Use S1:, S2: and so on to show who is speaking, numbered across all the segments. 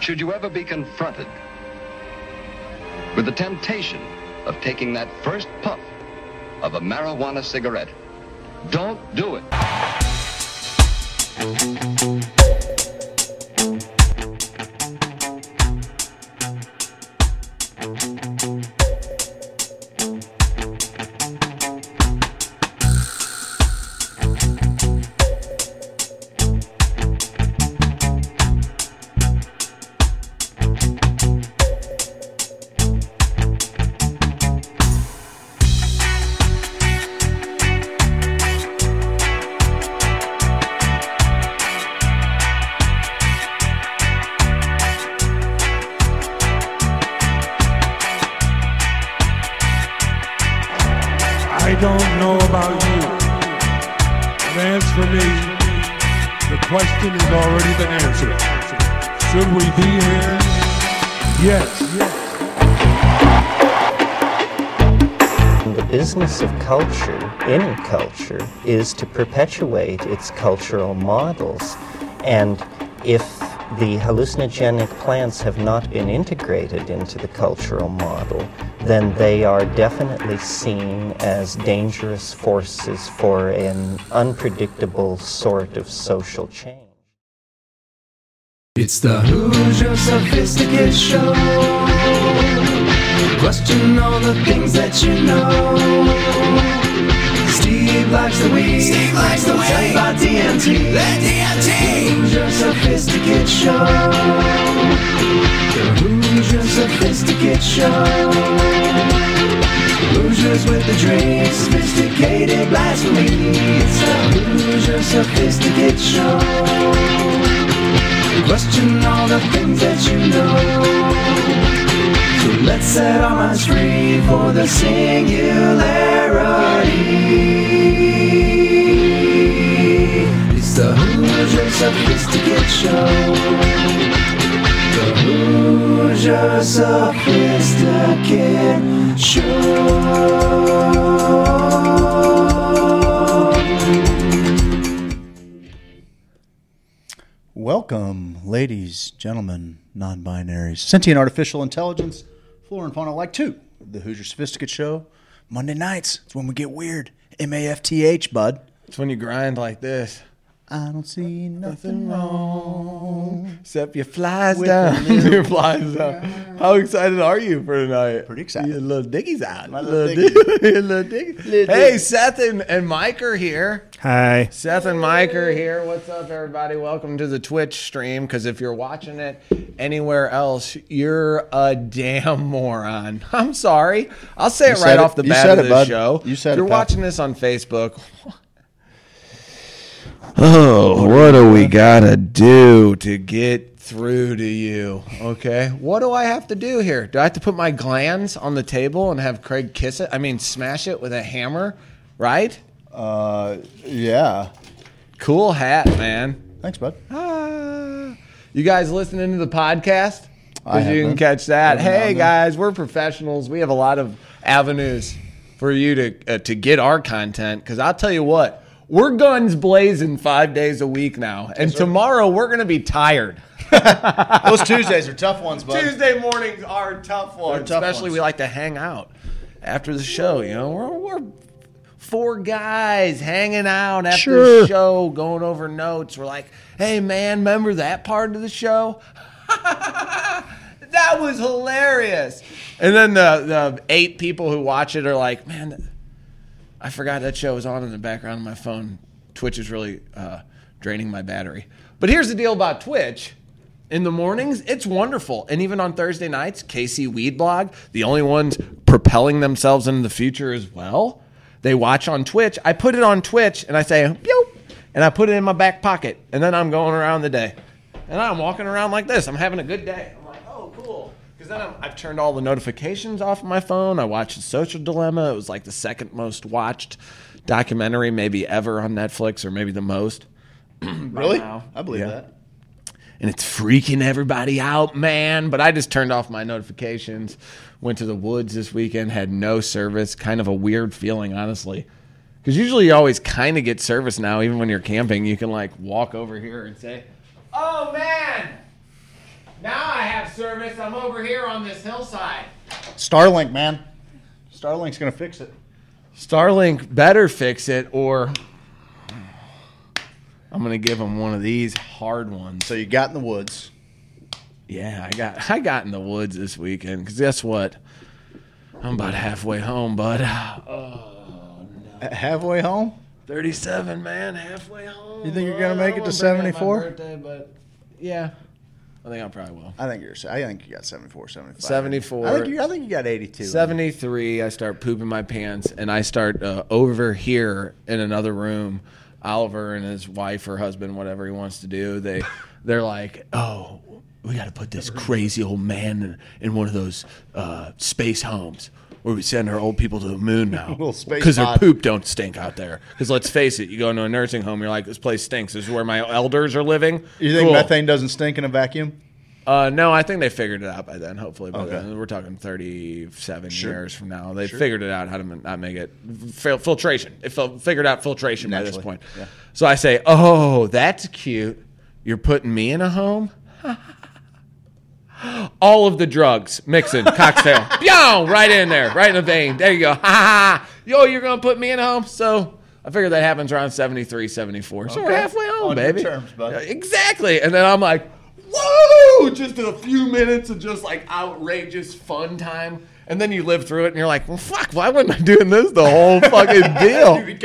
S1: Should you ever be confronted with the temptation of taking that first puff of a marijuana cigarette, don't do it.
S2: I don't know about you. But as for me, the question has already been answered. Should we be here? Yes.
S3: The business of culture, any culture, is to perpetuate its cultural models. And if the hallucinogenic plants have not been integrated into the cultural model, then they are definitely seen as dangerous forces for an unpredictable sort of social change.
S4: It's the Who's Your Sophisticated Show. Question all the things that you know. Steve likes the weed. Steve likes the weed. by DMT. Let DMT. Who's Your Sophisticated Show. The Who's Your Sophisticated Show. Hoosiers with the dream, sophisticated blasphemy. It's the Hoosier Sophisticated Show. Question all the things that you know. So let's set our minds free for the singularity. It's the Hoosier Sophisticated Show. The Hoosier Sophisticated Show.
S5: Welcome, ladies, gentlemen, non binaries, sentient artificial intelligence, flora and fauna like two. The Hoosier Sophisticate Show, Monday nights. It's when we get weird. M A F T H, bud.
S6: It's when you grind like this.
S5: I don't see nothing wrong.
S6: Except your flies
S5: With
S6: down.
S5: a little
S6: your flies down. How excited are you for tonight?
S5: Pretty excited.
S6: Your little Dickie's out.
S5: My
S6: little
S5: little
S6: Dick- your little Dickie.
S5: Little
S6: hey,
S5: Dickie.
S6: Seth and, and Mike are here.
S7: Hi.
S6: Seth and Mike are here. What's up, everybody? Welcome to the Twitch stream. Because if you're watching it anywhere else, you're a damn moron. I'm sorry. I'll say it
S5: said
S6: right
S5: it.
S6: off the
S5: You
S6: bat
S5: said
S6: of
S5: it,
S6: this
S5: bud.
S6: show.
S5: You said
S6: if
S5: it,
S6: you're
S5: pal.
S6: watching this on Facebook. Oh, what do we gotta do to get through to you? Okay, what do I have to do here? Do I have to put my glands on the table and have Craig kiss it? I mean, smash it with a hammer, right?
S5: Uh, yeah.
S6: Cool hat, man.
S5: Thanks, bud.
S6: Ah. You guys listening to the podcast?
S5: I
S6: Because you can
S5: haven't.
S6: catch that.
S5: Every now and
S6: Hey
S5: then.
S6: guys, we're professionals. We have a lot of avenues for you to uh, to get our content. Because I'll tell you what, we're guns blazing five days a week now, and tomorrow we're gonna be tired.
S5: Those Tuesdays are tough ones, bud.
S6: Tuesday mornings are tough ones.
S5: tough
S6: Especially
S5: ones.
S6: we like to hang out after the show. You know, we're, we're four guys hanging out after the
S7: Sure.
S6: show, going over notes. We're like, hey man, remember that part of the show? that was hilarious. And then the, the eight people who watch it are like, man, I forgot that show was on in the background of my phone. Twitch is really uh, draining my battery. But here's the deal about Twitch. In the mornings, it's wonderful. And even on Thursday nights, KC Weed Blog, the only ones propelling themselves into the future as well, they watch on Twitch. I put it on Twitch and I say, "Yoop," and I put it in my back pocket. And then I'm going around the day. And I'm walking around like this. I'm having a good day. I'm like, oh, cool. Because then I'm, I've turned all the notifications off my phone. I watched The Social Dilemma. It was like the second most watched documentary maybe ever on Netflix or maybe the most.
S5: Really?
S6: now.
S5: I believe
S6: Yeah.
S5: that.
S6: And it's freaking everybody out, man. But I just turned off my notifications. Went to the woods this weekend, had no service. Kind of a weird feeling, honestly. Because usually you always kind of get service now, even when you're camping. You can like walk over here and say, Oh man, now I
S7: service. I'm over here on this hillside.
S5: Starlink, man. Starlink's gonna fix it.
S6: Starlink better fix it, or I'm gonna give him one of these hard ones.
S5: So you got in the woods.
S6: Yeah, I got I got in the woods this weekend because guess what? I'm about halfway home, bud.
S5: At halfway home.
S6: 37, man, halfway home.
S5: You think you're
S6: bud.
S5: gonna
S6: I
S5: make it
S6: don't
S5: to
S6: wanna bring up my
S5: 74?
S6: birthday, but yeah, I think I probably will.
S5: I think you're. I think you got 74, 75.
S6: 74.
S5: I think you. I think you got 82.
S6: 73 i start pooping my pants and i start uh, over here in another room oliver and his wife or husband whatever he wants to do they they're like oh we got to put this crazy old man in, in one of those uh, space homes where we send our old people to the moon now
S5: space
S6: because their
S5: pod.
S6: poop don't stink out there because let's face it you go into a nursing home you're like this place stinks this is where my elders are living
S5: You think
S6: Cool.
S5: methane doesn't stink in a vacuum?
S6: Uh, no, I think they figured it out by then. Hopefully, by
S5: Okay.
S6: then we're talking thirty-seven years from now. They figured it out how to m- not make it fil- filtration. It fil- figured out filtration by this
S5: Naturally,
S6: point.
S5: yeah.
S6: So I say, "Oh, that's cute. You're putting me in a home." All of the drugs, mixing cocktail, Pew! right in there, right in the vein. There you go. Ha ha. ha. Yo, you're gonna put me in a home. So I figure that happens around 73, 74. So we're
S5: Okay.
S6: halfway home,
S5: On your
S6: baby.
S5: terms, bud.
S6: Yeah, Exactly. And then I'm like, whoa, just in a few minutes of just like outrageous fun time. And then you live through it and you're like, well, fuck, why wasn't I doing this the whole fucking
S5: Oh.
S6: deal?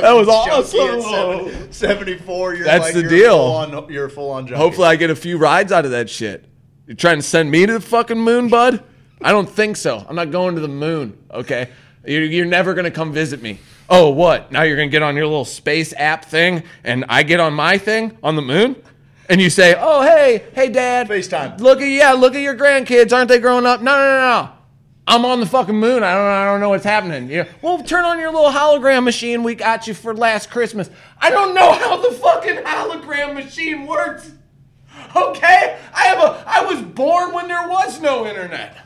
S6: that was awesome.
S5: 74. You're
S6: That's
S5: like,
S6: the
S5: you're
S6: deal.
S5: Full on, you're a full on junkie.
S6: Hopefully I get a few rides out of that shit. You're trying to send me to the fucking moon, bud? I don't think so. I'm not going to the moon, okay? You're, you're never going to come visit me. Oh, what? Now you're going to get on your little space app thing and I get on my thing on the moon? And you say, oh, hey, hey, dad.
S5: FaceTime.
S6: Look at, yeah, look at your grandkids. Aren't they growing up? No, no, no, no. I'm on the fucking moon. I don't, I don't know what's happening. You well, turn on your little hologram machine we got you for last Christmas. I don't know how the fucking hologram machine works. Okay, I have a. I was born when there was no internet.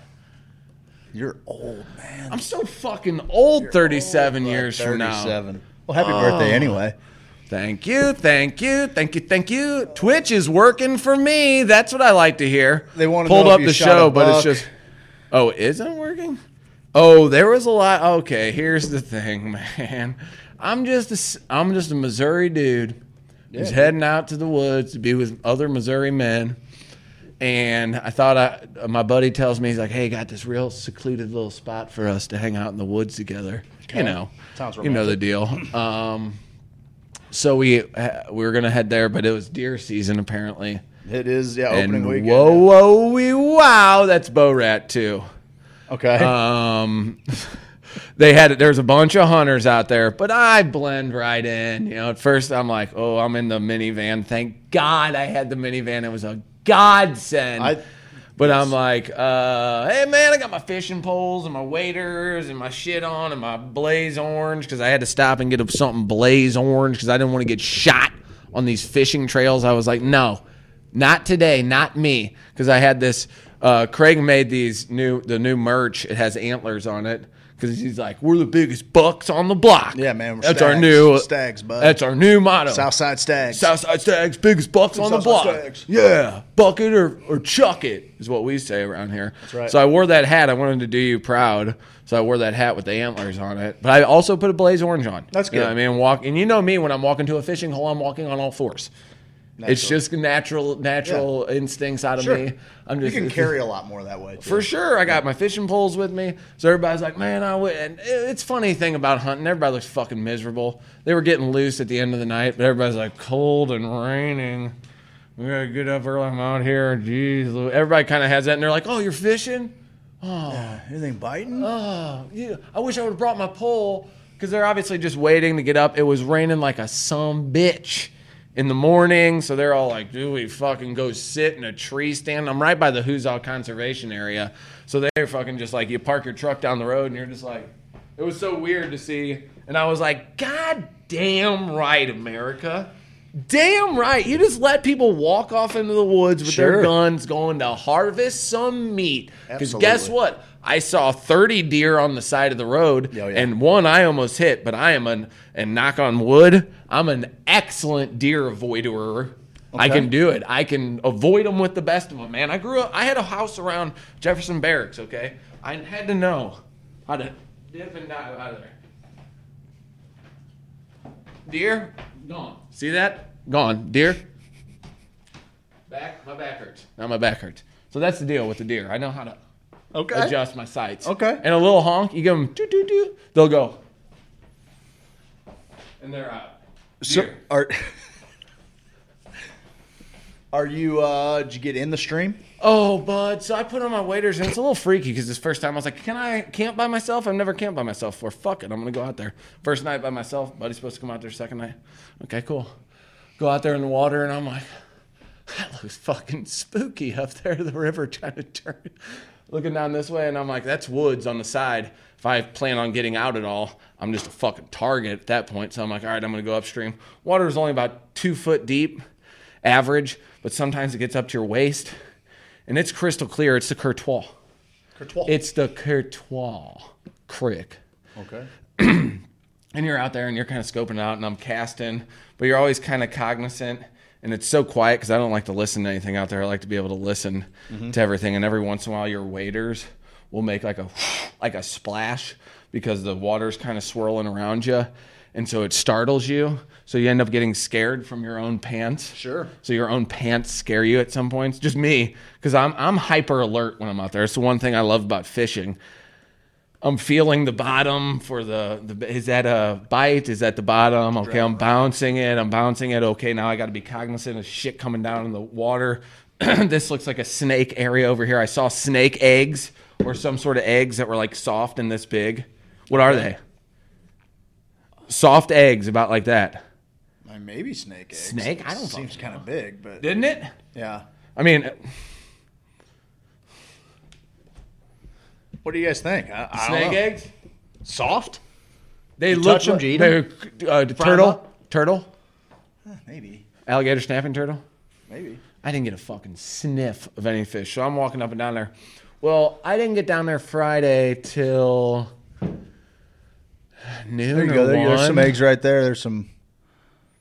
S5: You're old, man.
S6: I'm so fucking old. Thirty-seven years from now.
S5: 37. Well, happy birthday anyway.
S6: Thank you, thank you, thank you, thank you. Twitch is working for me. That's what I like to hear.
S5: They wanna
S6: pulled
S5: know if
S6: up
S5: you
S6: the
S5: shot
S6: show,
S5: a
S6: but it's
S5: buck.
S6: just. Oh, it isn't working. Oh, there was a lot. Okay, here's the thing, man. I'm just a, s- I'm just a Missouri dude who's heading out to the woods to be with other Missouri men. And I thought I, my buddy tells me he's like, "Hey, got this real secluded little spot for us to hang out in the woods together." You know,
S5: Sounds
S6: you know the deal. Um, so we uh, we were gonna head there, but it was deer season apparently.
S5: It is, yeah,
S6: And
S5: opening weekend.
S6: whoa, whoa, we wow, that's Bo Rat too.
S5: Okay.
S6: Um, they had there's a bunch of hunters out there, but I blend right in. You know, at first I'm like, oh, I'm in the minivan. Thank God I had the minivan. It was a godsend.
S5: I-
S6: but I'm like, uh, hey man, I got my fishing poles and my waders and my shit on and my blaze orange because I had to stop and get something blaze orange because I didn't want to get shot on these fishing trails. I was like, no, not today, not me, because I had this. Uh, Craig made these new the new merch. It has antlers on it because he's like, we're the biggest bucks on the block.
S5: Yeah, man, we're
S6: that's our
S5: stags.
S6: new
S5: Stags, bud.
S6: That's our new motto.
S5: Southside Stags.
S6: Southside Stags, biggest bucks on the
S5: Southside
S6: block.
S5: Stags.
S6: Yeah, bucket or, or chuck it is what we say around here. That's
S5: right.
S6: So I wore that hat. I wanted to do you proud. So I wore that hat with the antlers on it. But I also put a blaze orange on.
S5: That's
S6: You know
S5: good.
S6: what I mean, walk and you know me when I'm walking to a fishing hole, I'm walking on all fours. It's just natural, natural instincts out of
S5: Sure.
S6: me. I'm
S5: You
S6: just
S5: can
S6: it's-
S5: carry a lot more that way. too.
S6: for sure. I got my fishing poles with me. So everybody's like, man, I would. And it- it's funny thing about hunting. Everybody looks fucking miserable. They were getting loose at the end of the night, but everybody's like, cold and raining. We gotta get up early. I'm out here. Jeez, Lou- everybody kind of has that, and they're like, oh, you're fishing.
S5: Anything biting?
S6: Yeah, I wish I would have brought my pole because they're obviously just waiting to get up. It was raining like a some bitch in the morning, so they're all like, "Do we fucking go sit in a tree stand?" I'm right by the Hoozal Conservation Area, so they're fucking just like, you park your truck down the road, and you're just like, it was so weird to see, and I was like, "God damn right, America." Damn right. You just let people walk off into the woods with
S5: Sure.
S6: their guns going to harvest some meat. Because guess
S5: Absolutely.
S6: what? what? I saw 30 deer on the side of the road,
S5: Oh, yeah.
S6: and one I almost hit, but I am an, and knock on wood, I'm an excellent deer avoider. I
S5: Okay.
S6: can do it. I can avoid them with the best of them, man. I grew up, I had a house around Jefferson Barracks, okay? I had to know how to dip and dive out of there. Deer, gone. See that? Gone. Deer, back, my back hurts. Now my back hurts. So that's the deal with the deer. I know how to
S5: Okay.
S6: adjust my sights.
S5: Okay.
S6: And a little honk, you give them doo doo doo, they'll go. And they're out.
S5: So,
S6: Deer.
S5: are are you? Uh, did you get in the stream?
S6: Oh, bud. So I put on my waders, and it's a little freaky because this first time I was like, "Can I camp by myself?" I've never camped by myself before. Fuck it, I'm gonna go out there. First night by myself. Buddy's supposed to come out there second night. Okay, cool. Go out there in the water, and I'm like, "That looks fucking spooky up there, the river trying to turn." Looking down this way, and I'm like, "That's woods on the side." If I plan on getting out at all, I'm just a fucking target at that point. So I'm like, "All right, I'm gonna go upstream." Water is only about two foot deep, average, but sometimes it gets up to your waist and it's crystal clear. It's the Courtois.
S5: Courtois.
S6: It's the Courtois Creek.
S5: okay.
S6: And you're out there and you're kind of scoping out, and I'm casting, but you're always kind of cognizant. And it's so quiet because I don't like to listen to anything out there. I like to be able to listen to everything. And every once in a while, your waders will make like a like a splash because the water's kind of swirling around you, and so it startles you. So you end up getting scared from your own pants.
S5: Sure.
S6: So your own pants scare you at some points. Just me, because I'm I'm hyper alert when I'm out there. It's the one thing I love about fishing. I'm feeling the bottom for the, the is that a bite? Is that the bottom? Okay, I'm bouncing it. I'm bouncing it. Okay, now I got to be cognizant of shit coming down in the water. this looks like a snake area over here. I saw snake eggs or some sort of eggs that were like soft and this big. What are they? Soft eggs, about like that.
S5: I maybe snake eggs.
S6: Snake? I don't
S5: Seems kind of big, but
S6: Didn't it?
S5: yeah.
S6: I mean,
S5: What do you guys think? I, I don't
S6: snake
S5: know.
S6: eggs.
S5: Soft?
S6: They
S5: touch
S6: look.
S5: them,
S6: like-
S5: do you eat
S6: they're, uh, turtle,
S5: up?
S6: turtle,
S5: Maybe.
S6: alligator snapping turtle.
S5: Maybe.
S6: I didn't get a fucking sniff of any fish. So I'm walking up and down there. Well, I didn't get down there Friday till noon.
S5: There you
S6: or
S5: go. There, you- there's some
S6: one.
S5: eggs right there. There's some.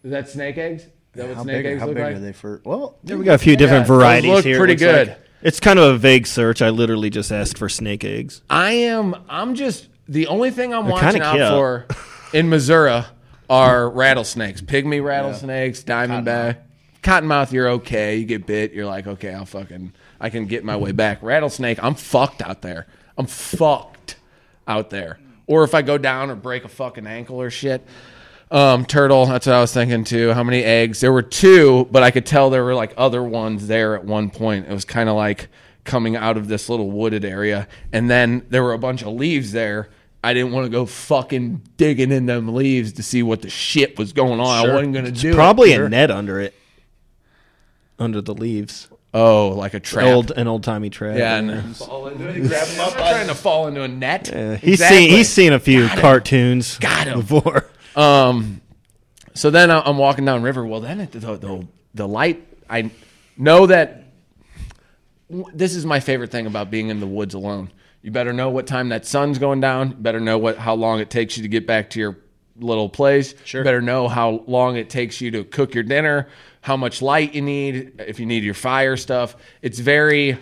S6: Is that snake eggs? Is that what
S5: How
S6: snake
S5: big,
S6: eggs
S5: how
S6: look
S5: big
S6: like?
S5: are they for? Well,
S8: Yeah, we got a few different
S6: those
S8: varieties
S6: look
S8: here. it
S6: pretty
S8: looks like.
S6: good.
S8: It's kind of a vague search. I literally just asked for snake eggs.
S6: I am. I'm just the only thing I'm watching
S8: kinda
S6: out
S8: cute.
S6: for in Missouri are rattlesnakes, pygmy rattlesnakes, diamondback, cottonmouth. You're okay. You get bit. You're like, okay, I'll fucking, I can get my way back. Rattlesnake, I'm fucked out there. I'm fucked out there. Or if I go down or break a fucking ankle or shit. Um, turtle, that's what I was thinking too. How many eggs? There were two, but I could tell there were like other ones there at one point. It was kind of like coming out of this little wooded area. And then there were a bunch of leaves there. I didn't want to go fucking digging in them leaves to see what the shit was going on. I wasn't going to do it.
S8: Probably
S6: Sure.
S8: a net under it, under the leaves.
S6: Oh, like a trap.
S8: Old an old timey trap.
S6: yeah, and fall into it, grab 'em up. I'm trying to fall into a net.
S8: Uh, he's seen he's seen a few cartoons before.
S6: Um, so then I- I'm walking down river. Well, then it, the, the the light. I know that this is my favorite thing about being in the woods alone. You better know what time that sun's going down. You better know what how long it takes you to get back to your little place. Sure. You better know how long it takes you to cook your dinner. How much light you need. If you need your fire stuff, it's very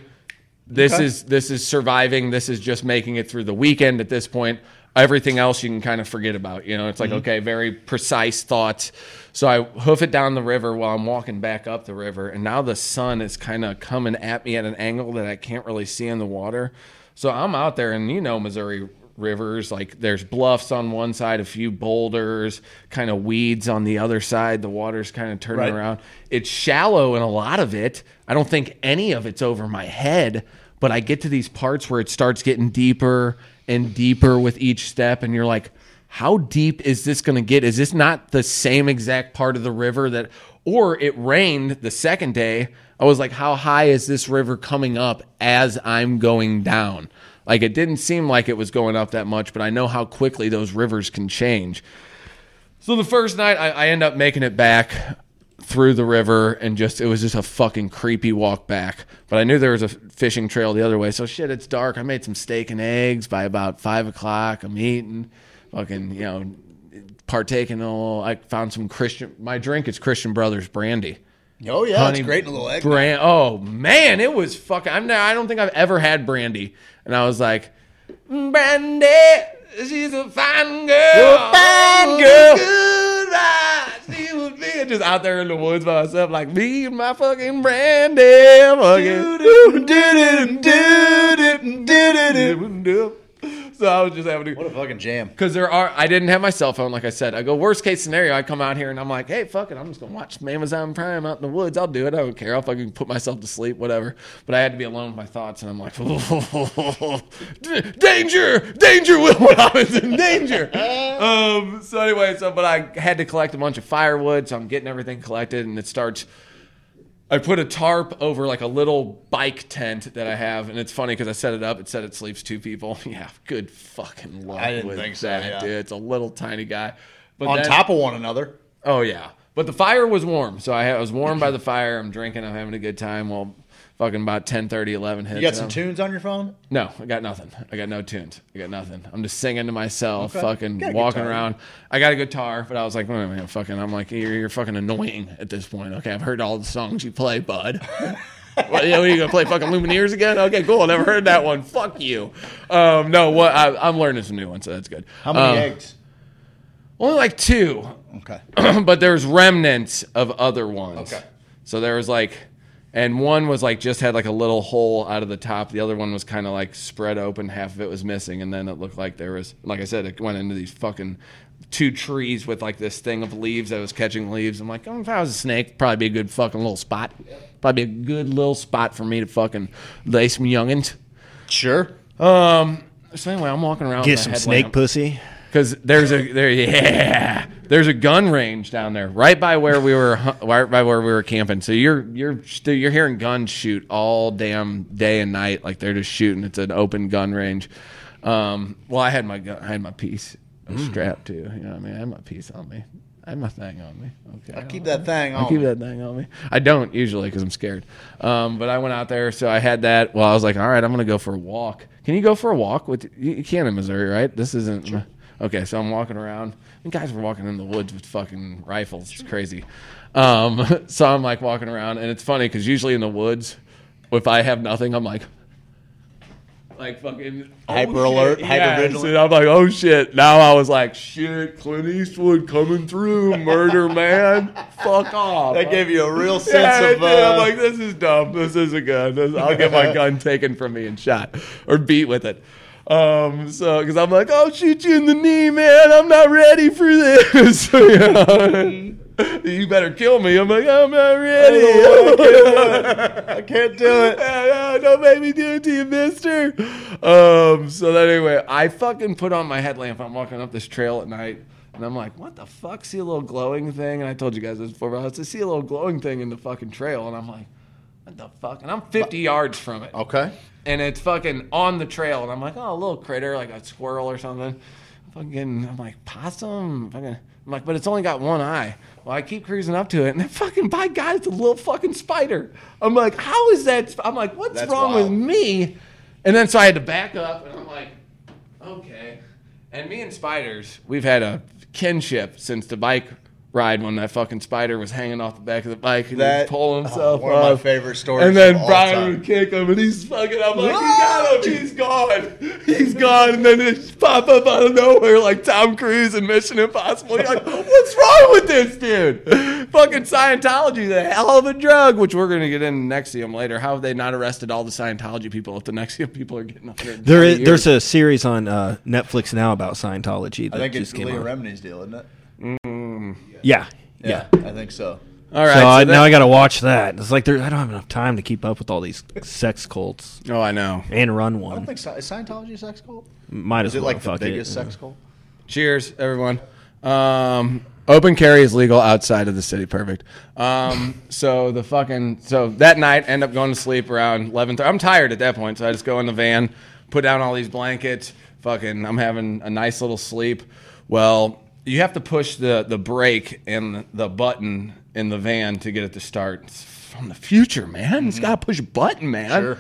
S6: this is this is surviving this is just making it through the weekend at this point everything else you can kind of forget about you know it's like okay very precise thoughts so i hoof it down the river while i'm walking back up the river and now the sun is kind of coming at me at an angle that i can't really see in the water so i'm out there and you know missouri rivers like there's bluffs on one side a few boulders kind of weeds on the other side the water's kind of turning
S5: Right.
S6: around it's shallow in a lot of it. I don't think any of it's over my head, but I get to these parts where it starts getting deeper and deeper with each step, and you're like, how deep is this going to get? Is this not the same exact part of the river that, or it rained the second day? I was like, how high is this river coming up as I'm going down? Like, it didn't seem like it was going up that much, but I know how quickly those rivers can change. So the first night, I, I end up making it back through the river, and just it was just a fucking creepy walk back. But I knew there was a f- fishing trail the other way, so shit, it's dark. I made some steak and eggs by about five o'clock. I'm eating, fucking, you know, partaking. in a little I found some Christian. My drink is Christian Brothers brandy.
S5: Oh yeah,
S6: honey
S5: it's great in a little egg.
S6: Bran- oh man, it was fucking. I'm not, I don't think I've ever had brandy, and I was like, brandy, she's a fine girl,
S5: fine girl."
S6: Good eyes, she was be just out there in the woods by myself, like me and my fucking brandy, fucking. Woo, doo-doo, doo-doo, doo-doo, doo-doo. So I was just having
S5: What
S6: to.
S5: a fucking jam.
S6: Because there are, I didn't have my cell phone, like I said. I go, worst case scenario, I come out here and I'm like, hey, fuck it, I'm just going to watch some Amazon Prime out in the woods. I'll do it. I don't care. I'll fucking put myself to sleep, whatever. But I had to be alone with my thoughts, and I'm like, danger, danger, Will Robinson, danger. um, so anyway, so, but I had to collect a bunch of firewood, so I'm getting everything collected, and it starts. I put a tarp over like a little bike tent that I have, and it's funny because I set it up. It said it sleeps two people. Yeah, good fucking luck.
S5: I didn't
S6: with
S5: think so,
S6: that,
S5: yeah.
S6: dude. It's a little tiny guy. But
S5: On
S6: then-
S5: top of one another.
S6: Oh yeah, but the fire was warm, so I, had, I was warm by the fire. I'm drinking. I'm having a good time. Well, fucking about 10, 11 hits.
S5: You got
S6: and
S5: some
S6: I'm-
S5: tunes on your phone?
S6: no, I got nothing. I got no tunes. I got nothing. I'm just singing to myself,
S5: Okay. Got a
S6: fucking walking
S5: guitar.
S6: around. I got a guitar, but I was like, wait a minute, fucking. I'm like, you're, you're fucking annoying at this point. Okay, I've heard all the songs you play, bud. what, yeah, what, are you gonna play fucking Lumineers again? Okay, cool. I never heard that one. Fuck you. Um, no, what I, I'm learning some new ones, so that's good.
S5: How many
S6: Um,
S5: eggs?
S6: Only like two
S5: Okay.
S6: but there's remnants of other ones.
S5: Okay.
S6: So there was like, and one was like just had like a little hole out of the top. The other one was kind of like spread open. Half of it was missing, and then it looked like there was, like I said, it went into these fucking two trees with like this thing of leaves that was catching leaves. I'm like, oh, if I was a snake, probably be a good fucking little spot. Probably be a good little spot for me to fucking lay some youngins.
S5: Sure.
S6: Um. So anyway, I'm walking around.
S8: Get
S6: with a
S8: some
S6: headlamp.
S8: snake pussy.
S6: Because there's a there yeah there's a gun range down there right by where we were hu- right by where we were camping. So you're you're still you're hearing guns shoot all damn day and night like they're just shooting. It's an open gun range. Um, well, I had my gun, I had my piece strapped
S5: Hmm.
S6: too. You know what I mean? I had my piece on me. I had my thing on me. Okay,
S5: I keep that thing on.
S6: I keep that thing on me. I don't usually because I'm scared. Um, but I went out there, so I had that. Well, I was like, all right, I'm gonna go for a walk. Can you go for a walk with? You you can in Missouri, right? This isn't. Okay, so I'm walking around. And guys were walking in the woods with fucking rifles. It's crazy. Um, so I'm like walking around, and it's funny because usually in the woods, if I have nothing, I'm like, like fucking
S5: Hyper
S6: shit.
S5: alert,
S6: Yeah,
S5: hyper vigilant.
S6: so I'm like, oh shit. Now I was like, shit, Clint Eastwood coming through, murder man. Fuck off.
S5: That gave you a real
S6: yeah,
S5: sense
S6: it
S5: of.
S6: did. I'm
S5: uh,
S6: like, this is dumb. This isn't good. This- I'll get my gun taken from me and shot or beat with it. Um, so because I'm like, I'll shoot you in the knee, man. I'm not ready for this. you, know?
S5: Mm-hmm.
S6: You better kill me. I'm like, I'm not ready.
S5: I can't do it.
S6: Yeah, yeah, don't make me do it to you, mister. Um, so then anyway, I fucking put on my headlamp. I'm walking up this trail at night. And I'm like, what the fuck? See a little glowing thing? And I told you guys this before, but I was to see a little glowing thing in the fucking trail. And I'm like, what the fuck? And I'm 50 yards from it
S5: Okay.
S6: and it's fucking on the trail, and I'm like, oh, a little critter, like a squirrel or something. Fucking, I'm like possum. Fucking, I'm like, but it's only got one eye. Well, I keep cruising up to it, and then fucking, by God, it's a little fucking spider. I'm like, how is that? sp- I'm like, what's
S5: That's
S6: wrong
S5: wild.
S6: with me? And then so I had to back up, and I'm like, okay. And me and spiders, we've had a kinship since the bike ride when that fucking spider was hanging off the back of the bike and
S5: That-
S6: he'd pull himself
S5: oh, one of my
S6: up.
S5: favorite stories
S6: And then
S5: of all
S6: Brian
S5: time.
S6: would kick him, and he's fucking. I'm like, you got him. He's gone. He's gone. And then it just pop up out of nowhere like Tom Cruise in Mission Impossible. You're like, what's wrong with this dude? Fucking Scientology, the hell of a drug. Which we're gonna get into Nexium later. How have they not arrested all the Scientology people if the Nexium people are getting up there?
S8: There is there's a series on uh, Netflix now about Scientology that
S5: I think it's
S8: just came
S5: Leah
S8: out.
S5: Remini's deal, isn't it?
S8: yeah. Yeah.
S5: I think so.
S6: all right.
S8: so I,
S6: then-
S8: now I got to watch that. It's like there, I don't have enough time to keep up with all these sex cults
S6: Oh, I know.
S8: and run
S5: I don't
S8: one.
S5: think Sci- is Scientology a sex cult. Mm-hmm.
S8: Might as
S5: Is it
S8: well
S5: like the
S8: fuck
S5: biggest
S8: it.
S5: sex cult?
S6: Cheers, everyone. Um, open carry is legal outside of the city. Perfect. Um, so the fucking so that night, end up going to sleep around eleven. I'm tired at that point, so I just go in the van, put down all these blankets. Fucking, I'm having a nice little sleep. Well, you have to push the the brake and the button in the van to get it to start. It's from the future, man. It's got to push a button, man.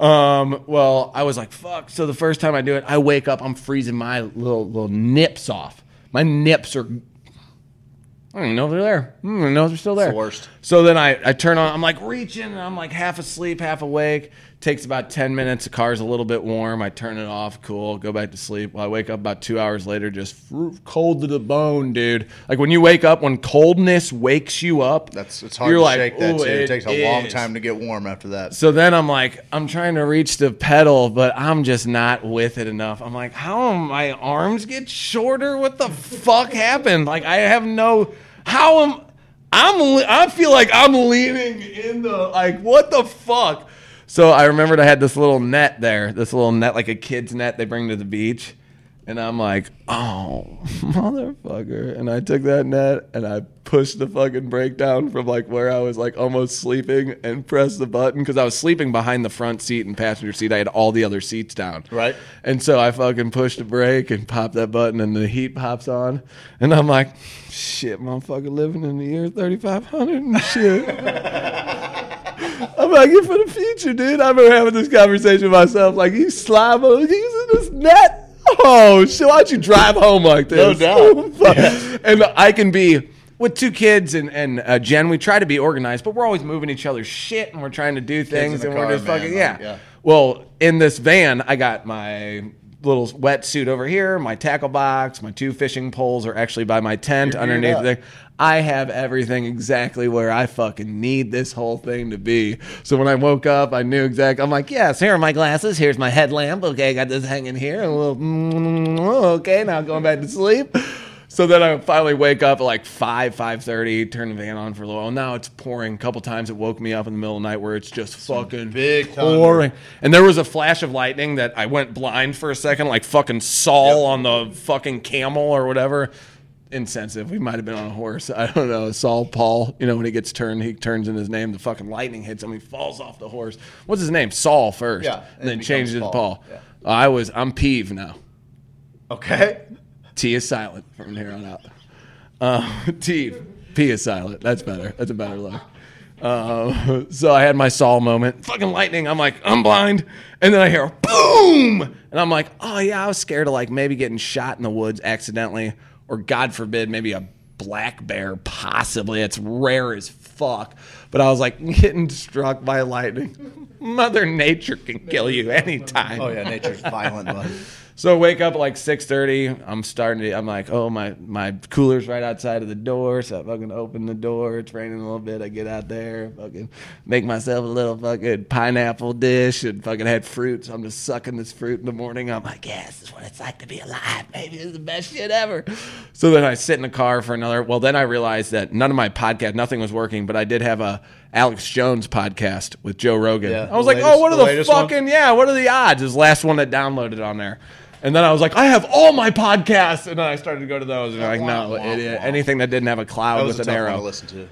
S6: Um, well, I was like, fuck. So the first time I do it, I wake up, I'm freezing my little little nips off. My nips are I don't even know if they're there. I don't even know if they're still there.
S5: the worst.
S6: So then I, I turn on, I'm like reaching, and I'm like half asleep, half awake. Takes about 10 minutes. The car's a little bit warm. I turn it off, cool, go back to sleep. Well, I wake up about two hours later, just fr- cold to the bone, dude. Like when you wake up, when coldness wakes you up,
S5: That's it's hard
S6: you're
S5: to
S6: like,
S5: shake that
S6: "Ooh,
S5: too. It, takes a long
S6: is."
S5: time to get warm after that.
S6: So then I'm like, I'm trying to reach the pedal, but I'm just not with it enough. I'm like, how am my arms get shorter? What the fuck happened? Like I have no how am I'm le- I feel like I'm leaning in the like what the fuck? So I remembered I had this little net there, this little net like a kid's net they bring to the beach. And I'm like, oh, motherfucker. And I took that net and I pushed the fucking brake down from like where I was like almost sleeping and pressed the button because I was sleeping behind the front seat and passenger seat. I had all the other seats down.
S5: Right.
S6: And so I fucking pushed the brake and popped that button and the heat pops on. And I'm like, shit, motherfucker, living in the year 3500 and shit. I'm like, you for the future, dude. I remember having this conversation with myself. Like, you sly mother- you using this net. Oh, shit, why don't you drive home like this?
S5: No
S6: doubt. And I can be with two kids and, and uh, Jen, we try to be organized, but we're always moving each other's shit and we're trying to do things
S5: in
S6: and
S5: the
S6: we're
S5: car,
S6: just
S5: man,
S6: fucking,
S5: like,
S6: yeah.
S5: yeah.
S6: Well, in this van, I got my little wetsuit over here, my tackle box, my two fishing poles are actually by my tent
S5: You're geared
S6: underneath
S5: up.
S6: there. I have everything exactly where I fucking need this whole thing to be. So when I woke up, I knew exactly. I'm like, yes, here are my glasses. Here's my headlamp. Okay, I got this hanging here. A little, mm, okay, now going back to sleep. So then I finally wake up at like five, five thirty. Turn the van on for a little. while. Now it's pouring. A couple times it woke me up in the middle of the night where it's just fucking
S5: big thunder.
S6: pouring. And there was a flash of lightning that I went blind for a second, like fucking Saul on the fucking camel or whatever. Insensitive. We might have been on a horse. I don't know. Saul Paul. You know when he gets turned, he turns in his name. The fucking lightning hits him. He falls off the horse. What's his name? Saul first.
S5: Yeah,
S6: And
S5: and
S6: then
S5: it
S6: changed it to
S5: becomes
S6: Paul.
S5: Paul. Yeah.
S6: I was. I'm peeved now.
S5: Okay.
S6: T is silent from here on out. Uh, T, P is silent. That's better. That's a better look. Um, so I had my Saul moment. Fucking lightning. I'm like, I'm blind. And then I hear a boom. And I'm like, oh yeah, I was scared of like maybe getting shot in the woods accidentally, or God forbid, maybe a black bear, possibly. It's rare as fuck. But I was like, getting struck by lightning. Mother Nature can kill you anytime.
S5: Oh yeah, nature's violent, bud.
S6: So I wake up at like six thirty. I'm starting to. I'm like, oh my, my cooler's right outside of the door. So I fucking open the door. It's raining a little bit. I get out there, fucking make myself a little fucking pineapple dish and fucking had fruit. So I'm just sucking this fruit in the morning. I'm like, yeah, this is what it's like to be alive. Maybe this is the best shit ever. So then I sit in the car for another. Well, then I realized that none of my podcast, nothing was working. But I did have a Alex Jones podcast with Joe Rogan.
S5: Yeah,
S6: I was
S5: the
S6: like, oh,
S5: latest-
S6: what
S5: the
S6: are the
S5: latest one?
S6: fucking yeah, what are the odds? His last one that downloaded on there. And then I was like, I have all my podcasts. And then I started to go to those. And I'm like, no, idiot. Anything that didn't have a
S5: That
S6: cloud
S5: was
S6: with
S5: a
S6: an
S5: tough one to
S6: arrow.
S5: listen to.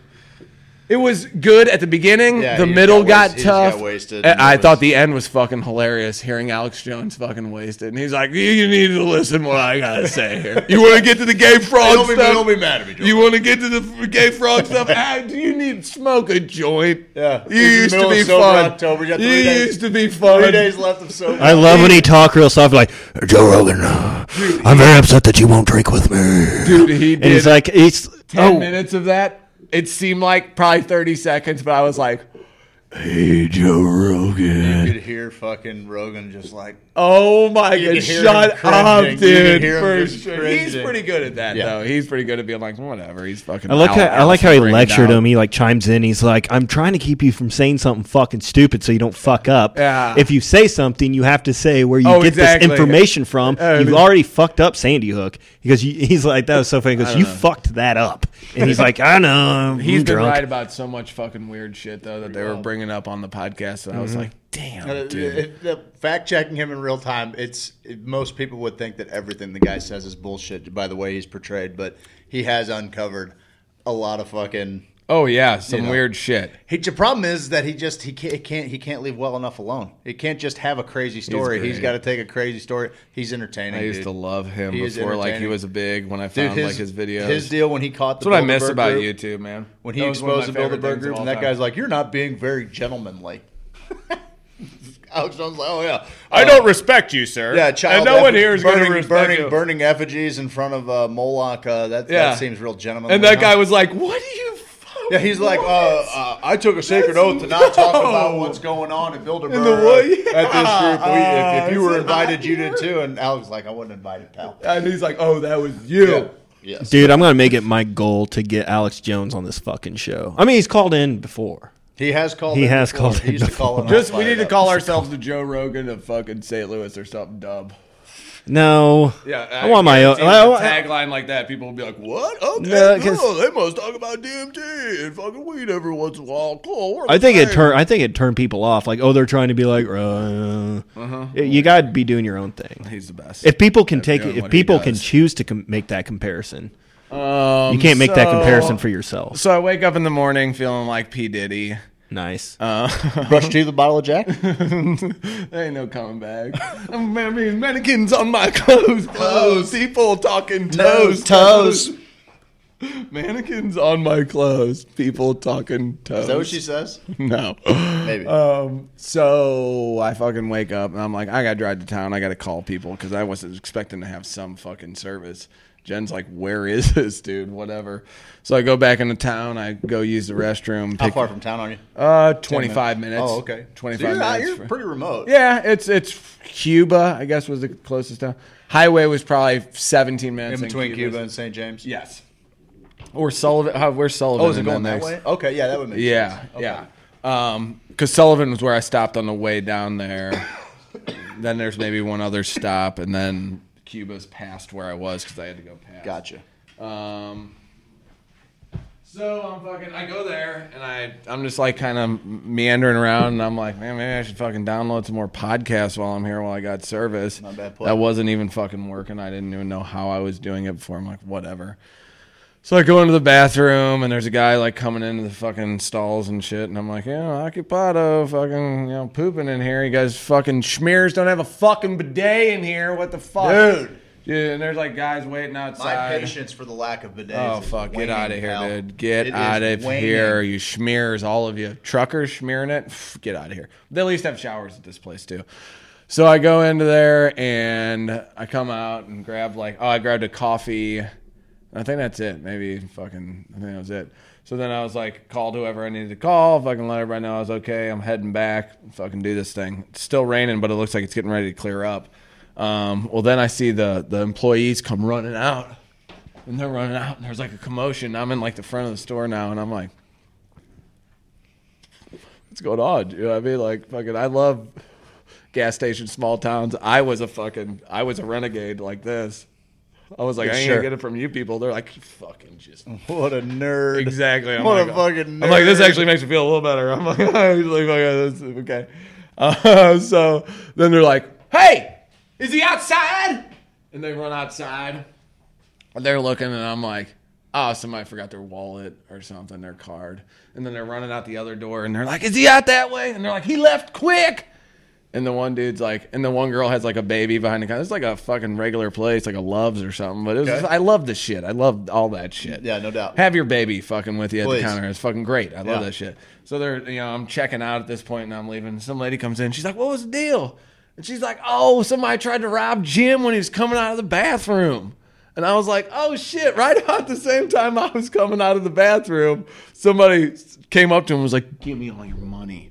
S6: It was good at the beginning.
S5: Yeah,
S6: the
S5: he just
S6: middle
S5: got wasted-
S6: got,
S5: he just
S6: tough.
S5: got wasted.
S6: And I
S5: It was-
S6: thought the end was fucking hilarious hearing Alex Jones fucking wasted. And he's like, you need to listen what I got to say here. You want to get to the gay fraud
S5: Don't be,
S6: stuff?
S5: don't be mad at me, Joe.
S6: You want to get to the gay frog stuff? Ah, do you need to smoke a joint?
S5: Yeah.
S6: You
S5: It's
S6: used
S5: the
S6: to
S5: middle
S6: be
S5: of sober
S6: fun.
S5: October. You got
S6: You
S5: three days-
S6: used to be fun.
S5: Three days left of sober.
S9: I love when he talk real soft, like Joe Rogan. uh, I'm very upset that you won't drink with me.
S6: Dude, he did
S9: And he's like, he's
S6: 10
S9: oh,
S6: minutes of that. It seemed like probably 30 seconds, but I was like,
S9: hey Joe
S5: You
S9: Rogan.
S5: could hear fucking Rogan just like
S6: oh my
S5: You
S6: God,
S5: could hear him
S6: shut
S5: cringing.
S6: up,
S5: You could
S6: dude.
S5: hear him
S6: for
S5: just
S6: sure. He's
S5: cringing.
S6: pretty good at that,
S5: Yeah.
S6: though. He's pretty good at being like, whatever. He's fucking.
S9: I like
S6: out-
S9: how I like how he
S6: out-
S9: lectured
S6: out.
S9: him. He like chimes in. He's like, "I'm trying to keep you from saying something fucking stupid, so you don't fuck up.
S6: Yeah.
S9: If you say something, you have to say where you
S6: Oh,
S9: get
S6: exactly.
S9: this information from.
S6: Oh,
S9: you
S6: dude.
S9: already fucked up Sandy Hook because you, he's like, that was so funny because you fucked that up, and he's like, I know.
S6: He's
S9: He's
S6: been
S9: drunk.
S6: right about so much fucking weird shit though that they were bringing up on the podcast, and I
S9: Mm-hmm.
S6: was like, damn,
S5: It-
S6: dude.
S5: it- it- fact checking him in real time, it's it, most people would think that everything the guy says is bullshit by the way he's portrayed, but he has uncovered a lot of fucking.
S6: Oh yeah, some
S5: You know.
S6: weird shit.
S5: He, the problem is that he just he can't, can't he can't leave well enough alone. He can't just have a crazy story.
S6: great.
S5: he's got to take a crazy story. He's entertaining.
S6: I used
S5: dude.
S6: to love him
S5: He is
S6: before, like he
S5: entertaining.
S6: was a big when I found
S5: Dude, his,
S6: like his videos.
S5: His deal when he caught the
S6: That's what I miss
S5: Bilderberg
S6: about
S5: group,
S6: YouTube, man.
S5: when he
S6: That was one of
S5: exposed the
S6: my favorite
S5: Bilderberg
S6: things of
S5: group,
S6: all
S5: and that
S6: time.
S5: guy's like, "You're not being very gentlemanly."
S10: Alex Jones, like, oh yeah, I don't respect you, sir.
S11: Yeah, child.
S10: And no one
S11: effigy-
S10: here is going
S11: burning,
S10: to respect
S11: burning,
S10: you.
S11: burning effigies in front of uh, Moloch. Uh, that,
S10: Yeah.
S11: that seems real gentlemanly.
S10: And that
S11: huh?
S10: guy was like, "What do you?"
S11: Yeah, he's like, uh, uh, I took a sacred oath to not talk about what's going on at Bilderberg
S10: In the wood,
S11: at this group. We, if, if you were
S10: it's
S11: invited, you did too. And Alex was like, I wasn't invited, pal.
S10: And he's like, "Oh, that was you."
S11: Yes.
S9: Dude, I'm gonna make it my goal to get Alex Jones on this fucking show. I mean, he's called in before.
S11: He has called.
S9: He
S11: in
S9: has
S11: before.
S9: called
S11: He
S9: in
S11: used to call in.
S9: before.
S11: on
S6: Just we
S11: Fired
S6: need to
S11: Up.
S6: call ourselves the Joe Rogan of fucking St. Louis or something dumb.
S9: No,
S6: Yeah,
S9: I, want my own.
S6: guarantee with
S9: I,
S6: a
S9: want-
S6: tagline like that. People will be like, "What? Okay,
S9: No, 'cause-
S6: cool. they must talk about DMT and fucking weed every once in a while. Cool." we're
S9: I think
S6: the
S9: it
S6: same."
S9: turn. I think it turned people off. Like, oh, they're trying to be like, uh,
S6: Uh-huh.
S9: you got to be doing your own thing.
S6: He's the best.
S9: If people can take
S6: doing
S9: it, if
S6: what he
S9: people can
S6: does.
S9: choose to com- make that comparison,
S6: Um,
S9: you can't make that
S6: so-
S9: comparison for yourself.
S6: So I wake up in the morning feeling like P Diddy.
S9: Nice.
S6: Uh,
S11: Brush teeth with a bottle of Jack.
S6: there ain't no coming back. I mean, mannequins on my clothes, clothes. People talking toes,
S11: toes.
S6: Mannequins on my clothes, people talking toes.
S11: Is that what she says?
S6: No.
S11: Maybe.
S10: Uh,
S6: Um, so I fucking wake up and I'm like, I got to drive to town. I got to call people because I wasn't expecting to have some fucking service. Jen's like, where is this dude? Whatever. So I go back into town. I go use the restroom.
S11: How
S6: pick-
S11: far from town are you?
S6: Uh, 25 minutes.
S11: Oh, okay. So
S6: 25
S11: you're
S6: minutes.
S11: out- You're
S6: for-
S11: pretty remote.
S6: yeah, it's it's Cuba, I guess, was the closest town. Highway was probably 17 minutes
S11: In between
S6: and
S11: Cuba
S6: Cuba's-
S11: and St. James.
S6: Yes. Or Sullivan. How, where's Sullivan?
S11: Oh, is it
S6: in that
S11: going that
S6: mix?
S11: way? Okay, yeah, that would make
S6: Yeah,
S11: sense. Okay.
S6: yeah. Because Sullivan was where I stopped on the way down there. then there's maybe one other stop, and then Cuba's past where I was because I had to go past.
S11: Gotcha.
S6: Um, so I'm fucking. I go there and I I'm just like kind of meandering around and I'm like, man, maybe I should fucking download some more podcasts while I'm here while I got service.
S11: Not a bad play.
S6: That wasn't even fucking working. I didn't even know how I was doing it before. I'm like, whatever. So I go into the bathroom and there's a guy like coming into the fucking stalls and shit, and I'm like, yeah, occupado, fucking, you know, pooping in here. You guys fucking schmears don't have a fucking bidet in here. What the fuck,
S11: Dude.
S6: Dude, and there's like guys waiting
S11: My
S6: outside.
S11: patience for the lack of bidets.
S6: Oh
S11: is
S6: fuck! Get
S11: waning,
S6: out of here,
S11: pal.
S6: dude! Get
S11: It is
S6: out of
S11: waning.
S6: here, you schmears, all of you truckers schmearing it. Pff, Get out of here. They at least have showers at this place too. So I go into there and I come out and grab like oh I grabbed a coffee. I think that's it. Maybe fucking I think that was it. So then I was like called whoever I needed to call. Fucking let everybody know I was okay. I'm heading back. Fucking do this thing. It's still raining, but it looks like it's getting ready to clear up. Um, well, then I see the the employees come running out and they're running out and there's like a commotion. I'm in like the front of the store now and I'm like, what's going on? You know what I mean? Like fucking, I love gas stations, small towns. I was a fucking, I was a renegade like this. I was like, I ain't
S11: sure.
S6: gonna get it from you people. They're like, you fucking just
S11: What a nerd.
S6: exactly. I'm
S11: What a
S6: like,
S11: fucking nerd.
S6: I'm like, this actually makes me feel a little better. I'm like, I'm like, okay, that's- okay. Uh, so then they're like, hey, is he outside? And they run outside. And they're looking, and I'm like, oh, somebody forgot their wallet or something, their card. And then they're running out the other door, and they're like, is he out that way? And they're like, he left quick. And the one dude's like, and the one girl has like a baby behind the counter. It's like a fucking regular place, like a Loves or something. But it was,
S11: Okay.
S6: I love this shit. I love all that shit.
S11: Yeah, no doubt.
S6: Have your baby fucking with you at
S11: Please.
S6: the counter. It's fucking great. I love
S11: Yeah.
S6: that shit. So they're, you know, I'm checking out at this point and I'm leaving. Some lady comes in. She's like, what was the deal? And she's like, oh, somebody tried to rob Jim when he was coming out of the bathroom. And I was like, oh shit, right about the same time I was coming out of the bathroom, somebody came up to him and was like, give me all your money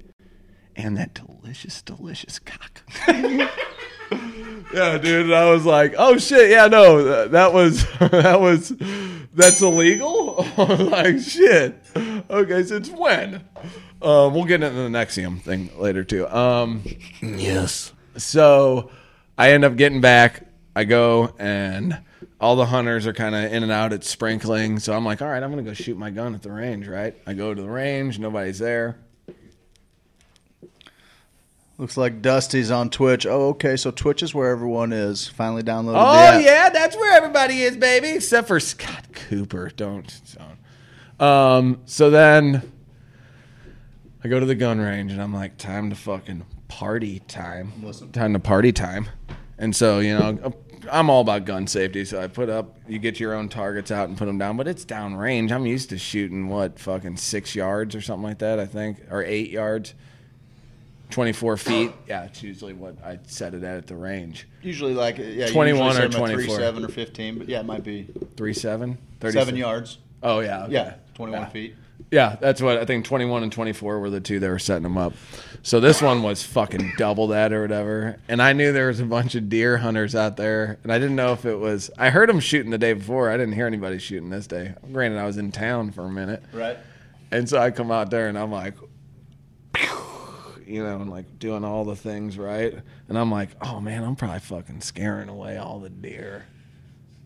S6: and that delicious, delicious cock. yeah, dude. And I was like, oh shit, yeah, no, that, that was that was that's illegal. I was like shit. Okay, since when? Um, we'll get into the Nexium thing later too. Um,
S9: yes.
S6: so I end up getting back. I go and all the hunters are kind of in and out. It's sprinkling. So I'm like, all right, I'm going to go shoot my gun at the range, right? I go to the range. Nobody's there.
S11: Looks like Dusty's on Twitch. Oh, okay. So Twitch is where everyone is. Finally downloaded.
S6: Oh
S11: the
S6: yeah.
S11: app.
S6: that's where everybody is, baby, except for Scott Cooper. Don't don't. Um, so then I go to the gun range and I'm like, time to fucking party time. Time to party time. And so you know, I'm all about gun safety. So I put up, you get your own targets out and put them down. But it's down range. I'm used to shooting what fucking six yards or something like that. I think or eight yards. 24 feet. Yeah, it's usually what I set it at at the range.
S11: Usually like yeah,
S6: 21 or
S11: 24,
S6: 24.
S11: seven or fifteen, but yeah, it might be
S6: 37, 30
S11: seven yards.
S6: Oh yeah, okay.
S11: Yeah, 21 feet.
S6: Yeah, that's what I think. 21 and 24 were the two that were setting them up. So this one was fucking double that or whatever. And I knew there was a bunch of deer hunters out there, and I didn't know if it was. I heard them shooting the day before. I didn't hear anybody shooting this day. Granted, I was in town for a minute,
S11: Right.
S6: and so I come out there and I'm like, you know, and like doing all the things right. And I'm like, oh man, I'm probably fucking scaring away all the deer.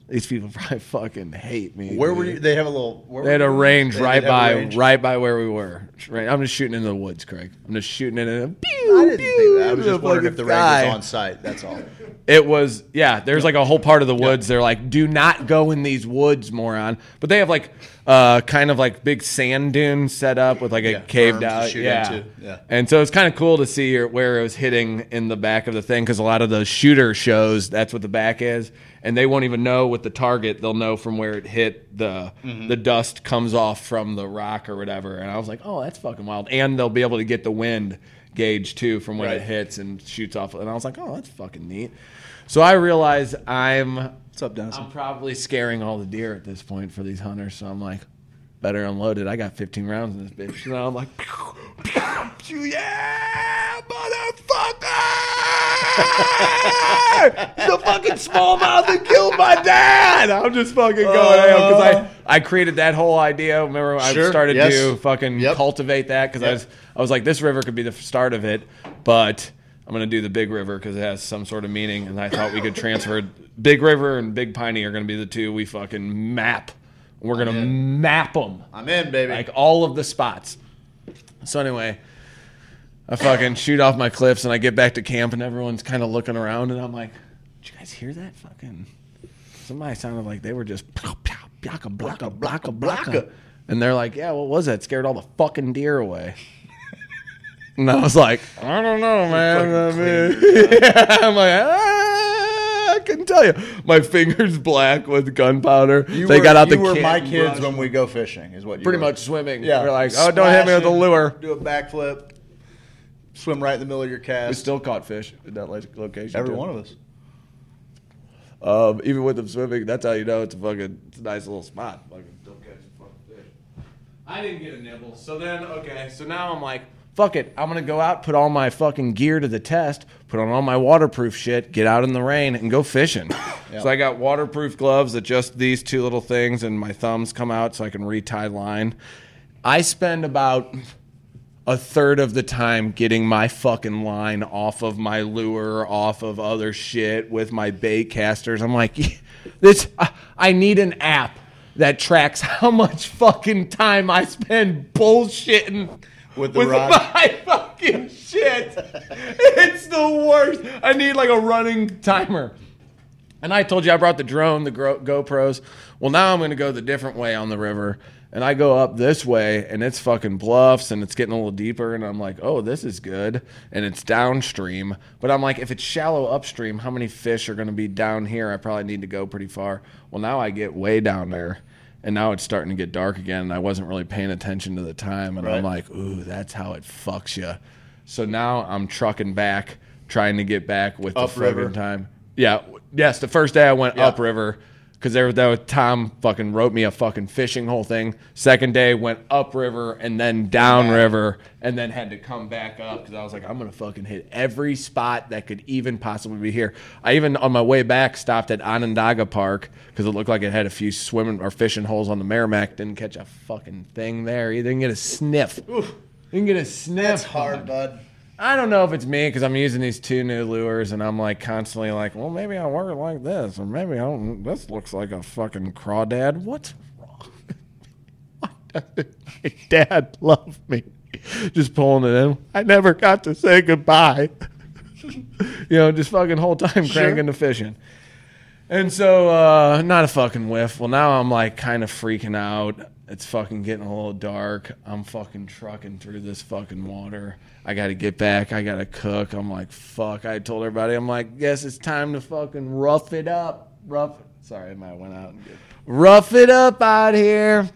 S6: These people probably fucking hate me.
S11: Where were
S6: dude."
S11: you? They have a little. Where
S6: They had a
S11: were you?
S6: range
S11: They- they
S6: right
S11: have a
S6: by
S11: range.
S6: right by where we were. Right, I'm just shooting into the woods, Craig. I'm just shooting it in.
S11: I didn't think that. I was
S6: the
S11: just wondering if the
S6: fucking
S11: range
S6: sky.
S11: was on site. That's all.
S6: It was yeah. There's like a whole part of the woods. They're like, do not go in these woods, moron. But they have like uh, kind of like big sand dunes set up with like a
S11: Yeah, berms
S6: caved
S11: to
S6: out.
S11: shoot
S6: yeah.
S11: into. Yeah.
S6: And so it's kind of cool to see your- where it was hitting in the back of the thing because a lot of those shooter shows, that's what the back is, and they won't even know what the target. They'll know from where it hit. The
S11: Mm-hmm.
S6: the dust comes off from the rock or whatever. And I was like, oh, that's fucking wild. And they'll be able to get the wind gauge too from when
S11: Right.
S6: it hits and shoots off. And I was like, oh, that's fucking neat. So I realize I'm
S11: What's up, Denison?
S6: I'm probably scaring all the deer at this point for these hunters. So I'm like, better unload it. I got 15 rounds in this bitch. And I'm like, pew, pew, pew, yeah, motherfucker! the fucking smallmouth that killed my dad. I'm just fucking going out because I I created that whole idea. Remember, I
S11: Sure,
S6: started
S11: yes.
S6: to fucking
S11: Yep.
S6: cultivate that because I
S11: Yep.
S6: was I was like, this river could be the f- start of it, but I'm gonna do the big river because it has some sort of meaning, and I thought we could transfer big river and big piney are gonna be the two we fucking map. We're gonna map them
S11: I'm in, baby.
S6: like all of the spots. So anyway, I fucking shoot off my cliffs and I get back to camp and everyone's kind of looking around and I'm like, did you guys hear that fucking? Somebody sounded like they were just pow, pow, blocka, blocka, blocka, blocka. And they're like, yeah, what was that? Scared all the fucking deer away. And I was like, I don't know, man. I mean, I'm like, ah, I couldn't tell you. My fingers black with gunpowder.
S11: You
S6: They
S11: were,
S6: got out
S11: you
S6: the
S11: were
S6: kit
S11: my
S6: and
S11: kids
S6: brushed
S11: when we go fishing, is what you
S6: pretty
S11: were.
S6: much swimming.
S11: Yeah.
S6: We're like, oh, don't hit me with the
S11: Splashing,
S6: lure.
S11: Do a backflip, swim right in the middle of your
S6: We
S11: cast.
S6: still caught fish in that like, location.
S11: Every one of us.
S6: Um, even with them swimming, that's how you know it's a fucking it's a nice little spot. Fucking don't catch a fucking fish. I didn't get a nibble. So then, okay, so now I'm like, fuck it. I'm gonna go out, put all my fucking gear to the test, put on all my waterproof shit, get out in the rain, and go fishing. So I got waterproof gloves, adjust these two little things, and my thumbs come out so I can retie line. I spend about a third of the time getting my fucking line off of my lure, off of other shit with my bait casters. I'm like, this. I, I need an app that tracks how much fucking time I spend bullshitting
S11: With the rod.
S6: my fucking shit. it's the worst. I need like a running timer. And I told you I brought the drone, the Gro- GoPros. Well, now I'm going to go the different way on the river. And I go up this way, and it's fucking bluffs, and it's getting a little deeper. And I'm like, oh, this is good. And it's downstream. But I'm like, if it's shallow upstream, how many fish are going to be down here? I probably need to go pretty far. Well, now I get way down there, and now it's starting to get dark again. And I wasn't really paying attention to the time. And I'm
S11: Right.
S6: like, ooh, that's how it fucks you. So now I'm trucking back, trying to get back with the
S11: Upriver.
S6: fucking time. Yeah. w- Yes. The first day I went upriver because there that was Tom fucking wrote me a fucking fishing whole thing. Second day went upriver and then downriver and then had to come back up because I was like, I'm gonna fucking hit every spot that could even possibly be here. I even on my way back stopped at Onondaga Park because it looked like it had a few swimming or fishing holes on the Merrimack. Didn't catch a fucking thing there. either. didn't get a sniff. Didn't get a sniff.
S11: That's hard, bud.
S6: I don't know if it's me because I'm using these two new lures and I'm like constantly like, well, maybe I work like this, or maybe I don't. This looks like a fucking crawdad. What's wrong? Why doesn't my dad love me? Just pulling it in. I never got to say goodbye. you know, just fucking whole time cranking the fishing. And so, uh, not a fucking whiff. Well, now I'm like kind of freaking out. It's fucking getting a little dark. I'm fucking trucking through this fucking water. I got to get back. I got to cook. I'm like, fuck. I told everybody, I'm like, guess it's time to fucking rough it up. Rough. Sorry, I might went out. Rough it up out here.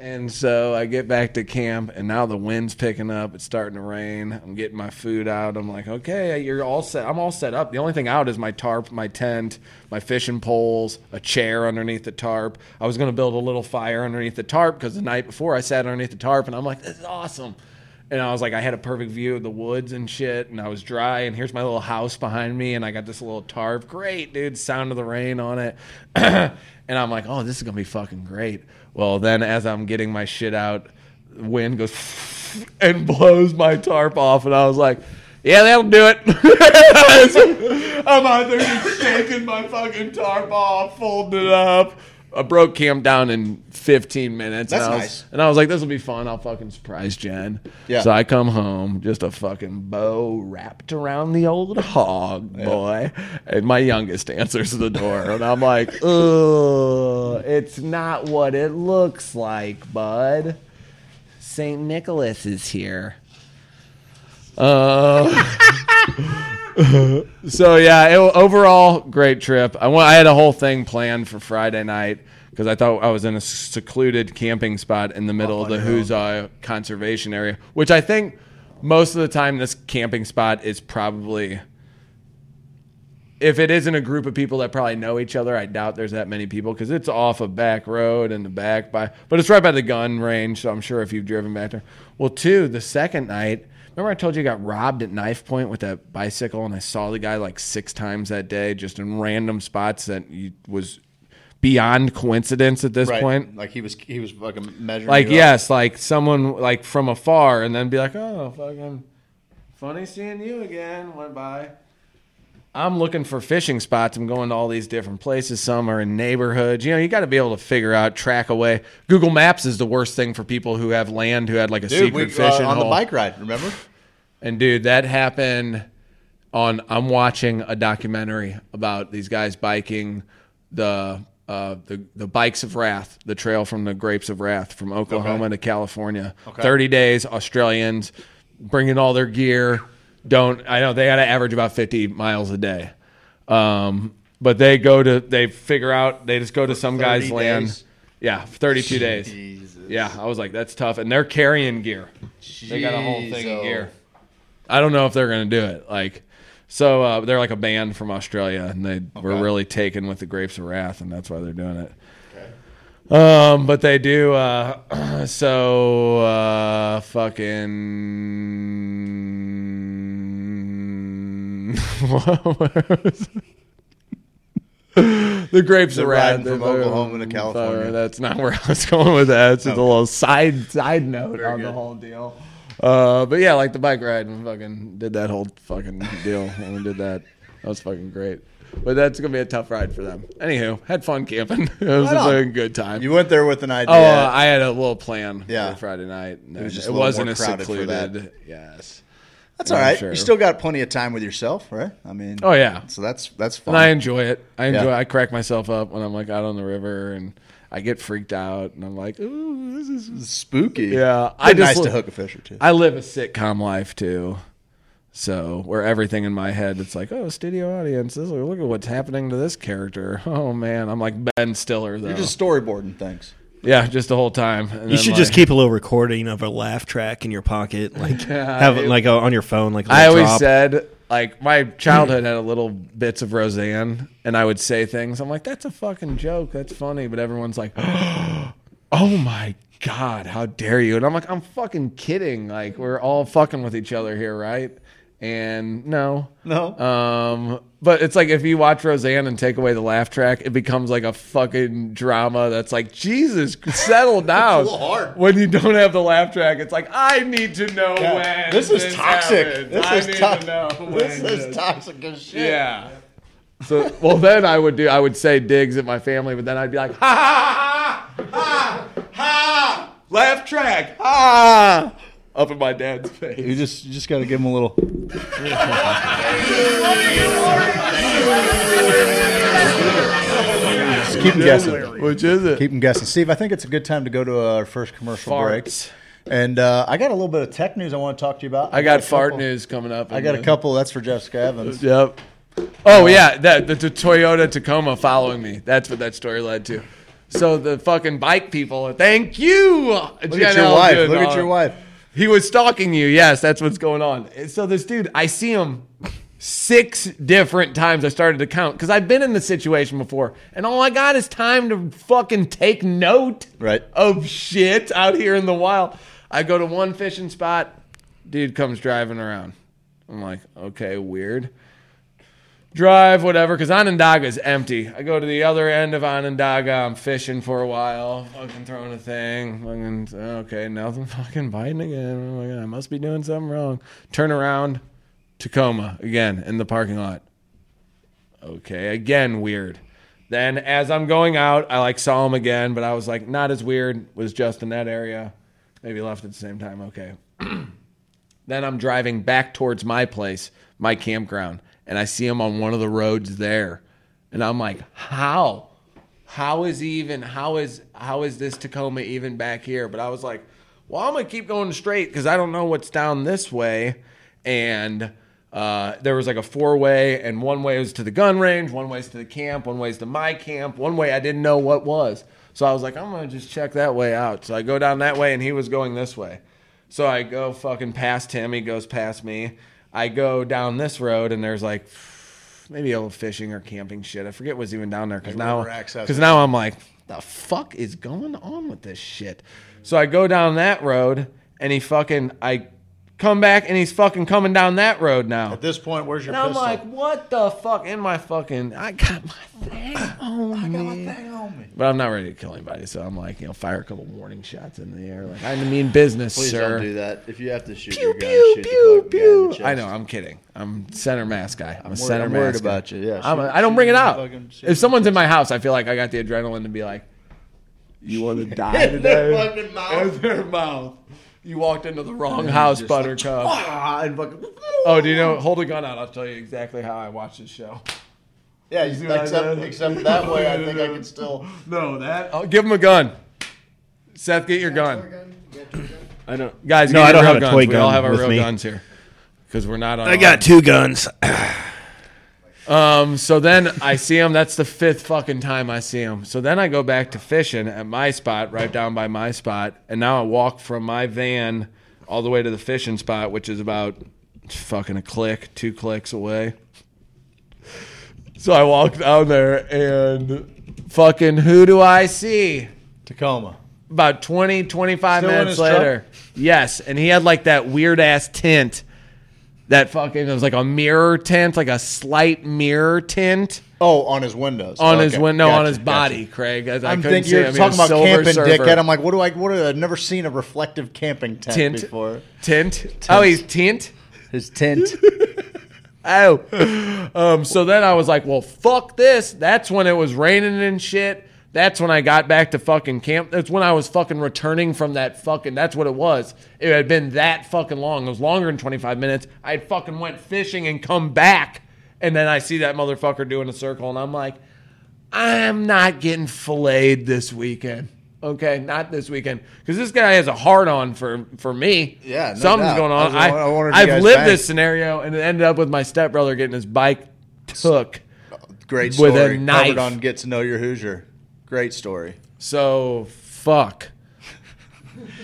S6: And so I get back to camp, and now the wind's picking up. It's starting to rain. I'm getting my food out. I'm like, okay, you're all set. I'm all set up. The only thing out is my tarp, my tent, my fishing poles, a chair underneath the tarp. I was going to build a little fire underneath the tarp because the night before I sat underneath the tarp, and I'm like, this is awesome. And I was like, I had a perfect view of the woods and shit, and I was dry, and here's my little house behind me, and I got this little tarp. Great, dude. Sound of the rain on it. and I'm like, oh, this is going to be fucking great. Well, then as I'm getting my shit out, wind goes and blows my tarp off, and I was like, yeah, that'll do it. I'm out there just shaking my fucking tarp off, folding it up. I broke Cam down in 15 minutes.
S11: That's
S6: and I was,
S11: nice.
S6: And I was like, this will be fun. I'll fucking surprise Jen.
S11: Yeah.
S6: So I come home, just a fucking bow wrapped around the old hog, boy. And my youngest answers the door. And I'm like, ugh, it's not what it looks like, bud. St. Nicholas is here. Uh, so yeah, it, overall great trip. I want, I had a whole thing planned for Friday night because I thought I was in a secluded camping spot in the middle of the Huzai conservation area, which I think most of the time this camping spot is probably if it isn't a group of people that probably know each other, I doubt there's that many people because it's off a back road and the back by, but it's right by the gun range. So I'm sure if you've driven back there. Well, two, the second night, remember I told you I got robbed at knife point with that bicycle and I saw the guy like six times that day, just in random spots that you, was beyond coincidence at this
S11: Right.
S6: point.
S11: Like he was, he was fucking measuring.
S6: Like,
S11: you up.
S6: yes, like someone like from afar and then be like, oh, fucking funny seeing you again. Went by. I'm looking for fishing spots. I'm going to all these different places. Some are in neighborhoods. You know, you got to be able to figure out, track away. Google Maps is the worst thing for people who have land who had like a
S11: dude,
S6: secret
S11: we, uh,
S6: fishing
S11: on the
S6: hole.
S11: bike ride. Remember?
S6: And dude, that happened on. I'm watching a documentary about these guys biking the uh, the the bikes of wrath, the trail from the grapes of wrath from Oklahoma to California.
S11: Okay.
S6: Thirty days, Australians bringing all their gear. Don't I know they got to average about fifty miles a day. Um, but they go to they figure out they just go to some guy's
S11: 30 days?
S6: land. Yeah, thirty-two days. Yeah, I was like, that's tough, and they're carrying gear. They got a whole thing of
S11: Jeez-o.
S6: gear. I don't know if they're going to do it. Like, so uh, they're like a band from Australia, and they were
S11: Okay.
S6: really taken with the grapes of wrath, and that's why they're doing it. Um, but they do. Uh, so uh, fucking. the grapes
S11: They're
S6: are red.
S11: riding from Oklahoma to California.
S6: That's not where I was going with that. It's just a little side side note on the whole deal. Uh, but yeah, like the bike ride and fucking did that whole fucking deal and we did that. That was fucking great. But that's gonna be a tough ride for them. Anywho, had fun camping. it was
S11: Right
S6: a
S11: on.
S6: fucking good time.
S11: You went there with an idea.
S6: Oh, uh, I had a little plan
S11: Yeah.
S6: for Friday night. and
S11: It was just a
S6: it
S11: little
S6: wasn't
S11: more
S6: a
S11: crowded for that.
S6: secluded. Yes.
S11: that's all
S6: uh, I'm
S11: right.
S6: sure.
S11: You still got plenty of time with yourself, right? I mean,
S6: Oh, yeah.
S11: So that's that's fun.
S6: And I enjoy it. I enjoy.
S11: Yeah.
S6: I crack myself up when I'm like out on the river and I get freaked out and I'm like, ooh, this is
S11: Spooky.
S6: Yeah,
S11: I nice
S6: li-
S11: to hook a fish or two.
S6: I live a sitcom life too, so where everything in my head it's like, oh, studio audience, this, look at what's happening to this character. Oh man, I'm like Ben Stiller though.
S11: You're just storyboarding things.
S6: yeah, just the whole time. And
S9: You
S6: then,
S9: should
S6: like-
S9: just keep a little recording of a laugh track in your pocket, like have it
S6: dude.
S9: like uh, on your phone, like a
S6: I
S9: little
S6: always
S9: drop.
S6: said like my childhood had a little bits of Roseanne, and I would say things. I'm like, that's a fucking joke. That's funny, but everyone's like, oh my god, how dare you? And I'm like, I'm fucking kidding. Like we're all fucking with each other here, right? And no,
S11: No.
S6: Um, but it's like if you watch Roseanne and take away the laugh track, it becomes like a fucking drama that's like, Jesus, settle down.
S11: little hard.
S6: When you don't have the laugh track, it's like, I need to know
S11: Yeah.
S6: when.
S11: This is toxic.
S6: happened.
S11: This
S6: I
S11: is
S6: need
S11: toxic.
S6: to know
S11: This
S6: when
S11: is toxic as shit.
S6: Yeah. So well then I would do I would say digs at my family, but then I'd be like, ha ha ha ha ha ha laugh track. Ha up in my dad's face.
S11: You just you just got to give him a little. just keep him guessing.
S6: Which is it?
S11: Keep him guessing. Steve, I think it's a good time to go to our first commercial
S6: Farts.
S11: break. And uh, I got a little bit of tech news I want to talk to you about.
S6: I got
S11: a
S6: fart
S11: couple-
S6: news coming up.
S11: I
S6: in
S11: got a
S6: the-
S11: couple. That's for Jessica Evans.
S6: Yep. Oh yeah, that the, the Toyota Tacoma following me. That's what that story led to. So the fucking bike people, thank you.
S11: Look at your wife. Look at your wife.
S6: He was stalking you. Yes, that's what's going on. And so this dude, I see him six different times. I started to count because I've been in this situation before, and all I got is time to fucking take note
S11: right.
S6: of shit out here in the wild. I go to one fishing spot. Dude comes driving around. I'm like, okay, weird drive, whatever, because Onondaga's empty. I go to the other end of Onondaga. I'm fishing for a while, fucking throwing a thing. Fucking, okay, nothing fucking biting again. Oh my God, I must be doing something wrong. Turn around, Tacoma again in the parking lot. Okay, again, weird. Then as I'm going out, I like saw him again, but I was like, not as weird. Was just in that area. Maybe left at the same time. Okay. then I'm driving back towards my place, my campground and I see him on one of the roads there. And I'm like, how? How is he even how is how is this Tacoma even back here? But I was like, well, I'm gonna keep going straight because I don't know what's down this way. And uh, there was like a four way, and one way was to the gun range, one way's to the camp, one way's to my camp, one way I didn't know what was. So I was like, I'm gonna just check that way out. So I go down that way, and he was going this way. So I go fucking past him. He goes past me. I go down this road and there's like maybe a little fishing or camping shit. I forget what's even down there because
S11: Like
S6: now
S11: river access.
S6: because now I'm like the fuck is going on with this shit. So I go down that road and he fucking I come back and he's fucking coming down that road now.
S11: At this point, where's your
S6: and I'm
S11: pistol?
S6: like, what the fuck? In my fucking, I got my thing on me. But I'm not ready to kill anybody, so I'm like, you know, fire a couple warning shots in the air. Like, I mean business,
S11: Please
S6: sir.
S11: don't do that. If you have to shoot,
S6: Pew,
S11: you're gonna
S6: pew, pew,
S11: shoot the fucking guy in the
S6: pew.
S11: chest.
S6: I know. I'm kidding. I'm center mass guy. I'm, a
S11: worried-
S6: center
S11: I'm
S6: mass.
S11: worried
S6: guy.
S11: about you, yeah.
S6: I'm a,
S11: Shoot-
S6: I don't bring it
S11: shoot the
S6: out.
S11: fucking- shoot the
S6: If someone's in my house, I feel like I got the adrenaline to be like, "You want to die
S11: In their
S6: today?"
S11: fucking mouth.
S6: In their mouth. You walked into the wrong
S11: And
S6: house,
S11: just-
S6: Buttercup.
S11: Ah, and fucking-
S6: oh, do you know? Hold a gun out. I'll tell you exactly how I watched this show.
S11: Yeah,
S6: You see what I
S11: except,
S6: did?
S11: except that way, I think I can still.
S6: No, that. Oh, give him a gun. Seth, get your gun.
S8: I don't.
S6: Guys,
S8: no,
S6: get
S8: I
S6: your
S8: don't
S6: real
S8: have a
S6: guns.
S8: toy
S6: we
S8: gun.
S6: all have our
S8: with
S6: real
S8: me.
S6: guns here because we're not. On
S8: I got two guns.
S6: Um, so then I see him. That's the fifth fucking time I see him. So then I go back to fishing at my spot, right down by my spot, and now I walk from my van all the way to the fishing spot, which is about fucking a click, two clicks away. So I walk down there and fucking who do I see?
S11: Tacoma.
S6: About 20, 25
S11: Still in
S6: minutes
S11: his truck?
S6: later. Yes. And he had like that weird ass tint. That fucking, it was like a mirror tint, like a slight mirror tint
S11: Oh, on his windows.
S6: on his
S11: Okay,
S6: window, on
S11: gotcha,
S6: his body, Craig. I, I
S11: Gotcha. I'm
S6: couldn't
S11: thinking
S6: see
S11: you're
S6: him. He
S11: talking
S6: was
S11: about
S6: Silver
S11: camping,
S6: Surfer.
S11: dickhead. I'm like, what do I? What? I've never seen a reflective camping tent,
S6: tint.
S11: before.
S6: Tint. Oh, he's tint.
S11: His tent.
S6: Oh. Um, so then I was like, well, fuck this. That's when it was raining and shit. That's when I got back to fucking camp. That's when I was fucking returning from that fucking. That's what it was. It had been that fucking long. It was longer than 25 minutes. I had fucking went fishing and come back. And then I see that motherfucker doing a circle, and I'm like, I'm not getting filleted this weekend. Okay, not this weekend because this guy has a hard on for for me.
S11: Yeah, no
S6: something's
S11: doubt.
S6: going on.
S11: I
S6: I,
S11: was- I wondered if you
S6: I have
S11: guys
S6: lived
S11: banged.
S6: this scenario and it ended up with my stepbrother getting his bike took.
S11: Great story.
S6: With a knife.
S11: Covered on Get to Know Your Hoosier. Great story.
S6: So fuck.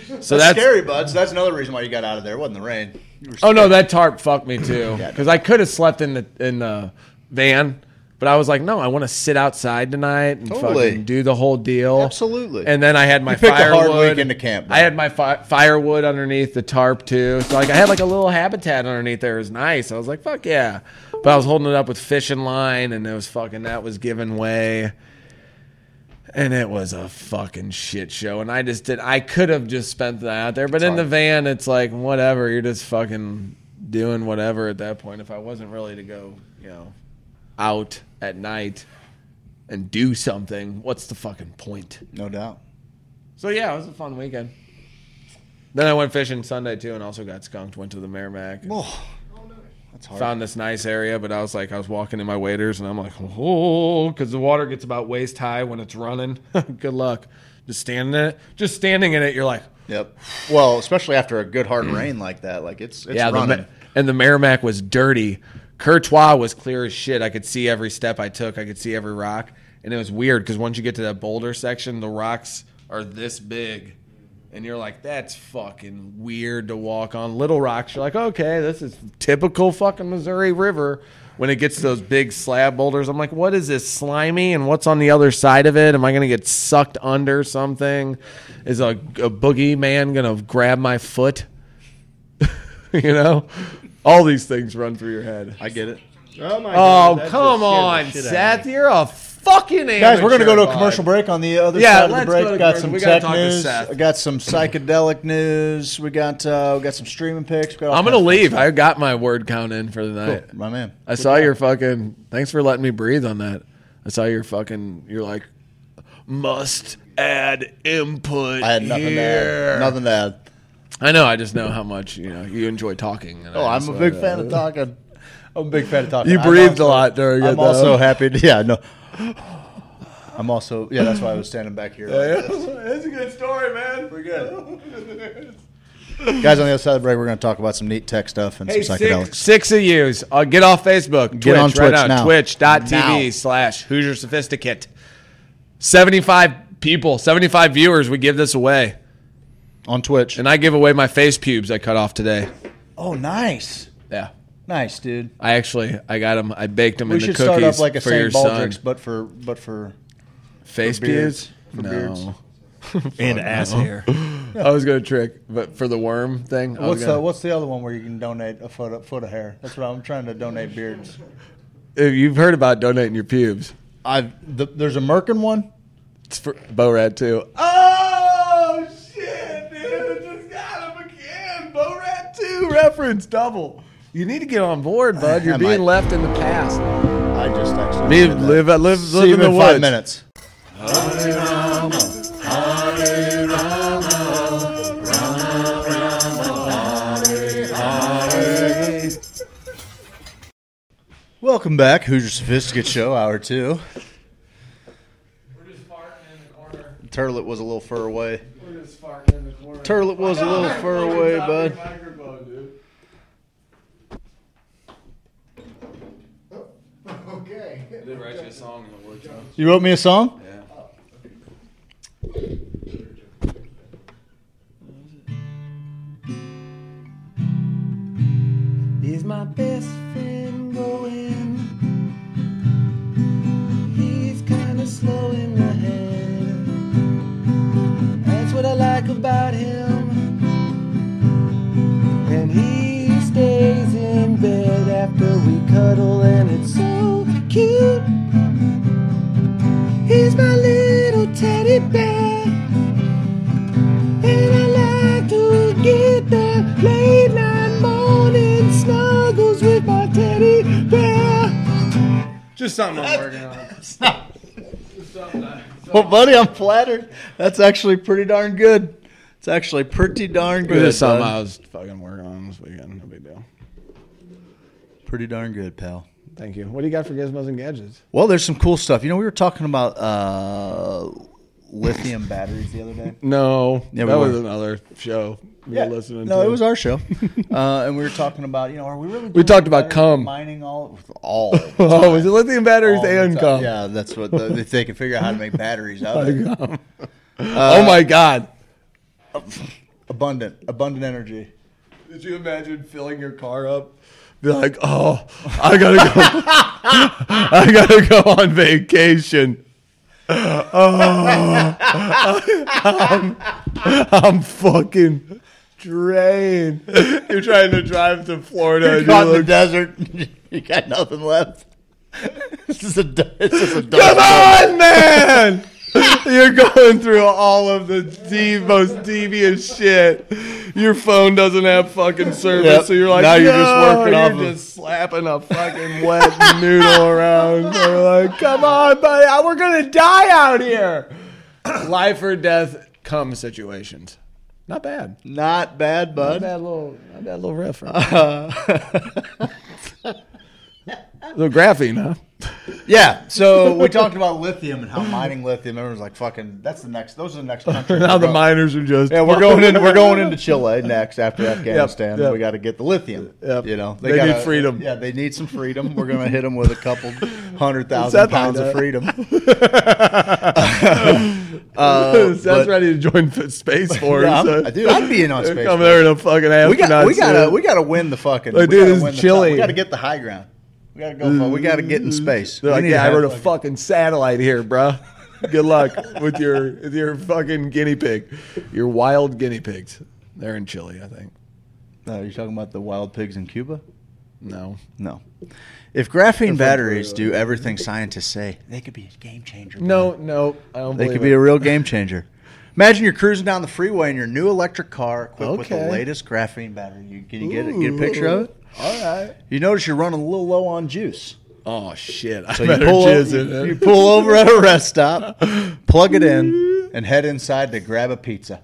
S6: So
S11: that's,
S6: that's
S11: scary, buds. That's another reason why you got out of there. It wasn't the rain. You were
S6: Oh no,
S11: scared.
S6: that tarp fucked me too.
S11: Yeah.
S6: Because I could have slept in the in the van, but I was like, no, I want to sit outside tonight and
S11: Totally.
S6: fucking do the whole deal.
S11: Absolutely.
S6: And then I had my
S11: You picked a hard
S6: firewood.
S11: weekend to camp, though.
S6: I had my fi- firewood underneath the tarp too. So like I had like a little habitat underneath there. It was nice. I was like, fuck yeah. But I was holding it up with fishing line, and it was fucking that was giving way. And it was a fucking shit show. And I just did, I could have just spent that out there. But in the van, it's like, whatever. You're just fucking doing whatever at that point. If I wasn't really to go, you know, out at night and do something, what's the fucking point?
S11: no doubt.
S6: So yeah, it was a fun weekend. Then I went fishing Sunday too and also got skunked. Went to the Merrimack. and
S11: Oh, That's hard.
S6: Found this nice area, but I was like, I was walking in my waders, and I'm like, oh, because the water gets about waist high when it's running. Good luck. Just standing in it. Just standing in it, you're like,
S11: Yep. Well, especially after a good hard rain like that, like it's it's
S6: Mm. yeah. the
S11: running.
S6: Ma- and the Merrimack was dirty. Courtois was clear as shit. I could see every step I took. I could see every rock. and it was weird because once you get to that boulder section, the rocks are this big, and you're like, that's fucking weird to walk on. Little rocks, you're like, okay, this is typical fucking Missouri River. When it gets to those big slab boulders, I'm like, what is this slimy and what's on the other side of it? Am I gonna get sucked under something? Is a, a boogie man gonna grab my foot? you know, all these things run through your head. I get it.
S12: Oh my
S6: Oh,
S12: god. that
S6: come on,
S12: just scared the shit out of
S6: Seth. You're a fucking amateur.
S5: Guys, we're going to go to a
S6: bud.
S5: commercial break on the other
S6: Yeah,
S5: side of the
S6: let's
S5: break.
S6: go to
S5: got
S6: commercial.
S5: some
S6: We gotta
S5: tech
S6: talk to
S5: news.
S6: Seth.
S5: I got some psychedelic news. We got uh, we got some streaming picks. We got all
S6: I'm gonna
S5: kinds of
S6: leave.
S5: stuff.
S6: I got my word count in for the night.
S5: Cool, my man.
S6: I saw your fucking. Thanks for letting me breathe on that. I saw your fucking. You're like must add input.
S5: I had nothing to add.
S6: here.
S5: Nothing to add.
S6: I know. I just know how much you know. You enjoy talking. and
S5: Oh,
S6: I
S5: I'm
S6: just
S5: a
S6: wanted
S5: big
S6: to-
S5: fan of talking. I'm a big fan of talking.
S6: You
S5: I'm
S6: breathed
S5: also-
S6: a lot during it.
S5: I'm also
S6: though.
S5: happy. To, yeah, no. I'm also yeah. That's why I was standing back here.
S6: Yeah,
S5: like this.
S6: That's a good story, man. We're good.
S5: Guys, on the other side of the break, we're going to talk about some neat tech stuff and
S6: Hey,
S5: some psychedelics.
S6: six, six of yous. Uh, get off Facebook. Twitch,
S5: Get on Twitch
S6: right now.
S5: now.
S6: Twitch.tv
S5: Now.
S6: slash Hoosier Sophisticate. 75 people, 75 viewers. We give this away
S5: on Twitch.
S6: And I give away my face pubes I cut off today.
S5: Oh, nice.
S6: Yeah.
S5: Nice, dude.
S6: I actually, I got them. I baked them
S5: we
S6: in the
S5: should
S6: cookies
S5: start up like a
S6: for your
S5: St.
S6: son.
S5: Baldrick's, but for but for
S6: Face
S5: for beards.
S6: pubes?
S5: For
S6: No.
S5: beards.
S6: And ass hair. Oh, I was going to trick, but for the worm thing, I was
S5: What's
S6: gonna-
S5: the what's the other one where you can donate a foot a foot of hair? That's what I'm trying to donate beards.
S6: if you've heard about donating your pubes.
S5: I've the, there's a Merkin one.
S6: It's for Bo Rad too.
S4: Oh shit, dude! Just got him again. Bo Rat
S6: Two reference double. You need to get on board, bud. You're
S5: I
S6: being
S5: might.
S6: left in the past.
S5: I just actually
S6: Be-
S5: did that.
S6: live- live- live
S5: See you
S6: in the
S5: five
S6: woods.
S5: minutes. Welcome back, Hoosier Sophisticate Show, hour two. Turlet was a little fur away. Turlet was a little fur away, bud.
S12: Okay.
S6: They write you a song in the woods.
S5: You wrote me a song?
S6: Yeah.
S4: Is my best friend going? He's kinda slow in the head. That's what I like about him. And he stays in bed after we cuddle, and it's so cute. He's my little teddy bear. And I like to get there late night morning snuggles with my teddy bear.
S6: Just something I'm working on.
S5: Stop. Well, buddy, I'm flattered. That's actually pretty darn good. It's actually pretty darn good.
S6: Just something
S5: bud.
S6: I was fucking working on this weekend. No big deal.
S5: Pretty darn good, pal.
S6: Thank you. What do you got for gizmos and gadgets?
S5: Well, there's some cool stuff. You know, we were talking about uh, lithium batteries the other day.
S6: No,
S5: Yeah, we
S6: that
S5: were.
S6: was another show. We were listening
S5: no,
S6: to.
S5: it was our show, uh, and we were talking about you know, are we really?
S6: We
S5: doing
S6: talked about
S5: battery
S6: cum.
S5: mining all all. the
S6: Oh,
S5: time?
S6: was it lithium batteries
S5: All the
S6: and
S5: time.
S6: cum?
S5: Yeah, that's what the, if they can figure out how to make batteries out of it.
S6: oh my god!
S5: Abundant, abundant energy.
S6: Did you imagine filling your car up? Be like, oh, I gotta go. I gotta go on vacation. Oh, I'm, I'm fucking drained. You're trying to drive to Florida.
S5: You're
S6: and
S5: caught in the
S6: like,
S5: desert. you got nothing left. this is a. du- This is a.
S6: Come
S5: dumpster.
S6: on, man! You're going through all of the de- most devious shit. Your phone doesn't have fucking service,
S5: Yep.
S6: so you're like,
S5: Now
S6: no,
S5: you're
S6: you're
S5: just working off
S6: just,
S5: of-
S6: slapping a fucking wet noodle around. You're like, come on, buddy, Uh, we're gonna die out here. Life or death come situations. Not bad.
S5: Not bad, bud.
S6: Not bad little, not bad little reference.
S5: Uh,
S6: the graphene, huh?
S11: Yeah, so we talked about lithium and how mining lithium. Everyone's like, "Fucking, that's the next. Those are the next countries."
S6: Now
S11: we're
S6: the
S11: going-
S6: miners are just
S11: Yeah, we're going in. We're going into Chile next after Afghanistan.
S6: yep.
S11: We got to get the lithium. You know,
S6: They need
S11: gotta-
S6: freedom.
S11: Yeah, they need some freedom. We're gonna hit them with a couple hundred thousand
S6: Seth-
S11: pounds of freedom.
S6: That's
S11: Uh, but-
S6: ready to join the Space Force.
S11: Yeah, I'm-
S6: uh,
S11: dude, I'd be in on Space
S6: Come
S11: Force.
S6: there in a fucking astronaut.
S11: we got. We gotta.
S6: suit.
S11: We gotta win the fucking.
S6: Like,
S11: we
S6: dude,
S11: gotta
S6: it's
S11: win the top.
S6: chilly.
S11: We gotta get the high ground. We gotta go. far. We gotta get in space.
S6: Mm-hmm. They're
S11: We
S6: like,
S11: need to
S6: yeah, I
S11: have
S6: wrote a
S11: fucking-
S6: fucking satellite here, bruh. Good luck with your with your fucking guinea pig, your wild guinea pigs. They're in Chile, I think.
S11: No, you're uh, talking about the wild pigs in Cuba?
S6: No,
S11: No. If graphene batteries do everything scientists say, they could be a game changer.
S6: no, no. I don't.
S11: They
S6: believe
S11: could be
S6: it.
S11: a real game changer. Imagine you're cruising down the freeway in your new electric car equipped with the
S6: Okay.
S11: latest graphene battery. You, can you get, it, get a picture of it?
S6: All right.
S11: You notice you're running a little low on juice.
S6: Oh shit! I
S11: So you
S6: better
S11: pull,
S6: jizz
S11: o-
S6: in it.
S11: you pull over at a rest stop, plug it in, and head inside to grab a pizza.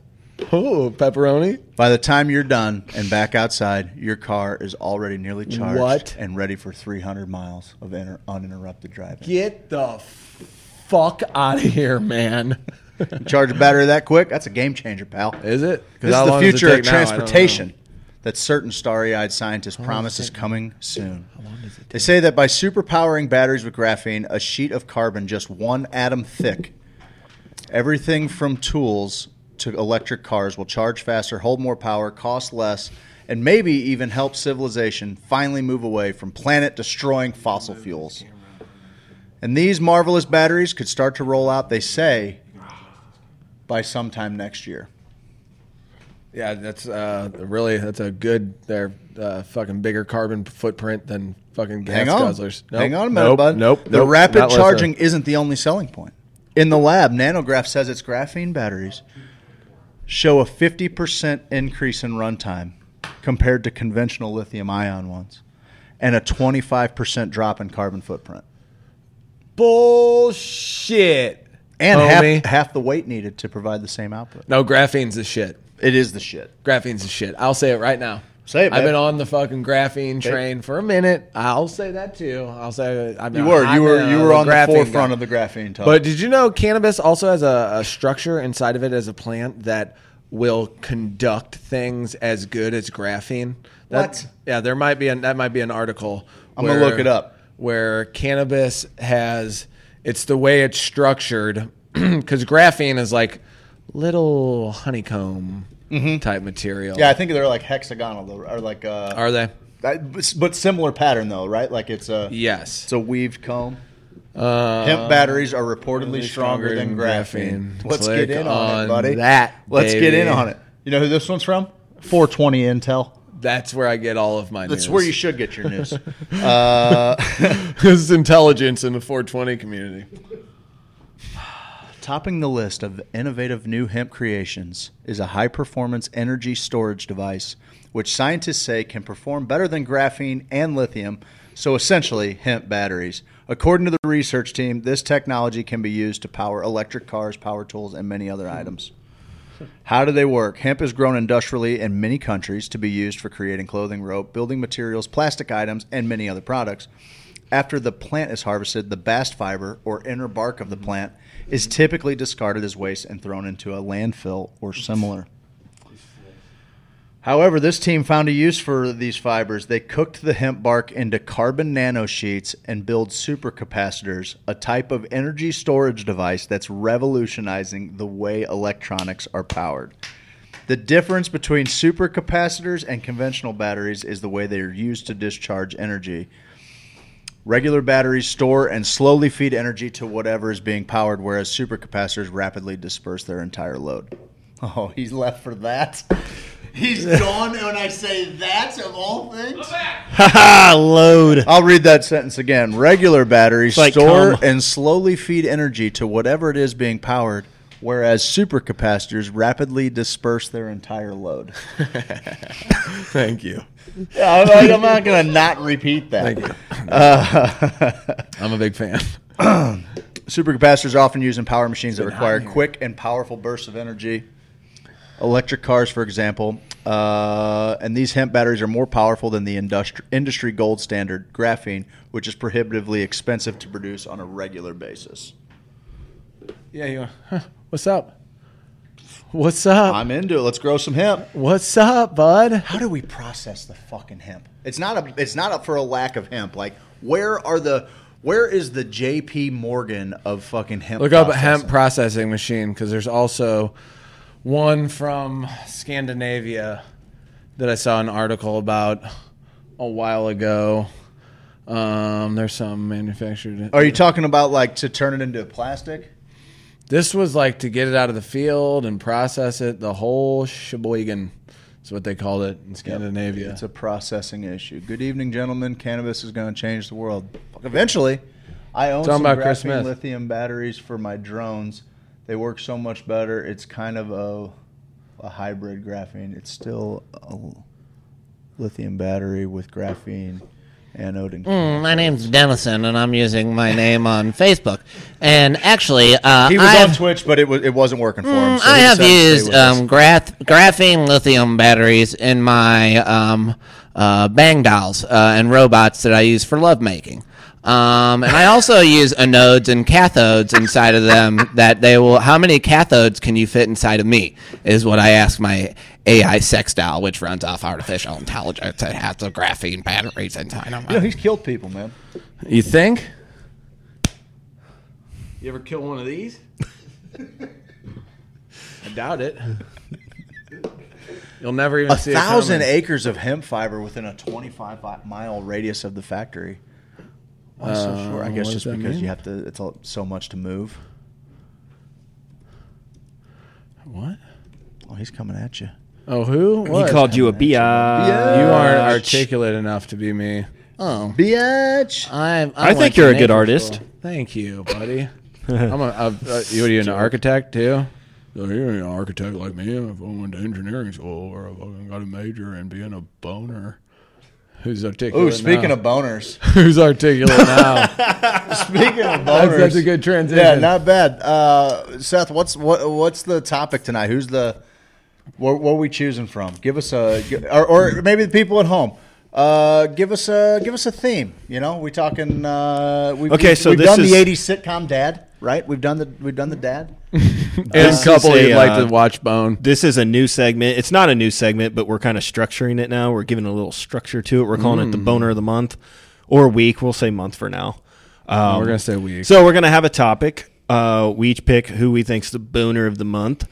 S6: Oh, pepperoni.
S11: By the time you're done and back outside, your car is already nearly charged
S6: What?
S11: and ready for 300 miles of inter- uninterrupted driving.
S6: Get the fuck out of here, man.
S11: Charge a battery that quick? That's a game changer, pal.
S6: Is it?
S11: This is the future of transportation that certain starry eyed scientists promise is coming soon. They say that by superpowering batteries with graphene, a sheet of carbon just one atom thick, everything from tools to electric cars will charge faster, hold more power, cost less, and maybe even help civilization finally move away from planet destroying fossil fuels. And these marvelous batteries could start to roll out, they say, by sometime next year.
S6: Yeah, that's uh, really that's a good. They're uh, fucking bigger carbon footprint than fucking gas
S11: Hang on.
S6: guzzlers.
S11: Hang on a minute,
S6: nope,
S11: bud.
S6: Nope.
S11: The
S6: nope,
S11: rapid
S6: not listening.
S11: charging isn't the only selling point. In the lab, Nanograph says its graphene batteries show a 50% increase in runtime compared to conventional lithium ion ones and a 25% drop in carbon footprint.
S6: Bullshit.
S11: And
S6: Homie.
S11: half, half the weight needed to provide the same output.
S6: No, graphene's the shit.
S11: It is the shit.
S6: Graphene's the shit. I'll say it right now.
S11: Say it,
S6: I've
S11: babe.
S6: been on the fucking graphene train for a minute. I'll say that too. I'll say I mean,
S11: You were
S6: I'm
S11: you were
S6: a-
S11: you were
S6: a
S11: on the
S6: graphene
S11: forefront
S6: guy.
S11: of the graphene talk.
S6: But did you know cannabis also has a, a structure inside of it as a plant that will conduct things as good as graphene? That,
S11: What?
S6: Yeah, there might be an that might be an article.
S11: I'm gonna look it up.
S6: Where cannabis has it's the way it's structured because graphene is like little honeycomb
S11: Mm-hmm.
S6: type material.
S11: yeah, I think they're like hexagonal though, or like uh,
S6: are they?
S11: that- but similar pattern though, right? Like it's a
S6: Yes.
S11: It's a weaved comb.
S6: Uh,
S11: Hemp batteries are reportedly stronger than graphene. Let's
S6: Click
S11: get in on,
S6: on
S11: it, buddy.
S6: that,
S11: Let's get in
S6: baby.
S11: on it. You know who this one's from? 420 Intel.
S6: That's where I get all of my.
S11: That's
S6: news.
S11: where you should get your news.
S6: this is intelligence in the 420 community.
S11: Topping the list of innovative new hemp creations is a high performance energy storage device, which scientists say can perform better than graphene and lithium, so essentially hemp batteries. According to the research team, this technology can be used to power electric cars, power tools, and many other items. How do they work? Hemp is grown industrially in many countries to be used for creating clothing, rope, building materials, plastic items, and many other products. After the plant is harvested, the bast fiber or inner bark of the plant is typically discarded as waste and thrown into a landfill or similar. However, this team found a use for these fibers. They cooked the hemp bark into carbon nanosheets and build supercapacitors, a type of energy storage device that's revolutionizing the way electronics are powered. The difference between supercapacitors and conventional batteries is the way they are used to discharge energy. Regular batteries store and slowly feed energy to whatever is being powered, whereas supercapacitors rapidly disperse their entire load. Oh, he's left for that. He's gone when I say that of all things.
S9: Ah, load.
S11: I'll read that sentence again. Regular batteries
S9: like
S11: store
S9: cum.
S11: and slowly feed energy to whatever it is being powered, whereas supercapacitors rapidly disperse their entire load.
S6: Thank you.
S11: Yeah, I'm, like, I'm not going to not repeat that. Uh,
S6: Thank you. I'm a big fan.
S11: Supercapacitors are often used in power machines that require quick and powerful bursts of energy. Electric cars, for example, uh, Uh, and these hemp batteries are more powerful than the industri- industry gold standard graphene, which is prohibitively expensive to produce on a regular basis.
S6: Yeah, you are. Huh, what's up? What's up?
S11: I'm into it. Let's grow some hemp.
S6: What's up, bud? How
S11: do we process the fucking hemp? It's not a. It's not up for a lack of hemp. Like, where are the? Where is the J.P. Morgan of fucking hemp?
S6: Look up
S11: processing?
S6: hemp processing machine because there's also one from Scandinavia that I saw an article about a while ago. Um, there's some manufactured.
S11: Are you talking about like to turn it into plastic?
S6: This was like to get it out of the field and process it. The whole sheboygan is what they called it in Scandinavia.
S11: It's a processing issue. Good evening, gentlemen. Cannabis is going to change the world. Fuck, Eventually, I own
S6: Talking
S11: some
S6: about Chris
S11: graphene
S6: Smith.
S11: lithium batteries for my drones. They work so much better. It's kind of a a hybrid graphene. It's still a lithium battery with graphene anode
S6: Hmm.
S11: and
S12: Mm, my name's Dennison, and I'm using my name on Facebook. And actually, uh,
S11: he was
S12: I've,
S11: on Twitch, but it was it wasn't working for him.
S12: Mm,
S11: so
S12: I
S11: he
S12: have
S11: decided to stay
S12: used
S11: with us.
S12: um, grath- graphene lithium batteries in my um, uh, bang dolls uh, and robots that I use for lovemaking. Um, and I also use anodes and cathodes inside of them that they will. How many cathodes can you fit inside of me? Is what I ask my AI sex doll, which runs off artificial intelligence and has the graphene batteries inside of
S11: You know, he's killed people, man.
S6: You think? You ever kill one of these? I doubt it. You'll never even
S11: A
S6: see
S11: thousand
S6: it coming.
S11: acres of hemp fiber within a 25 mi- mile radius of the factory. Why so
S6: Uh,
S11: short? I
S6: what
S11: guess
S6: does
S11: just
S6: that
S11: because
S6: mean?
S11: you have to. It's all, so much to move.
S6: What?
S11: Oh, he's coming at you.
S6: Oh, who?
S11: He
S6: What?
S11: called you a
S6: You
S11: biatch.
S6: aren't articulate enough to be me.
S12: Oh,
S11: bitch!
S12: I, I,
S6: went
S12: went
S6: to
S12: to
S6: Naples
S12: Naples
S6: school. Thank you, buddy. I'm a, a, a, you, what are you, an architect too? So you're an architect like me. If I went to engineering school or I fucking got a major in being a boner. Who's articulate?
S11: Ooh, speaking
S6: now?
S11: of boners.
S6: who's articulate now?
S11: Speaking of boners,
S6: That's- that's a good transition.
S11: Yeah, not bad. Uh, Seth, what's what what's the topic tonight? Who's the what, what are we choosing from? Give us a gi- or, or maybe the people at home. Uh, give us a give us a theme. You know, we talking. Uh, we've,
S9: Okay,
S11: we've-
S9: so
S11: we've
S9: this
S11: done
S9: is-
S11: the '80s sitcom Dad, right? We've done the we've done the Dad.
S6: And
S9: This
S6: couple
S9: is
S6: you'd like to watch Bone.
S9: This is a new segment. It's not a new segment, but we're kind of structuring it now. We're giving a little structure to it. We're calling it the
S6: Mm.
S9: boner of the month or week. We'll say month for now. Um,
S6: we're gonna say week.
S9: So we're gonna have a topic. Uh, we each pick who we think's the boner of the month,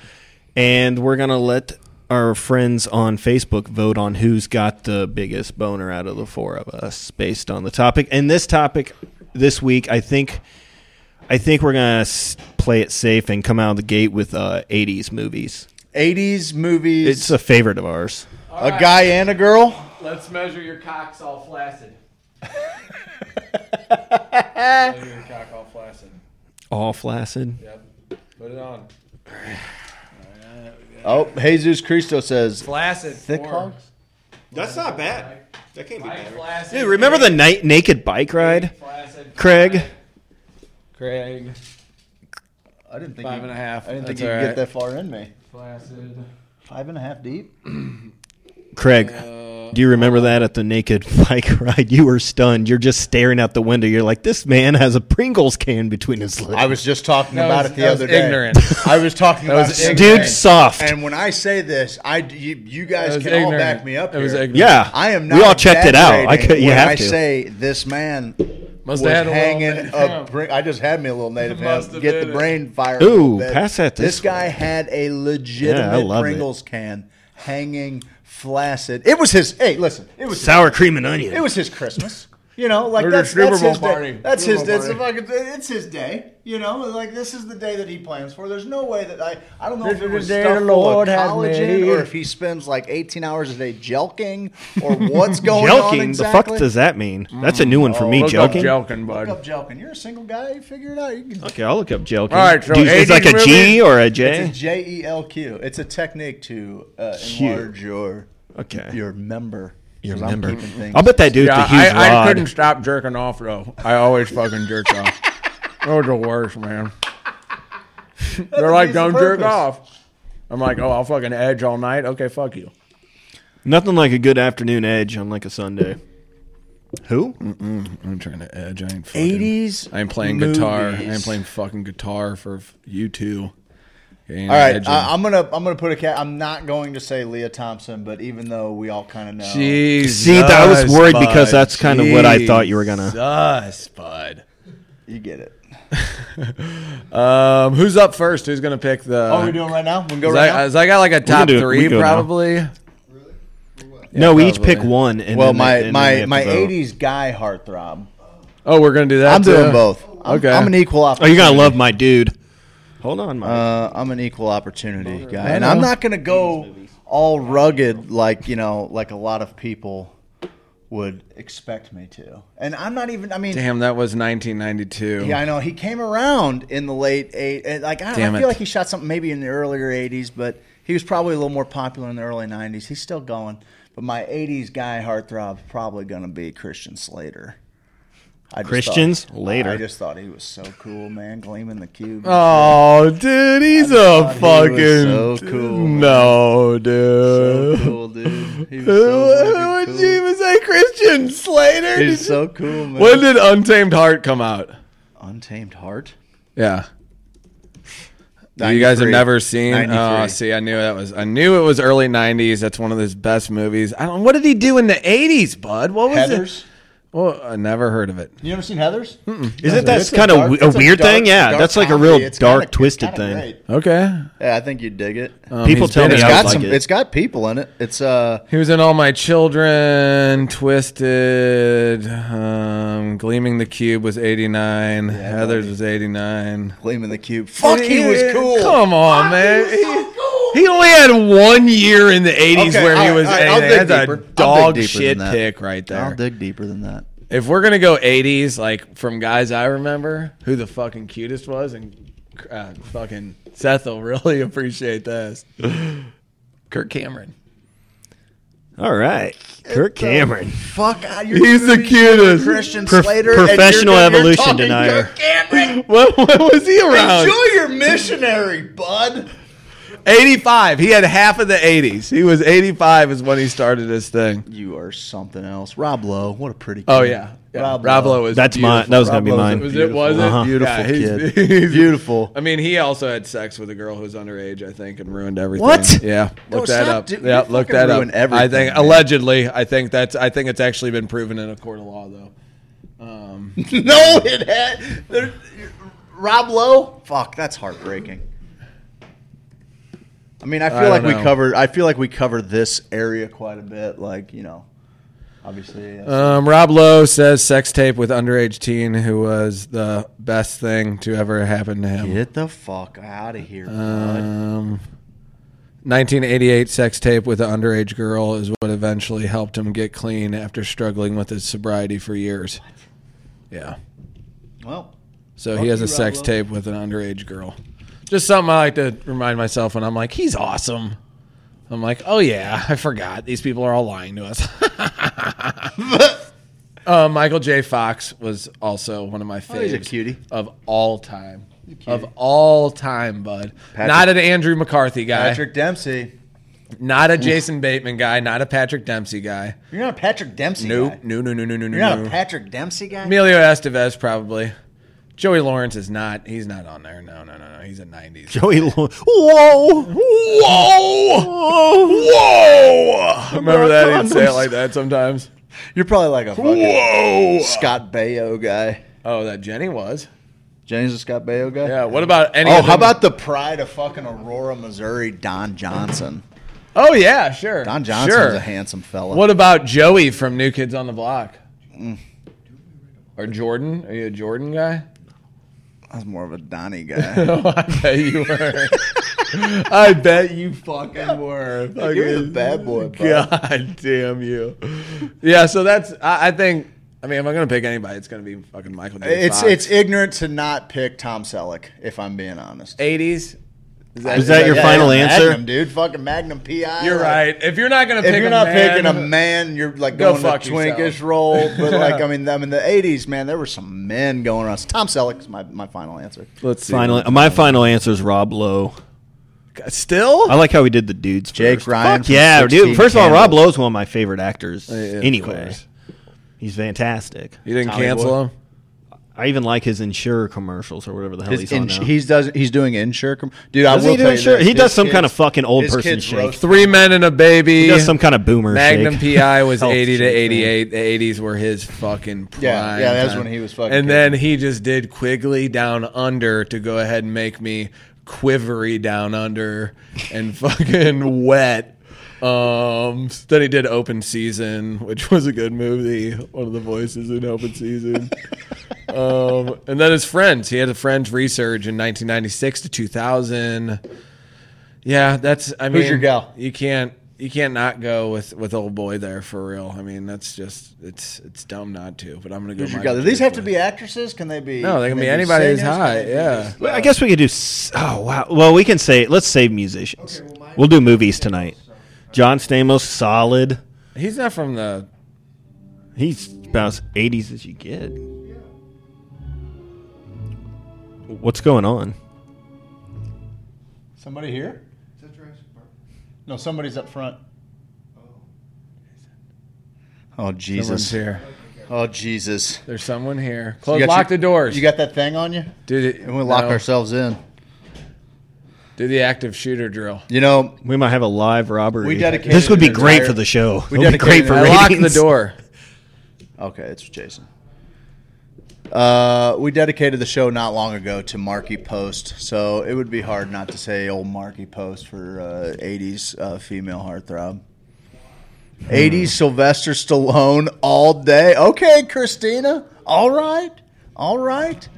S9: and we're gonna let our friends on Facebook vote on who's got the biggest boner out of the four of us based on the topic. And this topic this week, I think. I think we're gonna s- play it safe and come out of the gate with uh, '80s movies.
S11: '80s movies.
S9: It's a favorite of ours.
S11: a guy and a girl.
S6: Let's measure your cocks all flaccid. measure your cock all flaccid.
S9: All flaccid.
S6: Yep. Put it on.
S11: Oh, Jesus Cristo says
S6: Flaccid.
S11: Thick
S6: four.
S11: hog?
S9: That's not bad. That can't
S6: be bad.
S9: Dude, remember the night naked bike ride, Craig?
S6: Craig.
S11: I didn't think
S6: Five
S11: you-
S6: and a half.
S11: I didn't
S6: That's
S11: think you could
S6: all
S11: get
S6: right.
S11: that far in me.
S6: Flaccid.
S11: Five and a half deep.
S9: Craig,
S11: Uh,
S9: do you remember that at the naked bike ride? You were stunned. You're just staring out the window. You're like, this man has a Pringles can between his lips.
S11: I was just talking
S6: That
S11: about
S6: was-
S11: it the
S6: that was
S11: other day.
S6: ignorant.
S11: I was talking
S6: That
S11: about
S6: was
S11: it.
S9: ignorant. Dude, soft.
S11: And when I say this, I you, you guys
S6: That was
S11: can all
S6: ignorant.
S11: back me up.
S6: That was
S11: here.
S6: ignorant. Yeah.
S11: I am. Not
S9: We all checked it out. I could-
S11: exaggerating
S9: you
S11: when
S9: have
S11: I
S9: to.
S11: say this man
S6: Must
S11: was
S6: have had a little
S11: hanging
S6: native
S11: a.
S6: hemp.
S11: bri- I just had me a little native
S6: Must
S11: hemp.
S6: have
S11: Get
S6: been
S11: the
S6: it.
S11: brain fired.
S9: Ooh,
S11: a little bit.
S9: pass that this
S11: guy had a legitimate
S9: love it.
S11: Pringles can hanging flaccid. It was his. Hey, listen. It was his-
S9: sour cream and onion.
S11: It was his Christmas. You know, like
S6: Or
S11: that's,
S6: Super
S11: that's
S6: Bowl
S11: his
S6: party.
S11: day. That's
S6: Super
S11: his.
S6: Bowl
S11: It's, a fucking, it's his day. You know, like this is the day that he plans for. There's no way that I. I don't know
S6: This
S11: if it
S6: is
S11: was
S6: the day
S11: stuff
S6: the
S11: Lord
S6: Lord
S11: full of
S6: has
S11: collagen
S6: made.
S11: or if he spends like 18 hours a day jelking or what's going on
S9: Jelking? The
S11: exactly.
S9: fuck does that mean? That's a new one for me,
S6: Look up
S9: jelking.
S6: Jelking, bud.
S11: Look up jelking. You're a single guy. You figure it out. You can,
S9: Okay, I'll look up jelking.
S6: All right, so
S9: Do you- it's
S6: 80s
S9: like a G
S6: movies?
S9: or a
S11: It's a
S9: J?
S11: J E L Q. It's a technique to uh,
S9: Q.
S11: enlarge your
S9: Okay.
S11: your member.
S9: Your
S11: 'Cause I'm
S9: member.
S11: keeping things-
S9: I'll bet that dude's a huge
S6: I, I
S9: rod.
S6: couldn't stop jerking off though. I always fucking jerked off. Those are the worst, man. They're like,
S11: defeats the
S6: don't jerk
S11: purpose."
S6: off. I'm like, oh, I'll fucking edge all night. Okay, fuck you.
S9: Nothing like a good afternoon edge on like a Sunday. Who?
S6: Mm-mm, I'm trying to edge. I ain't fucking,
S5: 80s
S6: I'm playing guitar.
S5: movies.
S6: I'm playing fucking guitar for you two.
S11: All right, I, I'm gonna I'm gonna put a cat. I'm not going to say Leah Thompson, but even though we all kind of know,
S9: See, I was worried because that's kind of what I thought you were gonna.
S6: Jesus, bud.
S11: You get it.
S6: Um, who's up first? Who's gonna pick the?
S11: Oh, we're doing right now? We can go
S6: 'Cause
S11: right
S6: I,
S11: now?
S6: 'cause I got like
S11: We
S6: a
S11: can
S6: top
S11: do it. We
S6: three
S11: can go now.
S6: probably.
S9: no, we each pick one. And
S11: well,
S9: then
S11: my
S9: they- and then they
S11: my my
S9: have to vote.
S11: '80s guy heartthrob.
S6: Oh, we're gonna do that.
S11: I'm
S6: too?
S11: doing both. I'm,
S6: okay,
S11: I'm an equal
S9: Oh, you're
S11: opportunity.
S9: gonna love my dude. Hold on, Mike.
S11: Uh, I'm an equal opportunity guy,
S9: I
S11: and I'm
S9: know.
S11: not gonna go all rugged like you know, like a lot of people would expect me to. And I'm not even. I mean,
S6: Damn, that was 1992.
S11: Yeah, I know. He came around in the late eight. and, Like I, I
S6: Damn
S11: feel
S6: it.
S11: like he shot something maybe in the earlier '80s, but he was probably a little more popular in the early '90s. He's still going. But my '80s guy heartthrob probably going to be Christian Slater. I just
S9: Christians
S11: thought-
S9: Later.
S11: I just thought he was so cool, man. Gleaming the cube.
S6: Oh, dude, he's a
S11: thought he
S6: fucking
S11: was so cool, man.
S6: No, dude.
S11: So cool, dude. He was uh,
S6: so cool. He was a Christian Slater.
S11: He's so cool, man.
S6: When did Untamed Heart come out?
S11: Untamed Heart?
S6: Yeah. You guys have
S11: 93.
S6: never seen. Oh,
S11: 93.
S6: see, I knew that was. I knew it was early '90s. That's one of his best movies. I don't. What did he do in the '80s, Bud? What was
S11: Heathers?
S6: it? Well, I never heard of it.
S11: You ever seen Heather's?
S9: Isn't that
S11: It's
S9: kind of
S11: dark-
S9: a
S11: it's
S9: weird
S11: dark-
S9: thing? Yeah,
S11: dark
S9: that's like a
S11: comedy.
S9: real
S11: It's
S9: dark,
S11: kinda-
S9: twisted
S11: kinda
S9: thing.
S11: great.
S6: Okay.
S11: Yeah, I think you'd dig it.
S6: Um, People he's tell been me in-
S11: it's
S6: I would
S11: got
S6: like
S11: some.
S6: it.
S11: has got people in it. It's uh,
S6: He was in All My Children, Twisted, um, Gleaming the Cube was 89, Heathers was 89.
S11: Gleaming the Cube. Fuck, he was cool.
S6: Come on, man. He, he only had one year in the 80s
S11: Okay,
S6: where
S11: all
S6: he
S11: right,
S6: was
S11: all right, I'll
S6: 80.
S11: dig
S6: That's
S11: deeper.
S6: a
S11: I'll dig
S6: dog
S11: deeper
S6: shit
S11: than that.
S6: pick right there.
S11: I'll dig deeper than that.
S6: If we're gonna go '80s, like from guys I remember, who the fucking cutest was, and uh, fucking Seth will really appreciate this. Kirk Cameron.
S9: All right, Kirk Cameron.
S11: Fuck, uh, you're
S6: He's the cutest.
S11: Christian
S9: Prof-
S11: Slater. and
S9: professional
S11: you're- you're
S9: evolution
S11: talking
S9: denier.
S11: Kirk Cameron.
S6: What, what was he around?
S11: Enjoy your Oh, missionary, bud.
S6: 85. He had half of the 80s. He was 85 is when he started this thing.
S11: You are something else, Rob Lowe. What a pretty. Kid.
S6: Oh yeah, yeah. Rob, Lowe was
S9: That's my-
S6: beautiful.
S9: that was gonna be
S6: Rob Lowe's-
S9: mine.
S6: Was it? Was it?
S9: Uh-huh.
S11: Beautiful
S6: Yeah, he's-
S11: kid.
S6: he's-
S11: Beautiful.
S6: I mean, he also had sex with a girl who was underage, I think, and ruined everything.
S11: What?
S6: Yeah,
S11: No,
S6: look that
S11: stop,
S6: up.
S11: dude.
S6: yeah,
S11: You
S6: look
S11: fucking
S6: that up.
S11: ruin everything,
S6: I think
S11: man.
S6: allegedly. I think that's. I think it's actually been proven in a court of law, though. Um,
S11: no, it had. there- Rob Lowe. Fuck, that's heartbreaking. I mean, I
S6: I
S11: feel like
S6: don't
S11: we
S6: know.
S11: covered. I feel like we covered this area quite a bit. Like you know, obviously. uh,
S6: um, Rob Lowe says sex tape with underage teen who was the best thing to ever happen to him.
S11: Get the fuck out of here, bud.
S6: Um, 1988 sex tape with an underage girl is what eventually helped him get clean after struggling with his sobriety for years. Yeah.
S11: Well,
S6: So
S11: Fuck
S6: he has
S11: you,
S6: a sex
S11: Rob Lowe.
S6: tape with an underage girl. Just something I like to remind myself when I'm like, he's awesome. I'm like, oh yeah, I forgot. These people are all lying to us. uh, Michael J. Fox was also one of my faves
S11: Oh, he's a cutie.
S6: of all time. Of all time, bud.
S11: Patrick-
S6: Not an Andrew McCarthy guy.
S11: Patrick Dempsey.
S6: Not a Jason Bateman guy. Not a Patrick Dempsey guy.
S11: You're not a Patrick Dempsey
S6: Nope.
S11: guy.
S6: No, no, no, no, no,
S11: You're not
S6: no.
S11: a Patrick Dempsey guy.
S6: Emilio Estevez probably. Joey Lawrence is not. He's not on there. No, no, no, no. He's a '90s.
S9: Joey, Lo- whoa,
S6: Whoa! Whoa! Remember that? He'd say it
S11: Condoms.
S6: like that sometimes.
S11: You're probably like a fucking
S6: Whoa!
S11: Scott Baio guy.
S6: Oh, that Jenny was.
S11: James a Scott Baio guy.
S6: Yeah. What about any?
S11: Oh,
S6: of
S11: how
S6: them?
S11: about the pride of fucking Aurora, Missouri, Don Johnson?
S6: Oh yeah, sure.
S11: Don Johnson's
S6: Sure.
S11: a handsome fella.
S6: What about Joey from New Kids on the Block?
S11: Mm.
S6: Or Jordan? Are you a Jordan guy? Oh,
S11: I was more of a Donnie guy.
S6: I bet you were. I bet you fucking were.
S11: You're the
S6: Fucking-
S11: bad boy. bud.
S6: God damn you. Yeah, so that's. I, I think. I mean, if I'm gonna pick anybody, it's gonna be fucking Michael. J.
S11: It's
S6: Fox.
S11: it's ignorant to not pick Tom Selleck. If I'm being honest,
S6: 80s. Is that,
S9: Is that your
S11: Yeah,
S9: final
S11: yeah,
S9: answer?
S11: Magnum, dude? Fucking Magnum PI.
S6: You're
S11: like,
S6: right. If you're not gonna pick,
S11: If you're
S6: a
S11: not
S6: man-
S11: picking a man, you're like
S6: Go
S11: going to
S6: fuck
S11: twinkish
S6: yourself.
S11: roll. But like, I mean, I mean, the '80s, man, there were some men going around. Tom Selleck's my my final answer.
S6: Let's see.
S9: Finally, my final answer is Rob Lowe.
S6: Still?
S9: I like how we did the dudes.
S11: Jake
S9: first.
S11: Ryan
S9: Fuck
S11: from
S9: yeah,
S11: 16
S9: dude. First of all, Rob
S11: Candles.
S9: Lowe's one of my favorite actors.
S11: Yeah, yeah, of
S9: anyways, he's fantastic.
S6: You didn't
S9: Tommy
S6: cancel
S9: Boy.
S6: him?
S9: I even like his Insure commercials or whatever the hell
S11: His
S9: he's on
S11: ins-
S9: now.
S11: he's does he's doing insure. Com- Dude, I
S9: Doesn't
S11: will
S9: he do
S11: tell you
S9: insure?
S11: this,
S9: He does
S11: his
S9: some kind
S11: kids-
S9: of fucking old
S11: his
S9: person
S11: kids
S9: shake.
S11: roast
S6: Three men and a baby.
S9: He does some kind of boomer
S6: Magnum
S9: shake.
S6: PI was
S9: Health
S6: eighty to
S9: shake thing.
S6: eighty-eight. The eighties were his fucking prime.
S11: Yeah, yeah, that's
S6: time.
S11: when he was fucking
S6: And
S11: kicking.
S6: then he just did Quigley Down Under to go ahead and make me quivery down under and fucking wet. Um, then he did Open Season, which was a good movie. One of the voices in Open Season. um, and then his Friends. He had a Friends resurge in 1996 to 2000. Yeah, that's. I mean,
S11: Who's your gal?
S6: You can't. You can't not go with with old boy there for real. I mean, that's just it's it's dumb not to. But I'm gonna go.
S11: Who's your
S6: Michael
S11: gal? Do these have to
S6: Jordan.
S11: be actresses? Can they be?
S6: No, they can be anybody who's
S11: singers? Can
S6: hot,
S11: they be
S6: yeah.
S11: just-
S9: Well, I guess we could do. s- Oh wow. Well, we can say let's save musicians. we'll do movies tonight. John Stamos, solid.
S6: He's not from the.
S9: He's about as eighties as you get. What's going on?
S11: Somebody here? No, somebody's up front. Oh Jesus!
S6: Someone's here.
S11: Oh Jesus!
S6: There's someone here.
S11: You
S6: Close.
S11: got
S6: Lock
S11: your-
S6: the doors.
S11: You got that thing on you?
S6: Dude, it-
S11: and we lock
S6: no.
S11: ourselves in.
S6: do the active shooter drill.
S11: You know,
S9: we might have a live robbery.
S11: We dedicated
S9: this would be
S11: an
S9: great
S11: entire-
S9: for the show.
S11: we
S9: It would be
S11: dedicated
S9: great for
S11: an
S6: I
S11: entire-
S9: ratings.
S6: locked the door.
S11: Okay, it's Jason. Uh, we dedicated the show not long ago to Marky Post, so it would be hard not to say old Marky Post for uh, 80s uh, female heartthrob. 80s Sylvester Stallone all day. Okay, Christina. All right. All right.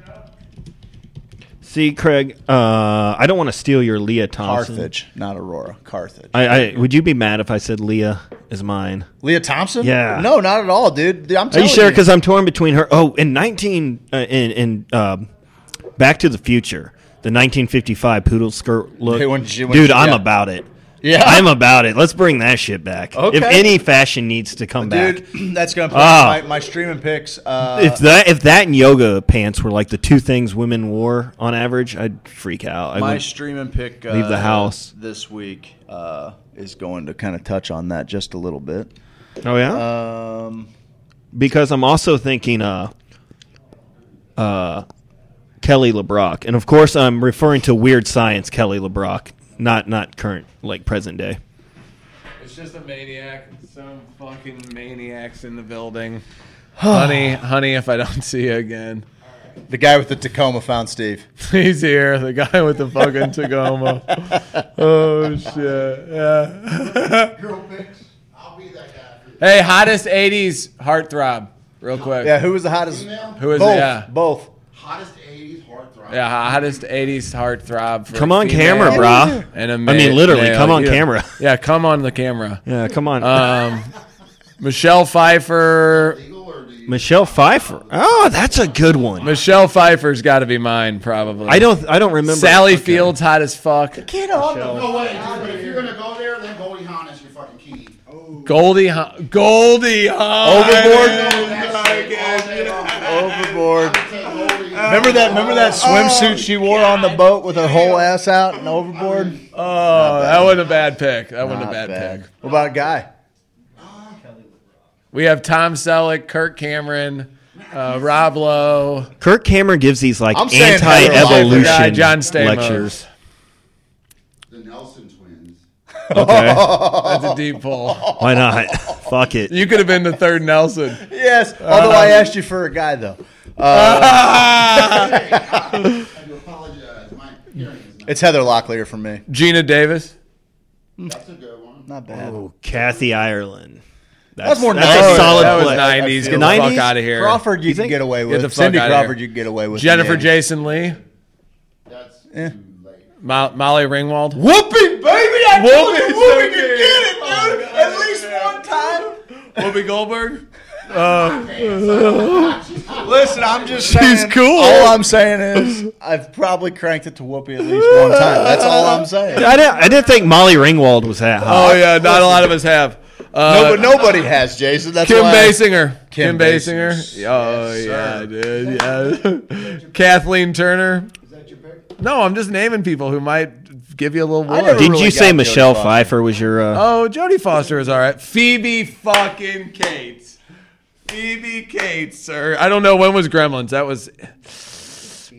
S9: See, Craig, uh, I don't want to steal your Leah Thompson.
S11: Carthage, not Aurora. Carthage.
S9: I, I would you be mad if I said Leah is mine?
S11: Leah Thompson?
S9: Yeah.
S11: No, not at all, dude. Dude, I'm
S9: Are
S11: telling
S9: you sure? Because I'm torn between her. Oh, in 19 uh, in in um, Back to the Future, the 1955 poodle skirt look.
S11: Hey, when she- when
S9: Dude,
S11: she-
S9: I'm
S11: yeah.
S9: about it.
S11: Yeah.
S9: I'm about it. Let's bring that shit back. If
S11: Okay.
S9: any fashion needs to come back,
S11: Dude, that's going to play
S9: Ah.
S11: my, my streaming picks. Uh,
S9: if that if that and yoga pants were like the two things women wore on average, I'd freak out. I
S11: my
S9: would-
S11: streaming pick uh,
S9: leave the house.
S11: this week uh, is going to kind of touch on that just a little bit.
S9: Oh yeah.
S11: Um,
S9: because I'm also thinking uh uh Kelly LeBrock. And of course I'm referring to Weird Science Kelly LeBrock, not not current like present day.
S6: It's just a maniac. Some fucking maniacs in the building. honey, honey, if I don't see you again.
S11: the guy with the Tacoma found Steve.
S6: He's here, the guy with the fucking Tacoma. oh shit! Yeah.
S7: Girl picks. I'll be that guy.
S6: hey, hottest '80s heartthrob, real quick.
S11: Yeah, who was the hottest?
S6: Who was-
S11: both?
S6: yeah.
S11: Both.
S7: Hottest 80s heartthrob.
S6: Yeah, hottest '80s heartthrob. For
S9: Come
S6: a
S9: on
S6: female
S9: camera, brah.
S6: And a
S9: I
S6: ma-
S9: mean, literally,
S6: male.
S9: come on
S6: Yeah.
S9: camera.
S6: Yeah, come on the camera.
S9: Yeah, come on.
S6: Um, Michelle Pfeiffer.
S9: Michelle Pfeiffer. Oh, that's a good one.
S6: Michelle Pfeiffer's got to be mine, probably.
S9: I don't I don't remember
S6: Sally Fields hot as fuck.
S11: Get on the
S7: No way, dude. But if you're gonna go there, then Goldie Hawn is your fucking key. Oh.
S6: Goldie, Hawn- Goldie Hawn.
S11: overboard. Remember that? Remember that swimsuit she wore on the boat with her whole ass out and overboard?
S6: Oh, that wasn't a bad pick. That wasn't a
S11: Not
S6: bad, pick.
S11: What about a guy?
S6: We have Tom Selleck, Kirk Cameron, uh, Rob Lowe,
S9: Kirk Cameron gives these like
S11: I'm saying Heather
S6: Guy,
S11: Locklear.
S9: anti-evolution
S6: John Stamos.
S9: lectures.
S7: The Nelson twins.
S9: Okay.
S6: That's
S11: Oh.
S6: a deep pull.
S9: Why not? Fuck it.
S6: You could have been the third Nelson.
S11: Yes. Although I asked you for a guy though. Uh,
S7: I do apologize. My hearing is not.
S11: It's Heather Locklear for me.
S6: Gina Davis.
S7: That's a good one.
S11: Not bad.
S9: Oh, Kathy Ireland.
S11: That's more
S9: that's
S11: nineties.
S9: a solid
S6: that was
S9: play.
S6: 90s. Get the
S9: I feel
S6: fuck
S9: it.
S6: out of here.
S11: Crawford, you, can get away with.
S6: the fuck
S11: Cindy
S6: outta
S11: Crawford,
S6: here.
S11: you can get away with.
S6: Jennifer
S11: Yeah.
S6: Jason Lee.
S7: That's too late.
S6: Mo- Molly Ringwald.
S11: Whoopi, baby, I
S6: Whoopi told you is Whoopi so could good. get
S11: it, dude. At least one time.
S6: Whoopi Goldberg.
S11: Listen, I'm just saying.
S6: She's cool.
S11: All I'm saying is, I've probably cranked it to Whoopi at least one time. That's all I'm saying.
S9: I didn't, I didn't think Molly Ringwald was that hot.
S6: Oh yeah, not a lot of us have. Uh,
S11: No, but nobody has Jason. That's
S6: Kim
S11: why
S6: Basinger. Kim,
S11: Kim
S6: Basinger.
S11: Basinger.
S6: Oh yeah, dude. Yeah. Kathleen Turner.
S7: Is that your pick?
S6: No, I'm just naming people who might give you a little.
S9: Did
S6: Wood.
S9: you say Michelle Pfeiffer was your? Uh,
S6: Oh, Jodie Foster is all right. Phoebe fucking Cates. Phoebe Cates, sir. I don't know when was Gremlins. That was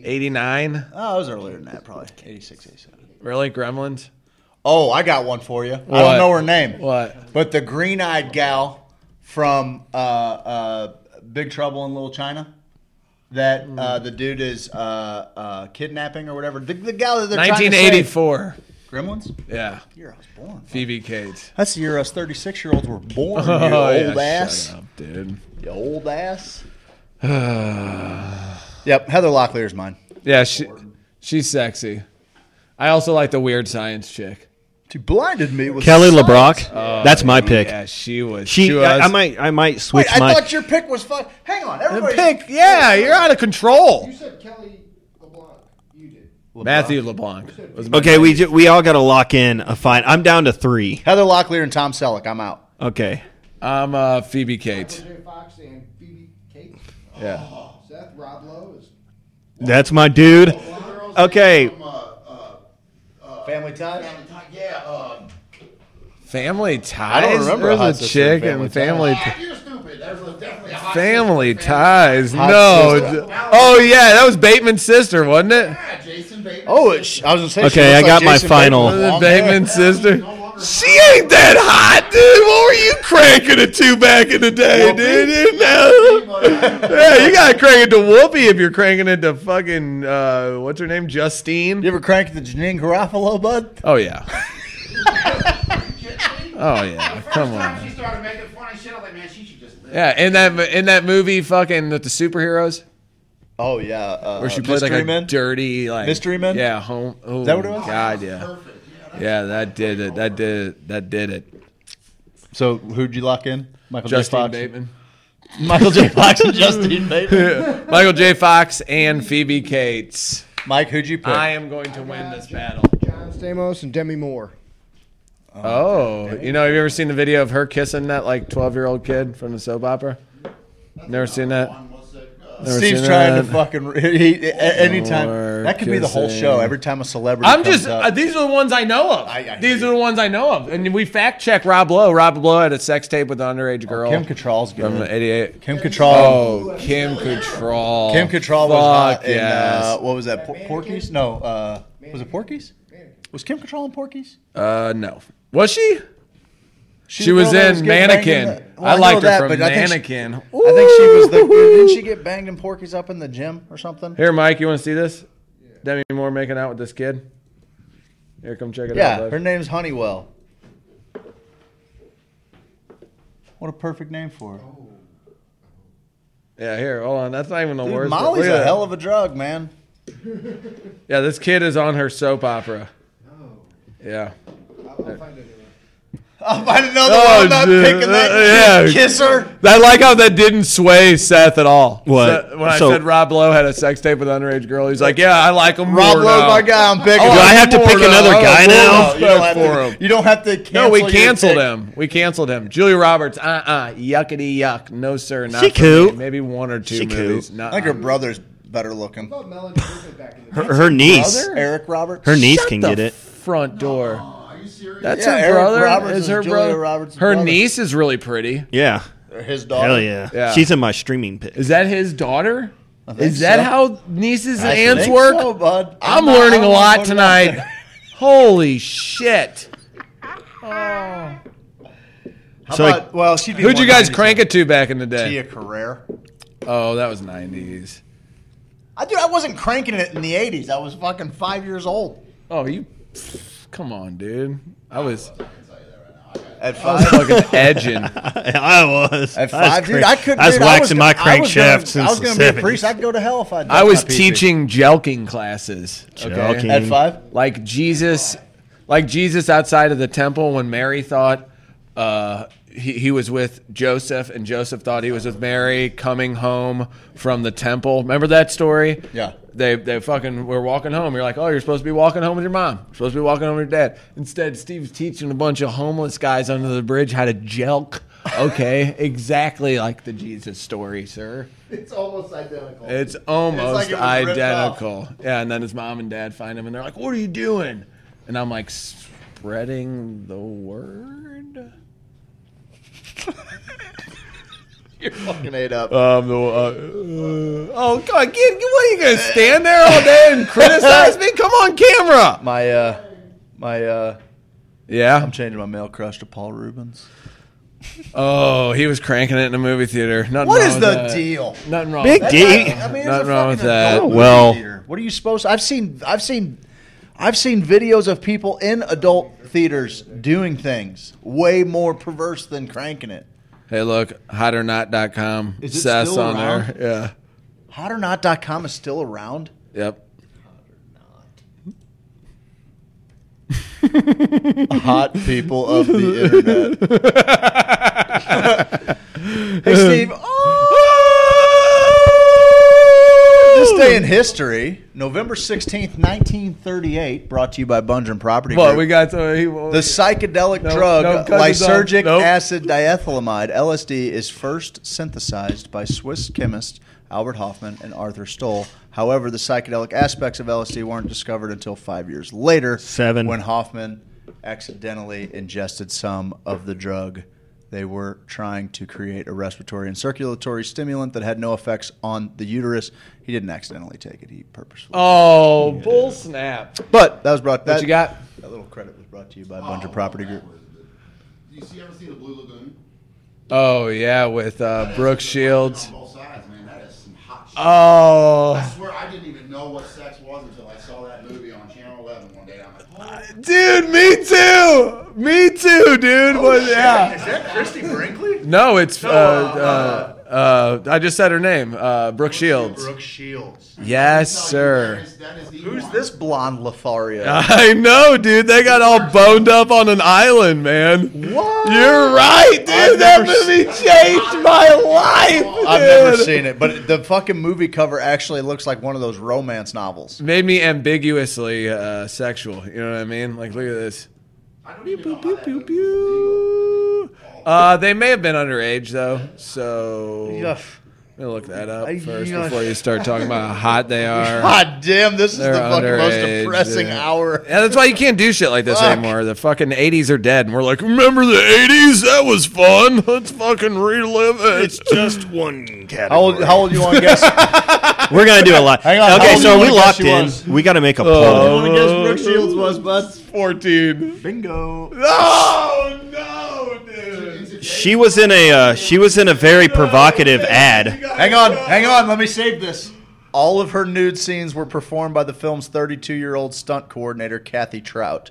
S6: 89.
S5: Oh, it was earlier than that, probably 86, 87.
S6: Really? Gremlins?
S5: Oh, I got one for you. I
S6: What?
S5: don't know her name.
S6: What?
S5: But the green eyed gal from uh, uh, Big Trouble in Little China that uh,
S11: Hmm.
S5: the dude is uh, uh, kidnapping or whatever. The, the gal that they're trying to save.
S6: 1984.
S5: Gremlins?
S6: Yeah.
S5: Year I was born.
S6: Phoebe Cates.
S5: That's the year us 36 year olds were born, you
S6: Oh, yeah,
S5: old ass.
S6: shut up, dude.
S5: You old ass. yep, Heather Locklear's mine.
S6: Yeah, she, she's sexy. I also like the weird science chick.
S5: She blinded me with
S9: Kelly
S5: science.
S9: LeBrock. That's my pick.
S6: Oh, Yeah, she was.
S9: She.
S6: she
S9: I, I
S6: was-
S9: might. I might switch
S5: Wait, I
S9: my.
S5: thought your pick was fun. Hang on, everybody.
S6: pick. Yeah, you're out of control.
S13: You said Kelly LeBlanc. You did.
S6: Matthew LeBlanc. was my
S9: okay, we ju- we all got to lock in a fine. I'm down to three.
S5: Heather Locklear and Tom Selleck. I'm out.
S9: Okay.
S6: I'm uh, Phoebe Cates.
S13: J. Fox and Phoebe Cates.
S6: Yeah.
S13: Seth Roblow is
S9: That's my dude. Okay.
S5: Family ties.
S13: yeah. Uh,
S6: Family ties.
S5: I don't remember
S6: There's
S5: Hot
S6: a
S5: Sister
S6: chick
S5: and
S6: and
S5: Family
S6: family.
S13: ah, you're stupid. There's a- definitely a hot
S6: Family
S13: sister.
S6: ties.
S5: Hot
S6: no.
S5: sister.
S6: Oh yeah, that was Bateman's sister, wasn't it?
S13: Yeah, Jason Bateman.
S5: Oh, it, sh- I was gonna say. she
S9: Okay,
S5: looks
S9: I got
S5: like
S9: my
S5: Jason
S9: final.
S5: Bateman with
S6: Was
S5: long
S6: it
S5: hair.
S6: Bateman's sister? She ain't that hot, dude. What were you cranking it to back in the day, dude? yeah, you gotta crank it to Whoopi if you're cranking it to fucking uh, what's her name, Justine.
S5: You ever crank the Janine Garofalo, bud?
S6: Oh yeah. oh yeah. Come on.
S13: She started making funny shit. I was like, man, she should just live.
S6: Yeah, in that in that movie, fucking with the superheroes,
S5: Oh yeah. Uh,
S6: where she
S5: uh,
S6: played like
S5: Mystery
S6: a
S5: Men?
S6: dirty like
S5: Mystery Men?
S6: Yeah, home. Oh,
S5: that what it was?
S6: God, yeah, yeah, that did it. That did it. That did it.
S5: So who'd you lock in? Michael J.
S6: Justin
S5: Fox.
S6: Bateman,
S5: Michael J. Fox and Justine Bateman.
S6: Michael J. Fox, and Phoebe Cates.
S5: Mike, who'd you pick?
S6: I am going to win this battle.
S13: John Stamos and Demi Moore.
S6: Oh, you know, have you ever seen the video of her kissing that like twelve year old kid from the soap opera? Never seen that. Never
S5: Steve's
S6: seen
S5: trying to
S6: that?
S5: fucking he, a- anytime.
S6: Or
S5: that could be the whole
S6: kissing.
S5: show. Every time a celebrity.
S6: I'm
S5: comes
S6: just.
S5: up.
S6: Uh, these are the ones I know of.
S5: I hear
S6: these
S5: you.
S6: are the ones I know of, and we fact check Rob Lowe. Rob Lowe had a sex tape with an underage girl.
S5: Oh, Kim Cattrall's
S6: from
S5: good.
S6: '88.
S5: Kim Cattrall.
S6: Oh, Kim Cattrall.
S5: Kim Cattrall was
S6: Fuck
S5: hot in,
S6: yes.
S5: uh, what was that? Por- Porky's? No, uh, was it Porky's? Was Kim Cattrall in Porky's?
S6: Uh, no, was she?
S5: She's
S6: She
S5: the
S6: was
S5: girl that
S6: in
S5: getting banged
S6: Mannequin.
S5: in the-
S6: I liked
S5: know
S6: her from
S5: think she-
S6: Mannequin.
S5: I think she was the. Didn't she get banged in Porky's up in the gym or something?
S6: Here, Mike, you want to see this? Demi Moore making out with this kid. Here, come check it out.
S5: Yeah,
S6: bud.
S5: her name's Honeywell. What a perfect name for her.
S6: Yeah, here. Hold on. That's not even the
S5: Dude,
S6: worst.
S5: Molly's
S6: Look at
S5: a
S6: that.
S5: hell of a drug, man.
S6: Yeah, this kid is on her soap opera. Yeah.
S5: I'll find another
S6: Oh,
S5: one. I'm not
S6: dude.
S5: picking that.
S6: Uh, yeah.
S5: Kiss her.
S6: I like how that didn't sway Seth at all.
S9: What?
S6: So- when
S9: So-
S6: I said Rob Lowe had a sex tape with an underage girl, he's like, "Yeah, I like him."
S5: Rob
S6: more
S5: Lowe's
S6: now."
S5: my guy. I'm picking.
S6: Oh,
S9: Do
S5: him.
S9: I have to
S6: Moore
S9: pick
S6: now.
S9: another
S6: Oh,
S9: guy
S6: Moore
S9: now?
S6: now.
S5: You don't have
S6: for
S5: to-
S6: him.
S5: You don't have to cancel.
S6: No, we
S5: your
S6: canceled
S5: pick.
S6: him. We canceled him. Julia Roberts, uh, uh yuckity yuck. No, sir, not
S9: She
S6: for
S9: cool.
S6: me. Maybe one or two
S9: She cool.
S6: movies.
S5: I
S6: Not
S5: think her brother's better looking.
S13: What about Melanie Griffith back in the day?
S9: Her, her niece.
S5: Eric Roberts.
S9: Her niece
S6: Shut
S9: can
S6: the
S9: get it.
S6: Front door.
S13: Are you serious?
S6: That's
S5: Yeah,
S6: her
S5: Eric
S6: brother.
S5: Roberts
S6: is
S5: is
S6: her
S5: Julia
S6: brother?
S5: Roberts'
S6: her
S5: brother.
S6: niece is really pretty.
S9: Yeah.
S5: His daughter.
S9: Hell yeah.
S6: Yeah.
S9: She's in my streaming pit.
S6: Is that his daughter?
S5: think
S6: Is that
S5: so.
S6: how nieces and
S5: I
S6: aunts
S5: think
S6: work?
S5: so, bud.
S6: I'm
S5: not-
S6: learning
S5: I
S6: a
S5: don't
S6: lot
S5: wanna put it out
S6: tonight.
S5: there.
S6: Holy shit.
S5: How
S9: So, like-
S5: about- well, she'd be
S6: Who'd you
S5: one
S6: guys
S5: nineties.
S6: crank it to back in the
S5: Tia
S6: day?
S5: Carrere.
S6: Oh, that was 90s.
S5: I dude, I wasn't cranking it in the '80s. I was fucking five years old.
S6: Oh, you. Come on, dude. I was
S5: At five,
S6: fucking edging.
S9: I was.
S5: at
S9: I
S5: five,
S9: was
S5: dude,
S9: cra-
S5: I couldn't.
S9: I was
S5: dude,
S9: waxing
S5: I
S9: my
S5: was gonna- I was gonna-
S9: crankshaft since
S5: I was gonna
S9: the
S5: be a
S9: 70s.
S5: priest. I'd go to hell if I.
S6: I was teaching jelking classes. Okay?
S9: Jelking.
S5: at five.
S6: Like Jesus, like Jesus outside of the temple when Mary thought uh, he, he was with Joseph and Joseph thought he was with Mary coming home from the temple. Remember that story?
S5: Yeah.
S6: They, they fucking were walking home. You're like, oh, you're supposed to be walking home with your mom. You're supposed to be walking home with your dad. Instead, Steve's teaching a bunch of homeless guys under the bridge how to jelk. Okay, exactly like the Jesus story, sir.
S13: It's almost identical.
S6: It's almost
S5: it was ripped off.
S6: identical. Yeah, and then his mom and dad find him, and they're like, "What are you doing?" and I'm like spreading the word.
S11: You're fucking ate up.
S6: Um, the, uh, uh, oh God, kid, what are you gonna stand there all day and criticize me? Come on, camera.
S11: My uh, my uh,
S6: yeah.
S11: I'm changing my male crush to Paul Rubens.
S6: Oh, he was cranking it in a movie theater. Nothing
S11: What
S6: wrong
S11: is
S6: with
S11: the
S6: that.
S11: deal?
S6: Nothing wrong.
S11: Big
S6: with
S11: D.
S6: That.
S11: I mean, it's
S6: Nothing
S11: a
S6: wrong with
S11: fucking
S6: that.
S11: adult
S9: Well-
S11: movie theater. what are you supposed? I've seen I've seen I've seen videos of people in adult theaters doing things way more perverse than cranking it.
S6: Hey, look, hotornot.com.
S11: Is it
S6: Seth's
S11: still
S6: on
S11: around?
S6: there.
S11: Hotornot.com is still around.
S6: Yeah. Yep.
S11: Hot people of the internet. hey, Steve. This day in history, November 16th, 1938, brought to you by Bungeon Property
S6: Well,
S11: Group.
S6: we got to. He, well,
S11: the psychedelic
S6: No,
S11: drug
S6: no, cut this off.
S11: lysergic
S6: Nope.
S11: acid diethylamide, LSD, is first synthesized by Swiss chemists Albert Hoffman and Arthur Stoll. However, the psychedelic aspects of LSD weren't discovered until five years later.
S9: Seven.
S11: When Hoffman accidentally ingested some of the drug. They were trying to create a respiratory and circulatory stimulant that had no effects on the uterus. He didn't accidentally take it, he purposefully.
S6: oh, bull snap.
S11: But that was brought. That,
S6: What you got?
S11: That little credit was brought to you by Bunch Property Group.
S7: You see, ever seen the Blue Lagoon?
S6: Oh, yeah, with uh, Brooks Shields.
S7: On both sides, man. That is some hot shit. I
S6: Oh,
S7: swear I didn't even know what sex was until I saw that movie on Channel 11 one day. I'm like, oh,
S6: dude, me too. Me too, dude. What- yeah.
S11: Oh, Is that Christy Brinkley?
S6: No, it's. uh, uh, uh, I just said her name, uh, Brooke Shields.
S11: Brooke Shields.
S6: Yes, sir.
S11: Who's this blonde Lothario?
S6: I know, dude. They got all boned up on an island, man.
S11: What?
S6: You're right, dude.
S11: I've
S6: that
S11: never
S6: movie changed my life. Dude.
S11: I've never seen it, but the fucking movie cover actually looks like one of those romance novels.
S6: Made me ambiguously uh, sexual. You know what I mean? Like, look at this.
S7: I don't even know how
S6: Pew,
S7: that
S6: pew, pew. Uh, they may have been underage though, so
S11: Yuff.
S6: I'm gonna look that up first
S11: Yuff.
S6: before you start talking about how hot they are.
S11: God damn, this is
S6: They're
S11: the fucking most
S6: underage,
S11: depressing
S6: yeah.
S11: hour.
S6: Yeah, that's why you can't do shit like this
S11: Fuck.
S6: anymore. The fucking '80s are dead, and we're like, remember the '80s? That was fun. Let's fucking relive it.
S9: It's just one category.
S11: How old, how old you want to guess?
S9: We're gonna do a lot.
S11: Hang on, how
S9: okay,
S11: old
S9: so
S11: you
S9: we
S11: wanna guess
S9: locked
S11: she
S9: in.
S11: was?
S9: We got to make a
S11: you
S9: poll.
S11: want to guess Brooke Shields was, bud?
S6: 14.
S11: Bingo.
S6: Oh no, dude.
S9: She was in a uh, she was in a very provocative ad.
S11: Hang on, hang on. Let me save this. All of her nude scenes were performed by the film's 32-year-old stunt coordinator Kathy Trout.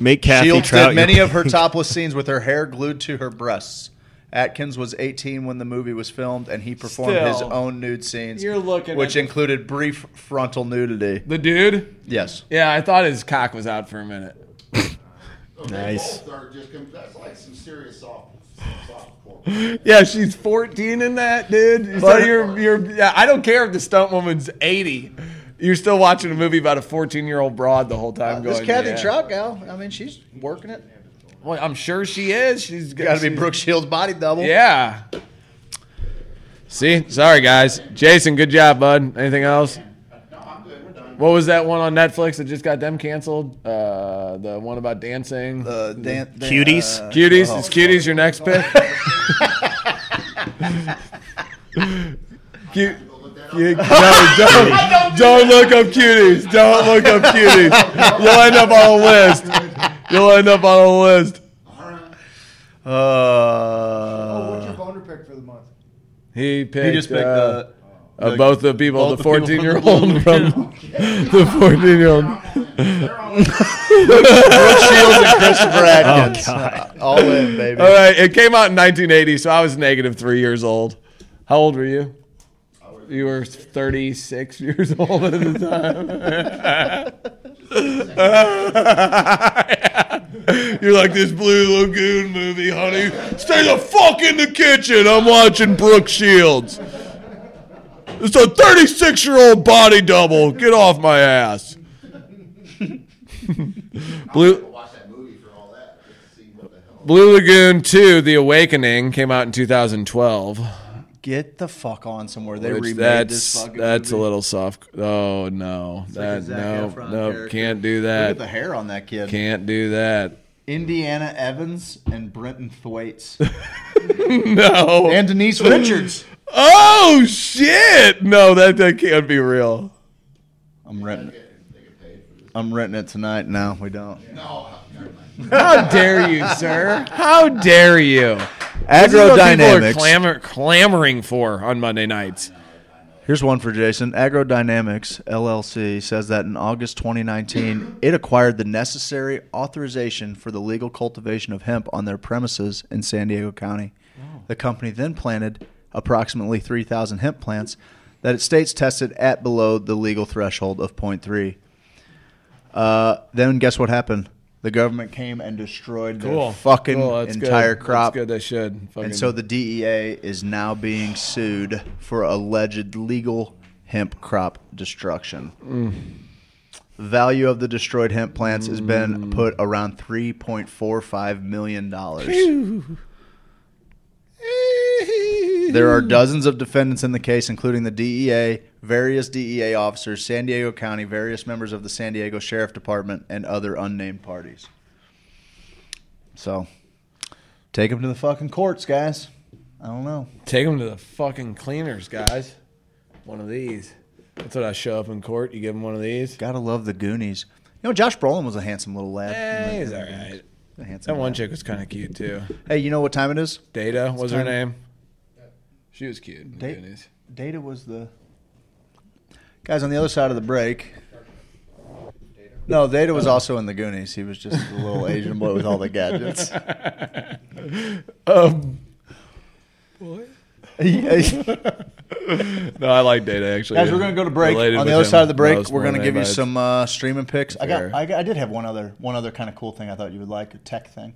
S9: Make Kathy
S11: Shields
S9: Trout.
S11: did
S9: your-
S11: many of her topless scenes with her hair glued to her breasts. Atkins was 18 when the movie was filmed, and he performed his
S6: Still,
S11: own nude scenes,
S6: you're looking
S11: which
S6: at-
S11: included brief frontal nudity.
S6: The dude.
S11: Yes,
S6: Yeah, I thought his cock was out for a minute.
S9: Nice.
S7: Both are just, com- that's like some serious soft, soft porn.
S6: Yeah, she's 14 in that, dude. So you're, you're, yeah, I don't care if the stunt woman's 80. You're still watching a movie about a 14 year old broad the whole time.
S11: this
S6: going,
S11: Kathy
S6: yeah.
S11: Trout gal. I mean, she's working it.
S6: Well, I'm sure she is. She's
S11: Got to be
S6: she's-
S11: Brooke Shields' body double.
S6: Yeah. See, sorry guys. Jason, good job, bud. Anything else?
S7: No, I'm good. We're done.
S6: What was that one on Netflix that just got them canceled? Uh, the one about dancing.
S11: Uh, dan- dan-
S9: Cuties?
S11: uh,
S6: cuties.
S11: oh.
S6: Is cuties your next pick? Cute. Cute- no, don't, don't look up cuties. Don't look up cuties. You'll end up on a list. You'll end up on a list.
S7: All right.
S11: Uh,
S14: Oh, What's your boner pick for the month?
S6: He picked.
S11: he just picked
S6: uh, uh,
S11: the.
S6: both the people,
S11: both
S6: the
S11: the people from the
S6: 14 year old
S11: Blue
S6: from the 14 year old.
S7: They're all in.
S11: Brooke Shields and Christopher Atkins.
S9: Oh, God.
S11: All in, baby.
S6: All right, it came out in 1980, so I was negative three years old. How old were you? You were 36 years old at the time. You're like this Blue Lagoon movie, honey. Stay the fuck in the kitchen. I'm watching Brooke Shields. It's a 36 year old body double. Get off my ass. Blue.
S7: Watch that movie for all that. Just to see what the hell.
S6: Blue Lagoon 2, The Awakening, came out in 2012.
S11: Get the fuck on somewhere. They
S6: Which
S11: remade
S6: that's,
S11: this fucking
S6: That's
S11: movie.
S6: a little soft. Oh no,
S11: It's like a
S6: that
S11: Zac
S6: no
S11: Efron
S6: no
S11: character.
S6: can't do
S11: Look
S6: that.
S11: at the hair on that kid.
S6: Can't do that.
S11: Indiana Evans and Brenton Thwaites.
S6: No.
S11: And Denise Richards.
S6: Oh shit! No, that that can't be real.
S11: I'm renting it. I'm renting it tonight. No, we don't. No.
S6: How dare you, sir? How dare you? This is what people are
S11: Agrodynamics.
S6: clamor, clamoring for on Monday nights.
S11: Here's one for Jason. Agrodynamics LLC says that in August 2019, it acquired the necessary authorization for the legal cultivation of hemp on their premises in San Diego County.
S6: Oh.
S11: The company then planted approximately 3,000 hemp plants that it states tested at below the legal threshold of 0.3. Uh, then guess what happened? The government came and destroyed
S6: Cool.
S11: their fucking
S6: Cool, that's good.
S11: entire
S6: That's
S11: crop.
S6: good, they should. Fucking-
S11: And so the DEA is now being sued for alleged legal hemp crop destruction.
S6: Mm.
S11: Value of the destroyed hemp plants has
S6: Mm.
S11: been put around three point four five million dollars. There are dozens of defendants in the case, including the DEA, various DEA officers, San Diego County, various members of the San Diego Sheriff Department, and other unnamed parties. So, take them to the fucking courts, guys. I don't know.
S6: Take them to the fucking cleaners, guys. One of these. That's what I show up in court. You give them one of these.
S11: Gotta love the Goonies. You know, Josh Brolin was a handsome little lad.
S6: Eh, he's all right.
S11: A handsome
S6: That one
S11: lad.
S6: chick was kind of cute too.
S11: Hey, you know what time it is?
S6: Data was her
S11: time-
S6: name. She was cute. in the
S11: Da-
S6: Goonies.
S11: Data was the guys on the other side of the break. No, Data was also in the Goonies. He was just a little Asian boy with all the gadgets.
S6: Um,
S11: Yeah.
S6: no, I like Data actually.
S11: Guys, we're gonna go to break.
S6: Related
S11: On
S6: with
S11: the other
S6: him.
S11: side of the
S6: I
S11: break,
S6: was
S11: we're gonna
S6: wondering
S11: give you
S6: about it.
S11: some uh, streaming picks. I
S6: Fair.
S11: got, I got, I did have one other, one other kind of cool thing. I thought you would like a tech thing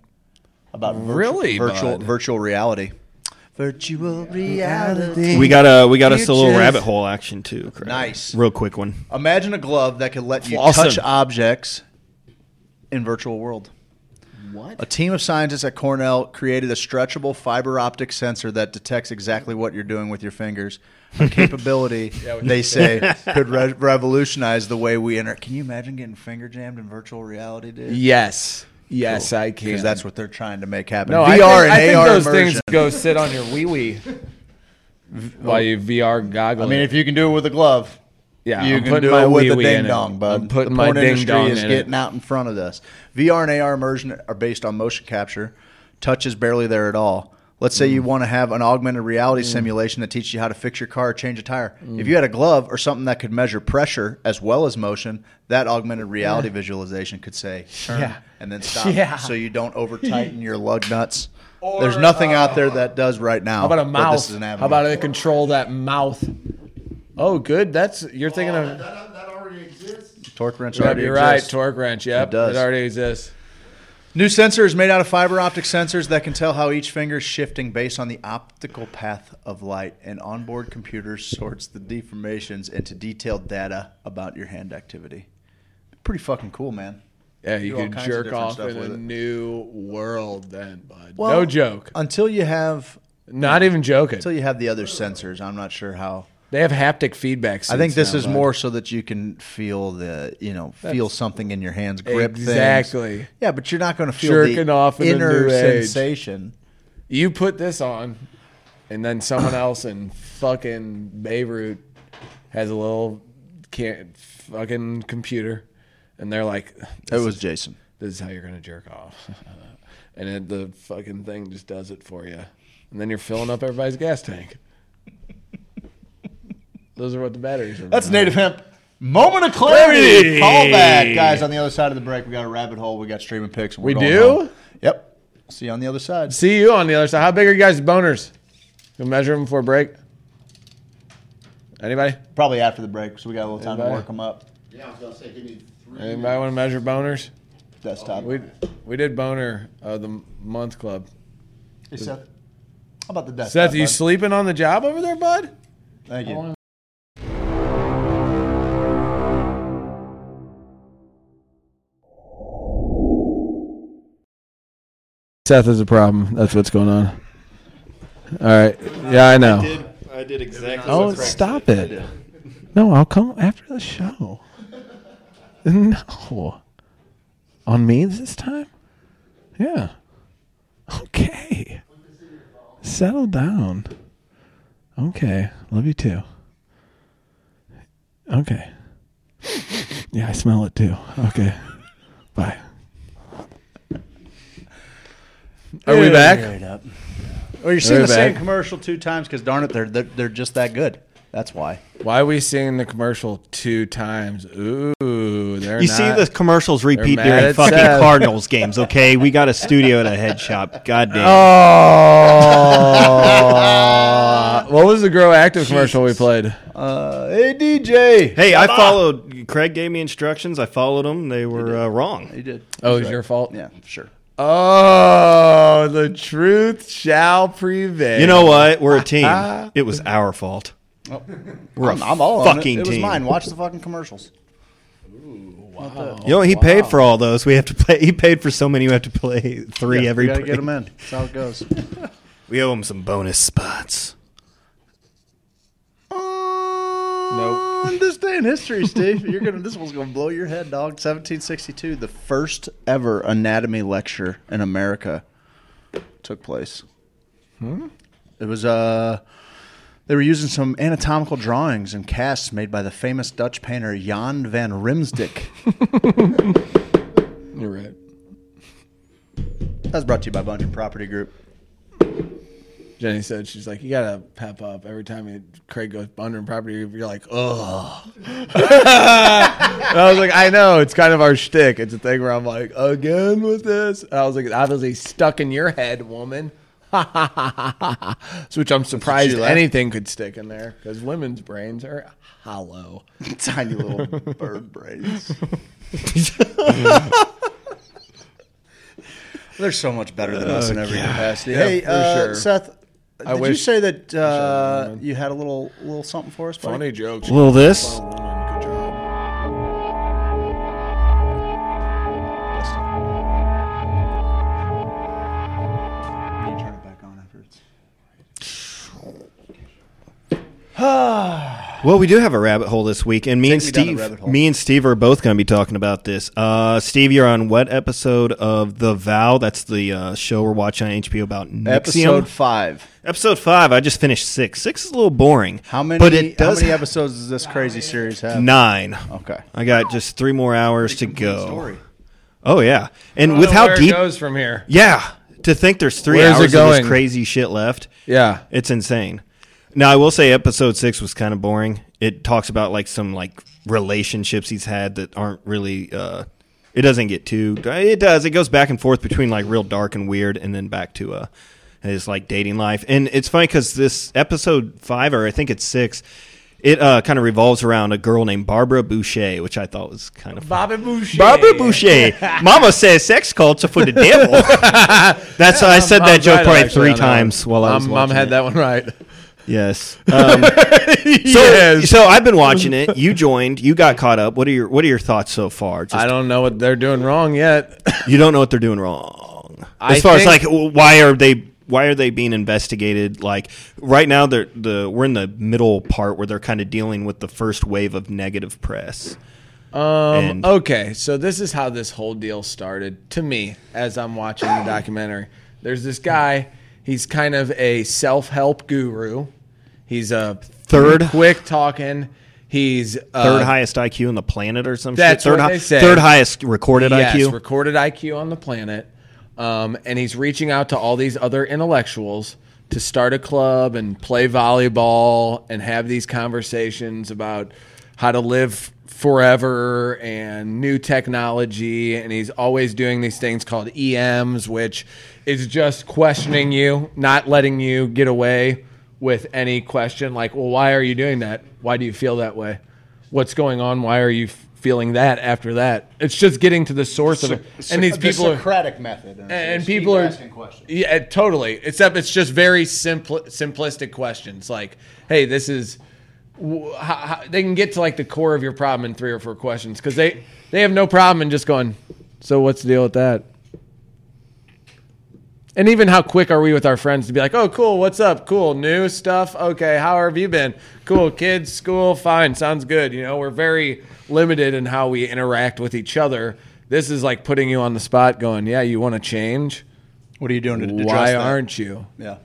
S11: about virtu-
S6: Really,
S11: virtual,
S6: bud?
S11: virtual reality. Virtual reality.
S9: We got a we got us a little rabbit hole action too. Correct?
S11: Nice. Um,
S9: real quick one.
S11: Imagine a glove that could let you
S9: Awesome.
S11: touch objects in virtual world. What? A team of scientists at Cornell created a stretchable fiber optic sensor that detects exactly what you're doing with your fingers. A capability
S6: Yeah, with
S11: they
S6: your
S11: say
S6: fingers.
S11: could re- revolutionize the way we enter. Can you imagine getting finger jammed in virtual reality, dude?
S6: Yes. Yes, I can.
S11: Because that's what they're trying to make happen.
S6: No,
S11: VR
S6: I think,
S11: and
S6: I think
S11: AR
S6: those
S11: immersion.
S6: things go sit on your wee wee while you VR
S11: I
S6: goggle.
S11: mean,
S6: it.
S11: if you can do it with a glove,
S6: Yeah,
S11: you
S6: I'm
S11: can
S6: putting
S11: do
S6: my
S11: it with a
S6: wee-wee in
S11: ding
S6: it.
S11: dong, bud.
S6: I'm putting
S11: the
S6: my
S11: porn
S6: ding
S11: industry
S6: dong
S11: is
S6: in it.
S11: getting out in front of us. VR and AR immersion are based on motion capture. Touch is barely there at all. Let's say
S6: Mm.
S11: you want to have an augmented reality simulation that teaches you how to fix your car, or change a tire.
S6: Mm.
S11: If you had a glove or something that could measure pressure as well as motion, that augmented reality visualization could say turn
S6: Yeah.
S11: and then stop,
S6: Yeah.
S11: so you don't over tighten your lug nuts. There's nothing out there that does right now.
S6: uh, How about a
S11: but
S6: mouth?
S11: This is an
S6: How
S11: avenue.
S6: about it control that mouth? Oh, good. That's you're thinking of.
S11: torque wrench?
S6: Yep,
S11: already
S6: you're right.
S11: exists.
S6: Torque wrench. Yep,
S11: It does.
S6: it already exists.
S11: New sensor is made out of fiber optic sensors that can tell how each finger is shifting based on the optical path of light. An onboard computer sorts the deformations into detailed data about your hand activity. Pretty fucking cool, man.
S6: Yeah, you
S11: Do all
S6: can
S11: kinds of
S6: jerk
S11: different
S6: off
S11: stuff
S6: in a
S11: with it.
S6: new world then, bud.
S11: Well, uh,
S6: no joke.
S11: Until you have,
S6: Not even joking.
S11: until you have the other sensors, I'm not sure how.
S6: They have haptic feedback.
S11: I think
S6: suits
S11: this
S6: now,
S11: is
S6: bud.
S11: more so that you can feel the, you know, feel
S6: That's-
S11: something in your hands, grip things.
S6: Exactly.
S11: Yeah, but you're not going to feel
S6: jerking
S11: the
S6: off in a
S11: inner
S6: new age.
S11: sensation.
S6: You put this on, and then someone else in fucking Beirut has a little can fucking computer, and they're like,
S11: It
S6: "This
S11: was
S6: is-
S11: Jason.
S6: This is how you're gonna jerk off," and then the fucking thing just does it for you, and then you're filling up everybody's gas tank. Those are what the batteries are.
S11: That's
S6: for.
S11: Native Hemp. Moment of clarity.
S6: Clarity.
S11: Call back, guys. On the other side of the break, we got a rabbit hole. We got streaming picks. and we're
S6: We
S11: going
S6: do?
S11: home. Yep. See you on the other side.
S6: See you on the other side. How big are you guys' boners? We'll measure them before break. Anybody?
S11: Probably after the break, so we got a little time to
S6: Anybody?
S11: work them up.
S7: Yeah, I was gonna say, give me three.
S6: Anybody want to measure boners?
S11: Desktop.
S6: We we did boner uh, the month club.
S11: Hey, Seth. How about the desktop?
S6: Seth, you sleeping on the job over there, bud?
S11: bud? Thank you.
S6: Seth is a problem. That's what's going on. All right. Yeah, I know.
S10: I did exactly.
S12: Oh,
S10: what Frank
S12: stop
S10: said.
S12: it. No, I'll come after the show. No. On me this time? Yeah. Okay. Settle down. Okay. Love you too. Okay. Yeah, I smell it too. Okay. Bye.
S6: Are we back?
S11: Straight up. Or Oh, you're seeing
S6: Are we
S11: the same
S6: back?
S11: commercial two times because darn it, they're, they're they're just that good. That's why.
S6: Why are we seeing the commercial two times? Ooh, they're
S9: You see
S6: not-
S9: the commercials
S6: they're
S9: repeat
S6: mad
S9: during
S6: at
S9: fucking
S6: Seth.
S9: Cardinals games. Okay, we got a studio at a head shop. God damn.
S6: Oh. what was the Grow Active commercial we played?
S9: Uh,
S11: hey DJ.
S9: Hey, I
S6: Come on.
S9: followed. Craig gave me instructions. I followed them. They were uh, wrong. He
S11: did.
S6: Oh, it was your fault.
S11: Yeah, sure.
S6: Oh, the truth shall prevail.
S9: You know what? We're a team. it was our fault.
S11: Oh.
S9: We're a
S11: I'm, I'm all
S9: fucking
S11: on it. It was
S9: team.
S11: mine. Watch the fucking commercials. wow.
S9: You know he paid for all those. We have to play. He paid for so many. We have to play three every.
S11: We gotta
S9: break.
S11: get them in. That's how it goes.
S9: We owe him some bonus spots.
S6: Nope.
S11: On this day in history, Steve, you're gonna this one's gonna blow your head, dog. 1762, the first ever anatomy lecture in America took place.
S2: Hmm?
S11: It was uh they were using some anatomical drawings and casts made by the famous Dutch painter Jan van Rimsdijk.
S6: You're right.
S11: That's brought to you by Bunch Property Group.
S6: Jenny said she's like, you gotta pep up every time you Craig goes under and property. You're like, ugh. and I was like, I know it's kind of our shtick. It's a thing where I'm like, again with this. And I was like, it's obviously stuck in your head, woman. Which I'm surprised
S11: you laugh?
S6: anything could stick in there because women's brains are hollow,
S11: tiny little bird brains. They're so much better than us in every
S6: Okay.
S11: capacity.
S6: Yeah,
S11: hey,
S6: for
S11: uh,
S6: sure.
S11: Seth,
S6: I
S11: did you
S6: wish-
S11: say that uh, you had a little little something for us? Buddy?
S6: Funny jokes.
S9: Will this? Well, we do have a rabbit hole this week, and me and
S11: me down the rabbit
S9: Steve,
S11: hole.
S9: me and Steve are both going to be talking about this. Uh, Steve, you're on what episode of The Vow? That's the uh, show we're watching on HBO about Nexium.
S11: Episode five.
S9: Episode five. I just finished six. Six is a little boring.
S11: How many?
S9: But it does
S11: how many episodes does this crazy series have?
S9: Nine.
S11: Okay.
S9: I got just three more hours to go. Oh yeah, and with
S6: know
S9: how
S6: where it
S9: deep
S6: goes from here.
S9: Yeah, to think there's three
S6: Where's it
S9: hours of
S6: going?
S9: this crazy shit left.
S6: Yeah.
S9: it's insane. Now I will say, episode six was kind of boring. It talks about like some like relationships he's had that aren't really. uh It doesn't get too. It does. It goes back and forth between like real dark and weird, and then back to uh his like dating life. And it's funny because this episode five or I think it's six. It uh, kind of revolves around a girl named Barbara Boucher, which I thought was kind of
S6: Bobby Boucher.
S9: Barbara Boucher. Mama says sex culture for the devil. That's I said
S6: I'm- I'm
S9: that joke
S6: right,
S9: probably
S6: actually,
S9: three
S6: on that
S9: times
S6: one.
S9: while I
S6: Mom-
S9: was
S6: Mom
S9: watching
S6: had
S9: it.
S6: that one right.
S9: Yes. Um, so, so I've been watching it. You joined. You got caught up. What are your What are your thoughts so far? Just-
S6: I don't know what they're doing wrong yet.
S9: you don't know what they're doing wrong.
S6: I
S9: As far as
S6: think-
S9: like w- why are they why are they being investigated? Like right now, they're the we're in the middle part where they're kind of dealing with the first wave of negative press.
S6: Um,
S9: And-
S6: okay, so this is how this whole deal started to me as I'm watching the documentary. There's this guy, he's kind of a self help guru. He's a
S9: Third-
S6: quick talking. He's uh,
S9: Third highest IQ on the planet or some
S6: That's
S9: shit. Third
S6: what
S9: hi-
S6: they say.
S9: Third highest recorded
S6: yes,
S9: IQ.
S6: recorded IQ on the planet. Um, and he's reaching out to all these other intellectuals to start a club and play volleyball and have these conversations about how to live forever and new technology. And he's always doing these things called EMs, which is just questioning you, not letting you get away with any question like, well, why are you doing that? Why do you feel that way? What's going on? Why are you f- feeling that after that? It's just getting to the source of it. And these
S11: the
S6: people are
S11: Socratic method,
S6: and, and people are yeah, totally. Except it's just very simple, simplistic questions. Like, hey, this is. wh- How, how, they can get to like the core of your problem in three or four questions because they they have no problem in just going. So what's the deal with that? And even how quick are we with our friends to be like, oh, cool, what's up? Cool, new stuff. Okay, how have you been? Cool, kids, school, fine, sounds good. You know, we're very limited in how we interact with each other. This is like putting you on the spot, going, yeah, you want to change?
S11: What are you doing to to address
S6: Why
S11: that?
S6: aren't you?
S11: Yeah.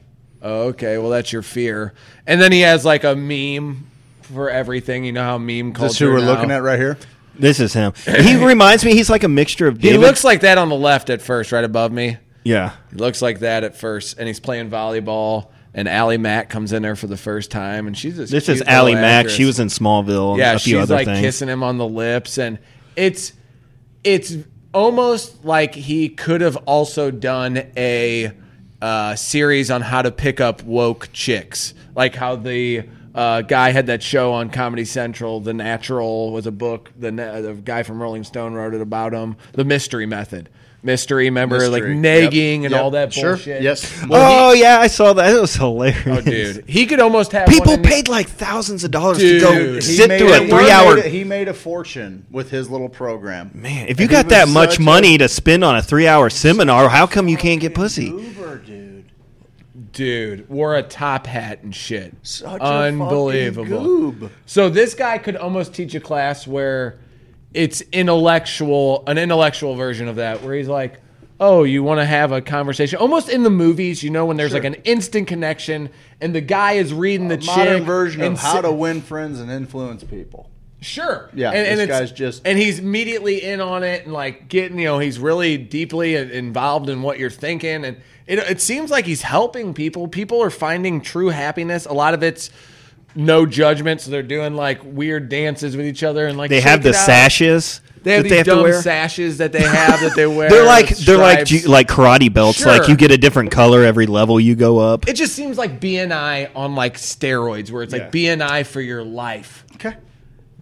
S6: Oh, okay, well, that's your fear. And then he has like a meme for everything. You know how meme culture.
S11: This who we're
S6: now-
S11: looking at right here.
S9: This is him. He reminds me he's like a mixture of
S6: He
S9: David.
S6: looks like that on the left at first, right above me.
S9: Yeah.
S6: He looks like that at first, and he's playing volleyball. And Allie Mack comes in there for the first time, and she's this.
S9: this is
S6: cute
S9: Allie
S6: little
S9: Mack.
S6: actress.
S9: She was in Smallville and
S6: yeah,
S9: a few
S6: she's
S9: other
S6: like
S9: things.
S6: kissing him on the lips, and it's it's almost like he could have also done a uh, series on how to pick up woke chicks, like how the uh, guy had that show on Comedy Central. The Natural was a book. The, na- the guy from Rolling Stone wrote it about him. The Mystery Method. Mystery, remember, like
S11: Mystery.
S6: nagging
S11: Yep.
S6: and
S11: Yep.
S6: all that
S11: Sure.
S6: bullshit.
S11: Yes.
S9: oh yeah, I saw that. It was hilarious.
S6: Oh, dude, he could almost have
S9: People
S6: one in-
S9: paid like thousands of dollars
S6: Dude,
S9: to go
S6: he
S9: sit
S11: made
S9: through
S11: it-
S9: a three-hour.
S11: Made a, he made a fortune with his little program.
S9: Man, if you got that much money to spend on a three-hour seminar, how come you can't get pussy?
S6: dude wore a top hat and shit
S11: Such a
S6: unbelievable
S11: fucking goob.
S6: so this guy could almost teach a class where it's intellectual an intellectual version of that where he's like oh you want to have a conversation almost in the movies you know when there's
S11: Sure.
S6: like an instant connection and the guy is reading the
S11: modern
S6: chick
S11: version of
S6: and
S11: how
S6: sit-
S11: to win friends and influence people.
S6: Sure.
S11: Yeah,
S6: And, and
S11: this
S6: it's-
S11: guy's just-
S6: and he's immediately in on it and like getting you know he's really deeply in- involved in what you're thinking and it it seems like he's helping people. People are finding true happiness. A lot of it's no judgment, so they're doing like weird dances with each other and like
S9: They
S6: shake
S9: have the
S6: it out.
S9: sashes
S6: They have
S9: that
S6: these
S9: they have to
S6: dumb
S9: wear.
S6: sashes that they have that they wear.
S9: They're like
S6: with
S9: they're like
S6: stripes.
S9: ju- like karate belts. Like
S6: Sure.
S9: you get a different color every level you go up.
S6: It just seems like BNI on like steroids, where it's like BNI for your life.
S11: Okay.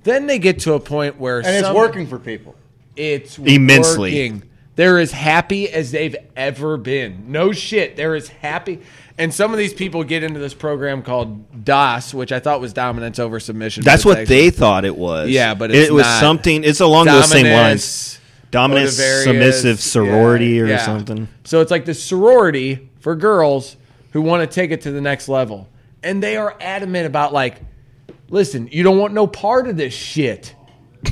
S6: Then they get to a point where
S11: And it's
S6: some-
S11: working for people.
S6: It's
S9: Immensely.
S6: Working. They're as happy as they've ever been. No shit, they're as happy. And some of these people get into this program called DOS, which I thought was dominance over submission. but
S9: That's
S6: it's
S9: what
S6: actually-
S9: they thought it was.
S6: Yeah, but
S9: it
S6: it's
S9: was
S6: not.
S9: something. It's along those same lines. Dominance,
S6: Dominance,
S9: submissive,
S6: Odiverius,
S9: sorority,
S6: yeah,
S9: or
S6: yeah.
S9: something.
S6: So it's like the sorority for girls who want to take it to the next level, and they are adamant about like, listen, you don't want no part of this shit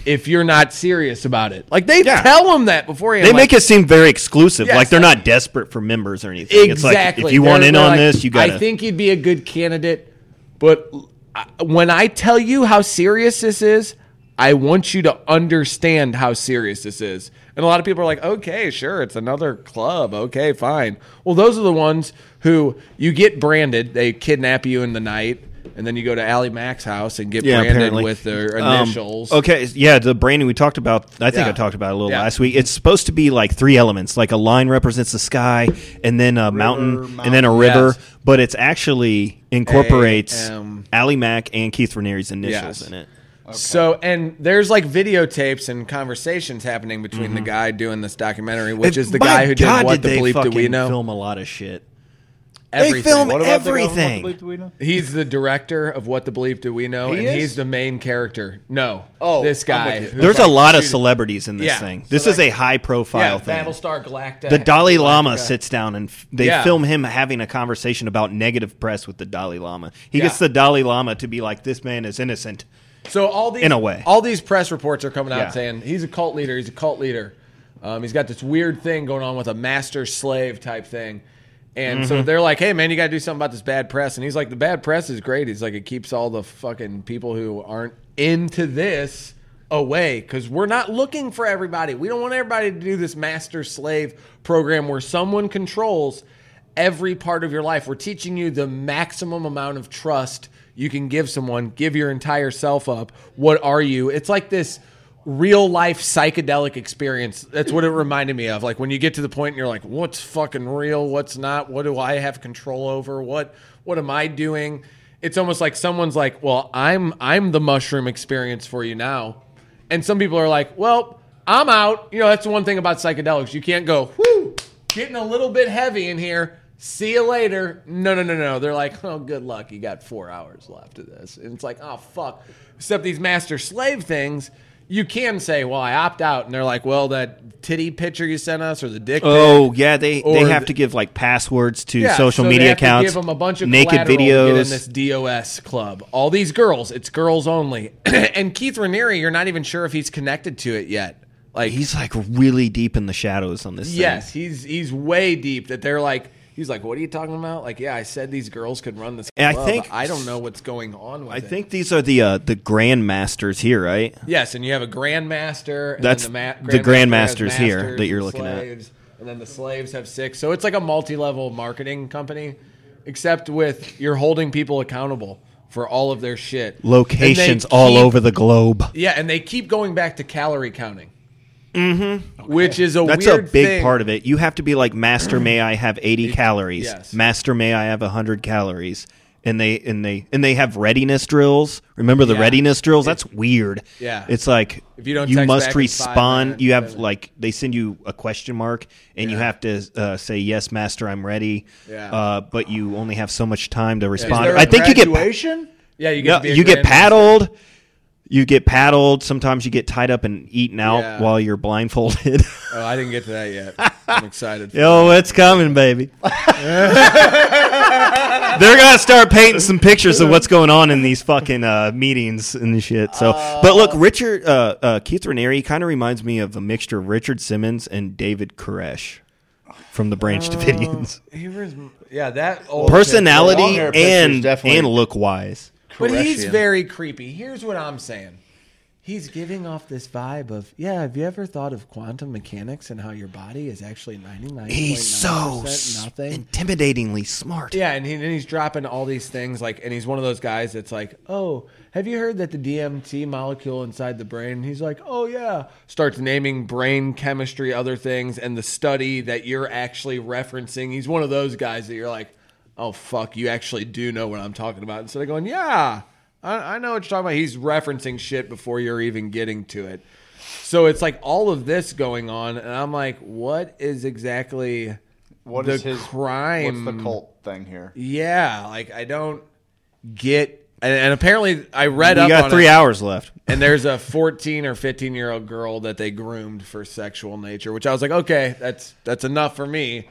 S6: if you're not serious about it. Like they tell them that beforehand.
S9: They
S6: like,
S9: make it seem very exclusive.
S6: Yes,
S9: like they're
S6: like-
S9: not desperate for members or anything. It's like
S6: Exactly.
S9: if you want
S6: They're-
S9: in
S6: they're
S9: on
S6: like,
S9: this, you got
S6: I
S9: to.
S6: think you'd be a good candidate, but I- when I tell you how serious this is, I want you to understand how serious this is. And a lot of people are like, okay, sure, it's another club. Okay, fine. Well, those are the ones who you get branded. They kidnap you in the night, and then you go to Ally Mac's house and get branded with their
S9: Um,
S6: initials.
S9: okay, yeah, the branding we talked about. I think
S6: Yeah.
S9: I talked about it a little
S6: Yeah.
S9: last week. It's supposed to be like three elements. Like a line represents the sky, and then a mountain, and then a
S6: mountain.
S9: river.
S6: Yes.
S9: But it's actually incorporates
S6: A.M..
S9: Ali Mack and Keith Raniere's initials
S6: Yes.
S9: in it.
S6: So and there's like videotapes and conversations happening between the guy doing this documentary, which
S9: Eh,
S6: is the
S9: Mm-hmm. my
S6: guy who did
S9: God,
S6: what the
S9: they
S6: bleep do we
S9: fucking
S6: know?
S9: Film a lot of shit.
S6: Everything.
S9: They film
S6: What about the
S11: government?
S9: everything.
S11: What do we know?
S6: He's the director of What the Bleep Do We Know,
S11: He
S6: and
S11: is?
S6: he's the main character. No,
S11: Oh,
S6: this
S11: I'm
S6: guy.
S11: with you.
S6: who's
S9: There's a
S6: like
S9: lot of
S6: shooting-
S9: celebrities in this
S6: Yeah.
S9: thing.
S6: So
S9: This is a
S6: like-
S9: high profile
S6: yeah,
S9: thing.
S6: Battlestar Galactica.
S9: The Dalai Lama
S6: Galactica.
S9: sits down and f- they
S6: Yeah.
S9: film him having a conversation about negative press with the Dalai Lama. He
S6: Yeah.
S9: gets the Dalai Lama to be like, "This man is innocent."
S6: So all these
S9: in a way.
S6: all these press reports are coming out
S9: Yeah.
S6: saying he's a cult leader. He's a cult leader. Um, he's got this weird thing going on with a master slave type thing. And so
S9: Mhm.
S6: they're like, "Hey man, you got to do something about this bad press." And he's like, "The bad press is great. He's like, it keeps all the fucking people who aren't into this away because we're not looking for everybody. We don't want everybody to do this master slave program where someone controls every part of your life. We're teaching you the maximum amount of trust you can give someone, give your entire self up. What are you? It's like this real life psychedelic experience. That's what it reminded me of. Like when you get to the point and you're like, what's fucking real? What's not? What do I have control over? What what am I doing? It's almost like someone's like, "Well, I'm I'm the mushroom experience for you now." And some people are like, well, I'm out. You know, that's the one thing about psychedelics. You can't go, whoo, getting a little bit heavy in here. See you later. No, no, no, no. They're like, oh, good luck. You got four hours left of this. And it's like, oh, fuck. Except these master slave things, you can say, "Well, I opt out," and they're like, "Well, that titty picture you sent us, or the dick."
S9: Oh
S6: pic,
S9: yeah, they
S6: or
S9: they have
S6: the-
S9: to give like passwords to
S6: Yeah, so
S9: social
S6: they
S9: media
S6: have to
S9: accounts.
S6: give them a bunch of
S9: naked
S6: collateral to
S9: videos.
S6: get in this DOS club. All these girls, it's girls only. and Keith Raniere, you're not even sure if he's connected to it yet. Like
S9: he's like really deep in the shadows on this. thing.
S6: Yes, he's he's way deep. That they're like, he's like, "What are you talking about?" Like, yeah, I said these girls could run this.
S9: And I
S6: club.
S9: think-
S6: I don't know what's going on with
S9: I
S6: it.
S9: think these are the uh, the grandmasters here, right?
S6: Yes, and you have a grandmaster. And
S9: That's
S6: then the, ma-
S9: the
S6: grandmaster has
S9: grandmasters here
S6: masters
S9: that you're
S6: and
S9: looking at.
S6: slaves, And then the slaves have six. So it's like a multi-level marketing company, except with you're holding people accountable for all of their shit. And they
S9: Locations all
S6: keep-
S9: over the globe.
S6: Yeah, and they keep going back to calorie counting,
S9: Mm-hmm.
S6: which is a
S9: That's
S6: weird
S9: a big
S6: thing.
S9: part of it. You have to be like, Master, may I have eighty calories?
S6: Yes.
S9: Master, may I have hundred calories? And they and they and they have readiness drills. Remember the
S6: Yeah.
S9: readiness drills? That's weird.
S6: Yeah.
S9: it's like
S6: If you don't
S9: you
S6: text
S9: must
S6: back in five
S9: respond.
S6: minutes,
S9: you have like they send you a question mark, and you have to uh, say yes, Master, I'm ready.
S6: Yeah.
S9: Uh, but you only have so much time to
S6: Is
S9: respond.
S6: there a
S9: I think you get
S11: graduation?
S6: Yeah, you
S9: no,
S6: get to be a
S9: you get
S6: grandmaster.
S9: paddled. You get paddled. Sometimes you get tied up and eaten out
S6: Yeah.
S9: while you're blindfolded.
S6: Oh, I didn't get to that yet. I'm excited. for
S9: Yo, it's coming, baby. They're gonna start painting some pictures of what's going on in these fucking uh, meetings and shit. So, but look, Richard uh, uh, Keith Raniere kind of reminds me of a mixture of Richard Simmons and David Koresh from the Branch Davidians,
S6: He was, yeah, that old
S9: personality
S6: shit.
S9: and and look wise.
S6: But he's very creepy. Here's what I'm saying. He's giving off this vibe of, yeah, have you ever thought of quantum mechanics and how your body is actually 99
S9: He's so s-
S6: nothing?
S9: intimidatingly smart.
S6: Yeah, and, he, and he's dropping all these things like and he's one of those guys that's like, "Oh, have you heard that the DMT molecule inside the brain?" And he's like, "Oh yeah." Starts naming brain chemistry, other things and the study that you're actually referencing. He's one of those guys that you're like, "Oh fuck, you actually do know what I'm talking about." Instead of going, "Yeah, I, I know what you're talking about." He's referencing shit before you're even getting to it. So it's like all of this going on, and I'm like, "What is exactly
S7: What
S6: the
S7: is his-
S6: crime?
S7: what's the cult thing here?
S6: Yeah, like I don't get. And, and apparently, I read
S9: We
S6: up.
S9: got
S6: on
S9: three
S6: it,
S9: hours left.
S6: and there's a 14 or 15 year old girl that they groomed for sexual nature, which I was like, okay, that's that's enough for me.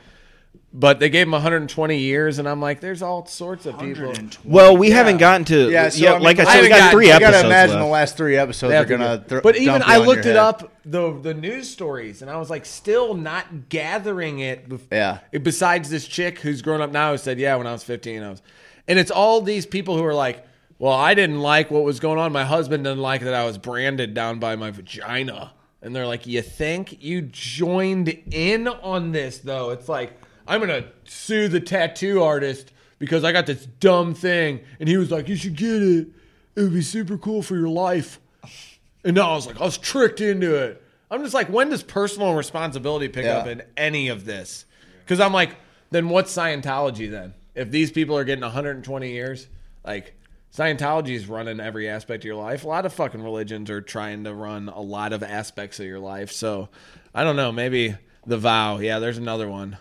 S6: But they gave him 120 years, and I'm like, there's all sorts of people.
S9: Well, we haven't gotten to yeah.
S6: Yeah, so, I mean,
S9: like I
S6: I
S9: said, we
S6: haven't
S9: got
S6: gotten-
S9: three
S6: you
S9: episodes.
S6: gotta
S11: imagine
S9: left.
S11: the last three episodes
S6: They
S11: are
S6: have to
S11: gonna.
S6: do-
S11: Throw,
S6: but even
S11: dump you
S6: I
S11: on
S6: looked
S11: your
S6: it
S11: head.
S6: up the the news stories, and I was like, still not gathering it. bef-
S11: Yeah.
S6: Besides this chick who's grown up now who said, yeah, when I was fifteen, I was, and it's all these people who are like, well, I didn't like what was going on. My husband didn't like that I was branded down by my vagina, and they're like, you think you joined in on this though? It's like I'm gonna sue the tattoo artist because I got this dumb thing, and he was like, you should get it. It would be super cool for your life. And I was like, I was tricked into it. I'm just like, when does personal responsibility pick
S11: Yeah.
S6: up in any of this? Because I'm like, then what's Scientology then? If these people are getting 120 years, like Scientology's running every aspect of your life. A lot of fucking religions are trying to run a lot of aspects of your life. So I don't know. Maybe the vow. Yeah, there's another one.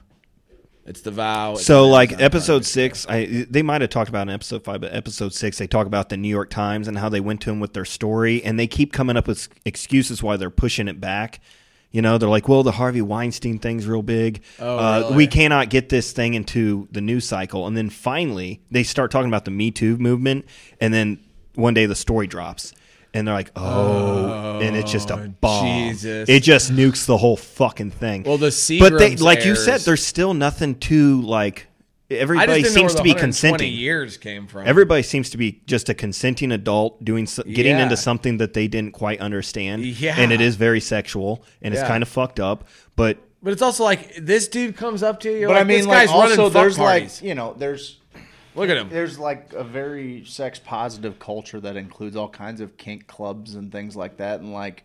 S6: It's the vow. It's
S9: So
S6: an
S9: like
S6: Amazon Prime.
S9: episode six, I they might have talked about in episode five, but episode six they talk about the New York Times and how they went to him with their story, and they keep coming up with excuses why they're pushing it back. You know, they're like, "Well, the Harvey Weinstein thing's real big.
S6: Oh,
S9: uh,
S6: really?
S9: We cannot get this thing into the news cycle." And then finally, they start talking about the Me Too movement, and then one day the story drops, and they're like, "Oh,", and it's just a bomb.
S6: Jesus.
S9: It just nukes the whole fucking thing.
S6: Well, the
S9: but they,
S6: Seagram's
S9: like you said,
S6: heirs-
S9: there's still nothing to like.
S6: I just
S9: Everybody
S6: didn't know
S9: seems
S6: where
S9: to
S6: the
S9: be
S6: 120
S9: consenting.
S6: years came from.
S9: Everybody seems to be just a consenting adult doing so, getting
S6: Yeah.
S9: into something that they didn't quite understand.
S6: Yeah.
S9: and it is very sexual and it's
S6: Yeah.
S9: kind of fucked up. But
S6: But it's also like this dude comes up to you.
S11: But
S6: like,
S11: I mean,
S6: this
S11: like
S6: guy's
S11: also
S6: running fuck
S11: there's
S6: parties.
S11: like you know there's.
S6: Look at him.
S11: There's like a very sex positive culture that includes all kinds of kink clubs and things like that, and like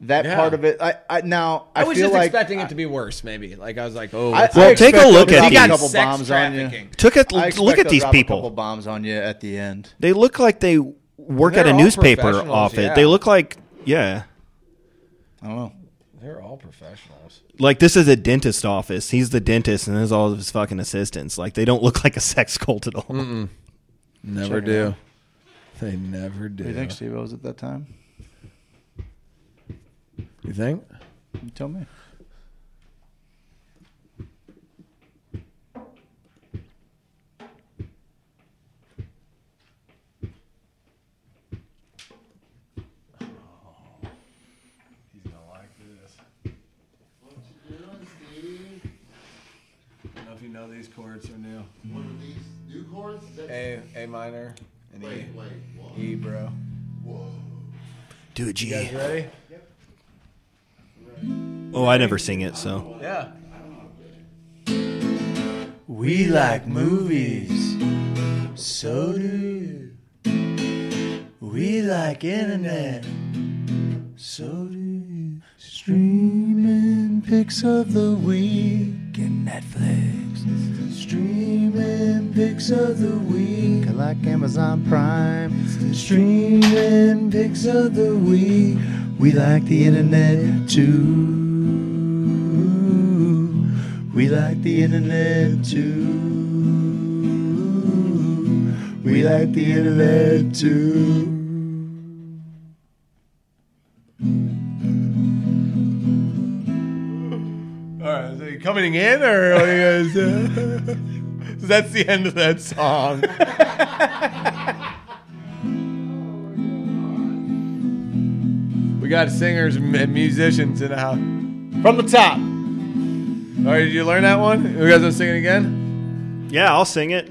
S11: that
S6: Yeah.
S11: part of it. I, I now I,
S6: I, was
S11: feel
S6: just
S11: like
S6: expecting it to be worse. Maybe like I was like, oh,
S11: I-
S6: it's-
S9: Well, take a
S11: expect
S9: look
S11: they'll drop
S9: at these-
S11: a couple
S6: Sex
S11: bombs on you.
S6: trafficking.
S9: Took a-
S11: I
S9: look
S11: expect
S9: at
S11: they'll
S9: these
S11: drop a
S9: people.
S11: couple bombs on you at the end.
S9: they look like they work
S11: They're
S9: at a
S11: all
S9: newspaper
S11: professionals,
S9: off it.
S11: yeah.
S9: They look like yeah,
S11: I don't know.
S6: They're all professionals.
S9: like this is a dentist office. He's the dentist and there's all of his fucking assistants. Like they don't look like a sex cult at all.
S11: Mm-hmm.
S6: Never
S11: Check it
S6: do.
S11: out.
S6: They never do.
S11: Do you think Steve was at that time?
S6: You think?
S11: You tell me.
S6: I don't know if you know these chords are new.
S7: What are these new chords? Is that-
S6: A A minor and E.
S7: Wait, wait, what?
S6: E, bro.
S9: Do it,
S6: You guys
S9: G.
S6: ready?
S9: Oh, I never sing it, so.
S6: Yeah.
S11: We like movies, so do you. We like internet, so do you. Streaming pics of the week and Netflix. Streaming pics of the week. I like Amazon Prime. Streaming pics of the week. We like the internet too. We like the internet too. We like the internet too.
S6: All right, is it coming in or what are you guys? Uh, that's the end of that song. we got singers and and musicians in the house. From the top. All right, did you learn that one? You guys want to sing it again?
S9: Yeah, I'll sing it.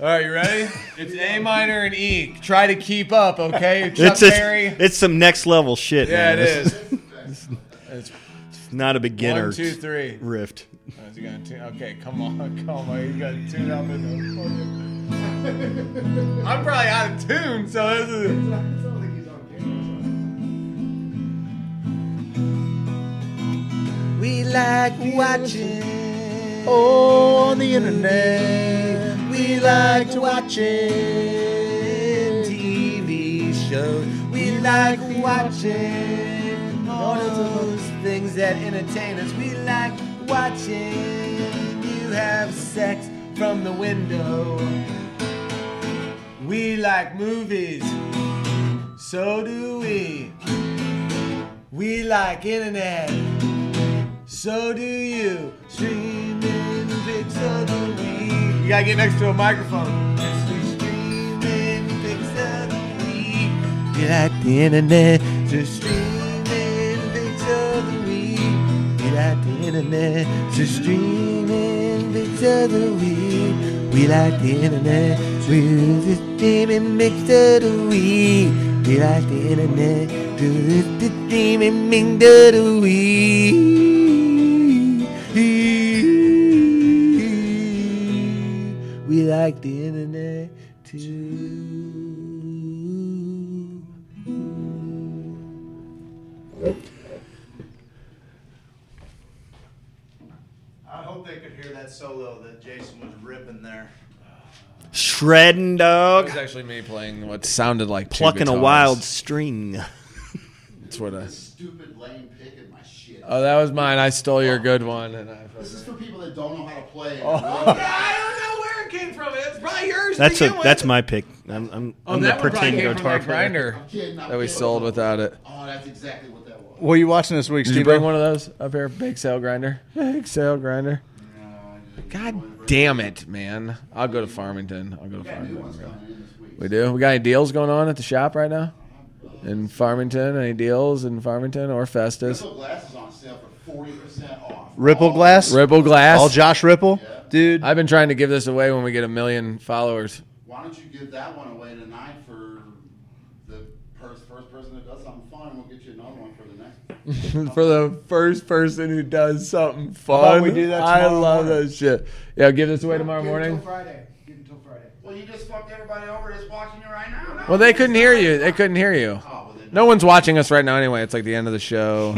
S6: All right, you ready? it's A minor and E. Try to keep up, okay? Chuck
S9: It's,
S6: Berry.
S9: it's, it's some next level shit.
S6: yeah,
S9: man.
S6: it
S9: This
S6: is. It's
S9: is Not a beginner.
S6: One, two, three.
S9: Rift.
S6: Oh, is he gonna tune? Okay, come on, come on. You gotta tune up in the I'm probably out of tune, so this is.
S11: We like watching on the internet. We like watching TV shows. We like watching all of those things that entertain us. We like watching you have sex from the window.
S6: We like movies, so do we. We like internet, so do you. Streaming pics of the week. You gotta get next to a microphone. Streaming pics of the week.
S11: We like the internet. Just
S6: Streaming pics of the week.
S11: We like the internet, so streaming bits of the week. We like the internet, we do the streaming mix of the week. We like the internet, do the- the streaming mix of the week. We like the internet too.
S5: I hope they could hear that solo that Jason was ripping there.
S9: Shredding
S6: It
S9: dog.
S6: was actually me playing what sounded like two
S9: Plucking a
S6: guitars.
S9: wild string.
S6: That's what I.
S7: Stupid lame pick in my shit.
S6: Oh, that was mine. I stole your good one, and I.
S7: This is for people that don't know how to play.
S6: Oh.
S7: I
S6: don't know where it came from. It's probably yours.
S9: That's a, that's my pick. I'm I'm,
S6: Oh,
S9: I'm the
S6: that one probably
S9: pretend
S6: came from
S9: guitar
S6: that
S9: player.
S6: grinder
S7: I'm kidding, I'm
S6: that we
S7: kidding.
S6: sold without it.
S7: Oh, that's exactly what that was.
S11: What are you watching this week,
S6: Did you bring one of those up here? Big sale grinder. Big sale grinder. God damn it, man! I'll go to Farmington. I'll go to Farmington. We do. We got any deals going on at the shop right now? In Farmington, any deals in Farmington or Festus?
S7: Crystal glass is on sale for forty percent off.
S11: Ripple Glass?
S6: Ripple Glass.
S11: All Josh Ripple? Dude.
S6: I've been trying to give this away when we get a million followers.
S7: Why don't you give that one away tonight for the first, first person that does something fun? We'll get you another one for the next.
S6: for the first person who does something
S11: How about
S6: fun.
S11: we do that
S6: I
S11: tomorrow
S6: love
S11: morning?
S6: that shit. Yeah, give this away tomorrow
S7: Give it
S6: morning.
S7: till Friday. Give it till Friday. Well, you just fucked everybody over that's watching you right now.
S6: Well, they couldn't hear you. They couldn't hear you. No one's watching us right now anyway. It's like the end of the show.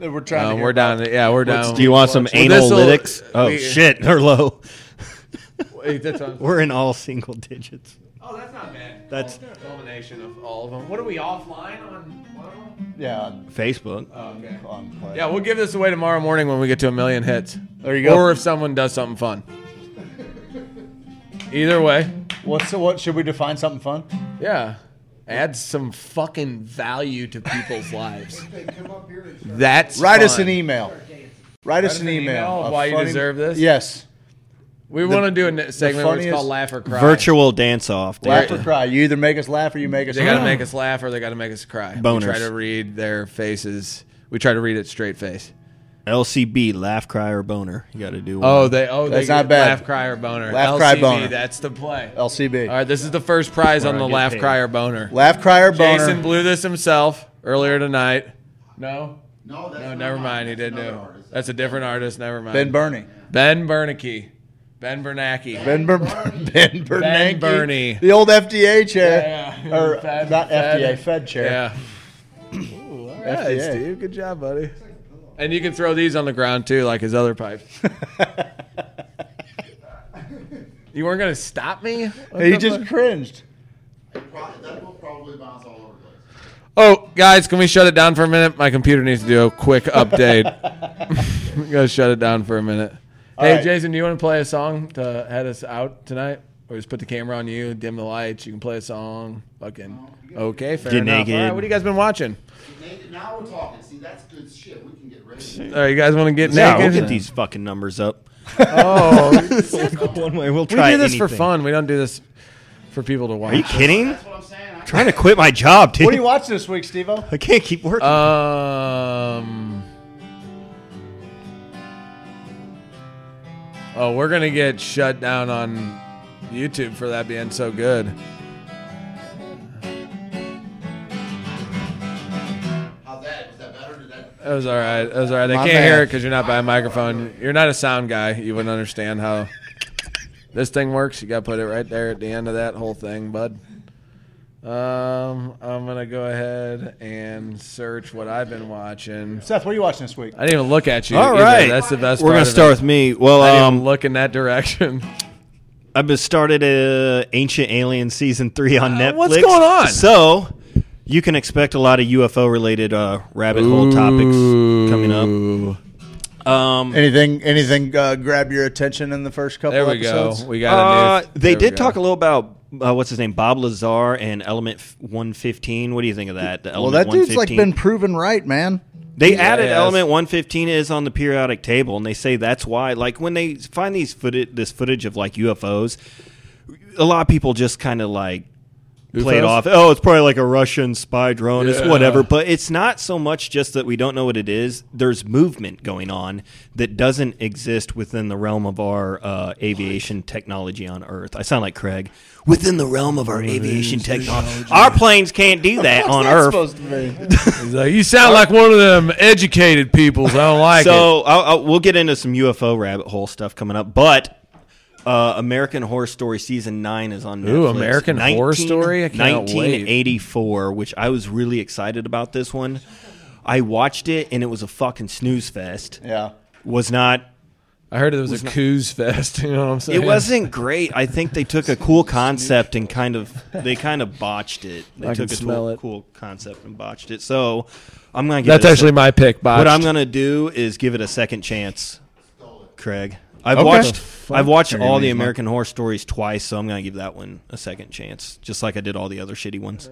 S11: We're trying to
S6: Um,
S11: hear
S6: we're down. Yeah, we're down.
S9: Do you want some analytics? Oh shit, they're low.
S6: Wait, that's what I'm-
S9: We're in all single digits.
S6: Oh, that's not bad.
S9: That's-
S6: culmination of all of them. What are we offline on?
S11: Yeah.
S9: Facebook.
S6: okay.
S11: On
S6: Yeah, we'll give this away tomorrow morning when we get to a million hits.
S11: There you go.
S6: Or if someone does something fun. Either way.
S11: What's the, what? Should we define something fun?
S6: Yeah. Add some fucking value to people's lives.
S11: That's
S6: That's
S11: write us
S6: fun.
S11: an e- email. Write us an email.
S6: of
S11: A
S6: why you
S11: funny-
S6: deserve this.
S11: Yes.
S6: We
S11: The-
S6: want to do a
S11: the
S6: n- segment where it's
S11: funniest-
S6: called Laugh or Cry.
S9: Virtual dance off.
S11: Laugh or cry. You either make us laugh or you make us.
S6: They got to
S11: cry.
S6: make us laugh or they got to make us cry.
S9: Boners.
S6: We try to read their faces. We try to read it straight face.
S9: LCB, laugh, cry, or boner. You got to do. one.
S6: Oh, they oh
S11: That's
S6: they
S11: not
S6: get
S11: bad.
S6: Laugh, cry, or boner.
S11: Laugh,
S6: LCB,
S11: cry, boner.
S6: That's the play.
S11: LCB.
S6: All right, this is the first prize
S11: Where
S6: on
S11: I
S6: the
S11: get
S6: laugh,
S11: paid.
S6: cry, or boner.
S11: Laugh, cry, or boner.
S6: Jason blew this himself earlier tonight. No.
S7: No, that's
S6: no.
S7: not
S6: Never
S7: mine.
S6: mind. He didn't do. it. That's a different artist. Never mind.
S11: Ben Burney.
S6: Ben Bernanke. Ben Bernanke.
S11: Ben Ber- Ben Bernanke.
S6: Ben Berney.
S11: The old FDA chair.
S6: Yeah, yeah.
S11: Or
S6: Fed-
S11: not
S6: Fed-
S11: FDA, Fed chair.
S6: Yeah. Ooh, all right,
S11: FDA.
S6: Steve. Good job, buddy. And you can throw these on the ground too, like his other pipe. you weren't gonna stop me? What
S11: He
S6: the
S11: just
S6: fuck?
S11: cringed.
S7: That will probably bounce all over the place.
S6: Oh, guys, can we shut it down for a minute? My computer needs to do a quick update. I'm gonna shut it down for a minute.
S11: All
S6: hey,
S11: right.
S6: Jason, do you want to play a song to head us out tonight, or just put the camera on you, dim the lights? You can play a song. Fucking okay, fair
S9: Get
S6: enough. All right,
S9: naked.
S6: what have you guys been watching?
S7: Naked- Now we're talking. See, that's good shit. We can get ready.
S6: Oh, you guys want to get
S9: yeah,
S6: naked?
S9: We'll get these fucking numbers up.
S6: Oh,
S9: one way. We'll
S6: we
S9: try
S6: do this for
S9: anything.
S6: fun. We don't do this for people to watch.
S9: Are you kidding? I'm trying to quit my job, dude.
S11: What are you watching this week, Steve O?
S9: I can't keep working.
S6: Um. Oh, we're gonna get shut down on YouTube for that being so good.
S7: How's that? Was that better? Did that?
S6: It was all right. It was all right. They
S11: My
S6: can't
S11: bad.
S6: hear it because you're not by a microphone. You're not a sound guy. You wouldn't understand how this thing works. You got to put it right there at the end of that whole thing, bud. Um, I'm gonna go ahead and search what I've been watching.
S11: Seth, what are you watching this week?
S6: I didn't even look at you.
S9: All
S6: either.
S9: right.
S6: that's the best.
S9: We're
S6: part
S9: gonna
S6: of
S9: start
S6: it.
S9: with me. Well,
S6: I didn't
S9: um,
S6: even look in that direction.
S9: I've been started uh, Ancient Alien season three Uh, on Netflix.
S6: what's going on?
S9: So you can expect a lot of UFO related uh, rabbit hole topics coming up. Um,
S11: Anything? Anything uh, grab your attention in the first couple?
S6: There we go.
S11: episodes?
S6: We got a
S9: uh,
S6: new.
S9: they
S6: there we
S9: did
S6: go.
S9: talk a little about uh, what's his name, Bob Lazar and Element F- 115. What do you think of that? The
S11: Well,
S9: Element
S11: that dude's like
S9: 115?
S11: been proven right, man.
S9: They added
S6: yes.
S9: element 115 is on the periodic table, and they say that's why. Like when they find these footage, this footage of like UFOs, a lot of people just kind of like play it
S6: UFOs?
S9: off. Oh, it's probably like a Russian spy drone. It's
S6: Yeah.
S9: whatever. But it's not so much just that we don't know what it is. There's movement going on that doesn't exist within the realm of our uh, aviation technology on Earth. I sound like Craig. Within the realm of our aviation technology, our planes can't do that on Earth.
S6: He's like, you sound like one of them educated peoples. I don't like it.
S9: so I'll, I'll, we'll get into some UFO rabbit hole stuff coming up, but. Uh, American Horror Story season nine is on Netflix.
S6: Ooh, American Horror Story? I cannot wait.
S9: 1984, which I was really excited about this one. I watched it and it was a fucking snooze fest.
S11: Yeah.
S9: Was not.
S6: I heard it was, a coos fest. You know what I'm saying?
S9: It wasn't great. I think they took a cool concept and kind of they kind of botched it. They
S6: I can
S9: took a
S6: smell
S9: cool,
S6: it.
S9: cool concept and botched it. So I'm gonna. Give
S6: That's
S9: it a
S6: actually
S9: sec-
S6: my pick. Botched.
S9: What I'm gonna do is give it a second chance, Craig. I've
S11: Okay.
S9: watched
S6: The
S9: I've watched
S11: fuck?
S9: all
S11: Jeremy,
S9: the
S11: fuck.
S9: American Horror Stories twice, so I'm gonna give that one a second chance, just like I did all the other shitty ones.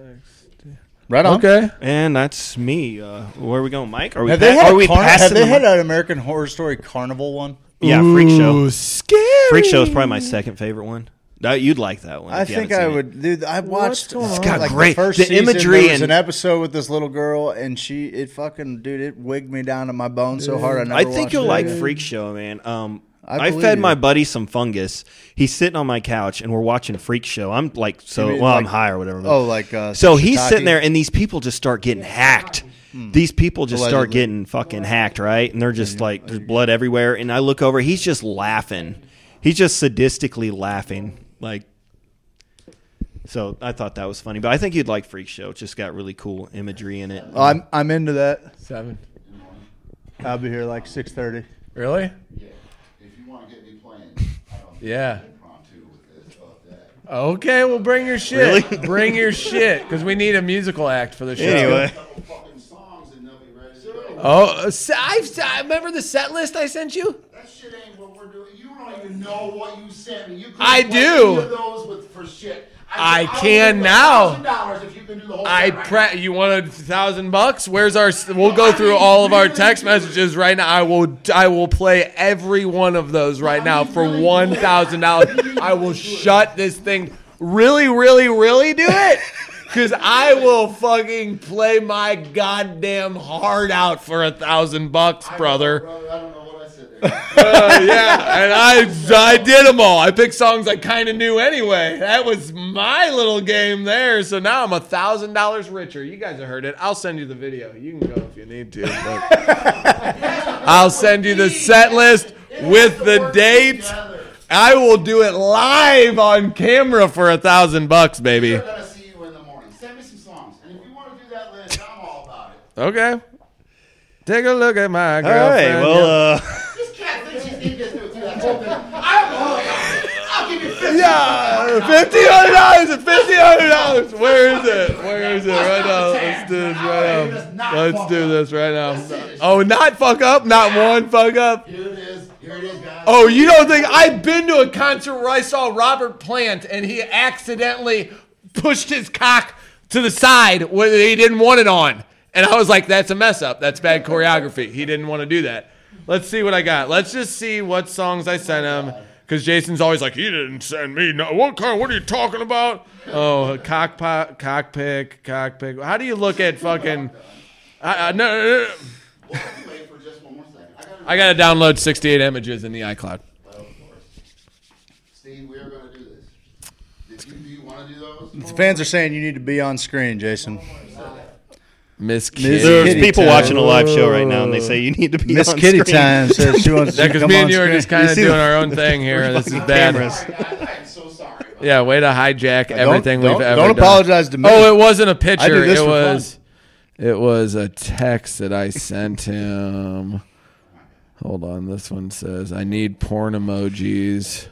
S11: Right on.
S6: okay.
S9: And that's me. Uh, where are we going, Mike? Are we?
S11: Have they
S9: pa-
S11: had, a
S9: are we
S11: carn- have
S9: passing?
S11: they
S9: the
S11: had
S9: mic?
S11: an American Horror Story carnival one?
S9: yeah, Freak Show.
S6: Ooh, scary.
S9: Freak Show is probably my second favorite one. Uh, you'd like that one.
S11: I
S9: if you haven't
S11: think I
S9: seen it.
S11: would, dude. I watched.
S6: going
S11: It's
S6: on?
S9: got great- the imagery
S11: There was
S9: and-
S11: an episode with this little girl, and she it fucking dude, it wigged me down to my bone so hard. I, never
S9: I think
S11: watched
S9: you'll
S11: it
S9: like
S11: again.
S9: Freak Show, man. Um,
S11: I
S9: I,
S11: believe
S9: fed
S11: you.
S9: my buddy some fungus. He's sitting on my couch, and we're watching Freak Show. I'm like, so
S11: You mean
S9: well, I'm
S11: like-
S9: high or whatever. but-
S11: oh, like, uh,
S9: so he's
S11: shiitake? Hmm.
S9: sitting there, and these people just start getting hacked. These people just start
S11: Allegedly.
S9: getting fucking hacked, right? And they're just like, there's blood everywhere. And I look over, he's just laughing. He's just sadistically laughing, like. So I thought that was funny, but I think you'd like Freak Show. It's just got really cool imagery in it.
S11: Oh, I'm I'm into that.
S6: Seven.
S11: I'll be here like six thirty.
S6: Really?
S7: Yeah. If you want to get me playing, I don't
S6: Yeah.
S7: impromptu with this, fuck that.
S6: Okay. Well, bring your shit. bring your shit because we need a musical act for the show.
S9: Anyway.
S7: Couple fucking songs and they'll be ready to go.
S6: Oh, so I've, I remember the set list I sent you.
S7: That shit ain't what we're doing. You don't even know what you sent me. You couldn't
S6: I
S7: play
S6: do.
S7: any of those with, for shit.
S6: I can now. I pre- you want a thousand bucks? Where's our? s- We'll go through all of our text messages right now. I will. I will play every one of those right now for one thousand dollars. I will shut this thing. Really, really, really do it. Cause I will fucking play my goddamn heart out for a thousand bucks, brother. Uh, yeah, and I I did them all. I picked songs I kind of knew anyway. That was my little game there. So now I'm a thousand dollars richer. You guys have heard it. I'll send you the video. You can go if you need to. but- I'll send you the set list with the date. I will do it live on camera for a thousand bucks, baby. Okay. Take a look at my
S9: All right,
S6: girlfriend.
S9: well, uh,
S6: Yeah, fifteen hundred dollars and fifteen hundred dollars. Where is it? Where is it right now? Let's do this right now. Let's do this right now. Oh, not fuck up, not one fuck up. Here it is. Here it is, guys. Oh, you don't think I've been to a concert where I saw Robert Plant and he accidentally pushed his cock to the side where he didn't want it on, and I was like, "That's a mess up. That's bad choreography. He didn't want to do that." Let's see what I got. Let's just see what songs I sent him. Because Jason's always like, he didn't send me no. What kind? What are you talking about? Oh, cockpot, cockpick, cockpick. How do you look at fucking? I, I, no, no, no. I gotta download 68 images in the iCloud.
S11: The fans are saying you need to be on screen, Jason.
S6: Miss
S11: Kitty.
S9: There's people watching a live show right now, and they say you need to be
S11: Miss
S9: on
S11: Kitty
S9: screen.
S11: Time says she wants
S6: Yeah,
S11: you to
S6: 'cause
S11: come
S6: me
S11: on
S6: and you are
S11: screen.
S6: just kind
S11: You
S6: of
S11: see
S6: doing
S11: the-
S6: our own thing here.
S11: We're
S6: This is
S11: fucking
S6: bad.
S11: cameras.
S6: Yeah, way to hijack
S11: Don't-
S6: everything
S11: don't-
S6: we've ever.
S11: don't
S6: done.
S11: apologize to me.
S6: Oh, it wasn't
S11: I
S6: a
S11: do
S6: picture.
S11: this
S6: It
S11: for fun.
S6: was. It was a text that I sent him. Hold on. This one says, "I need porn emojis."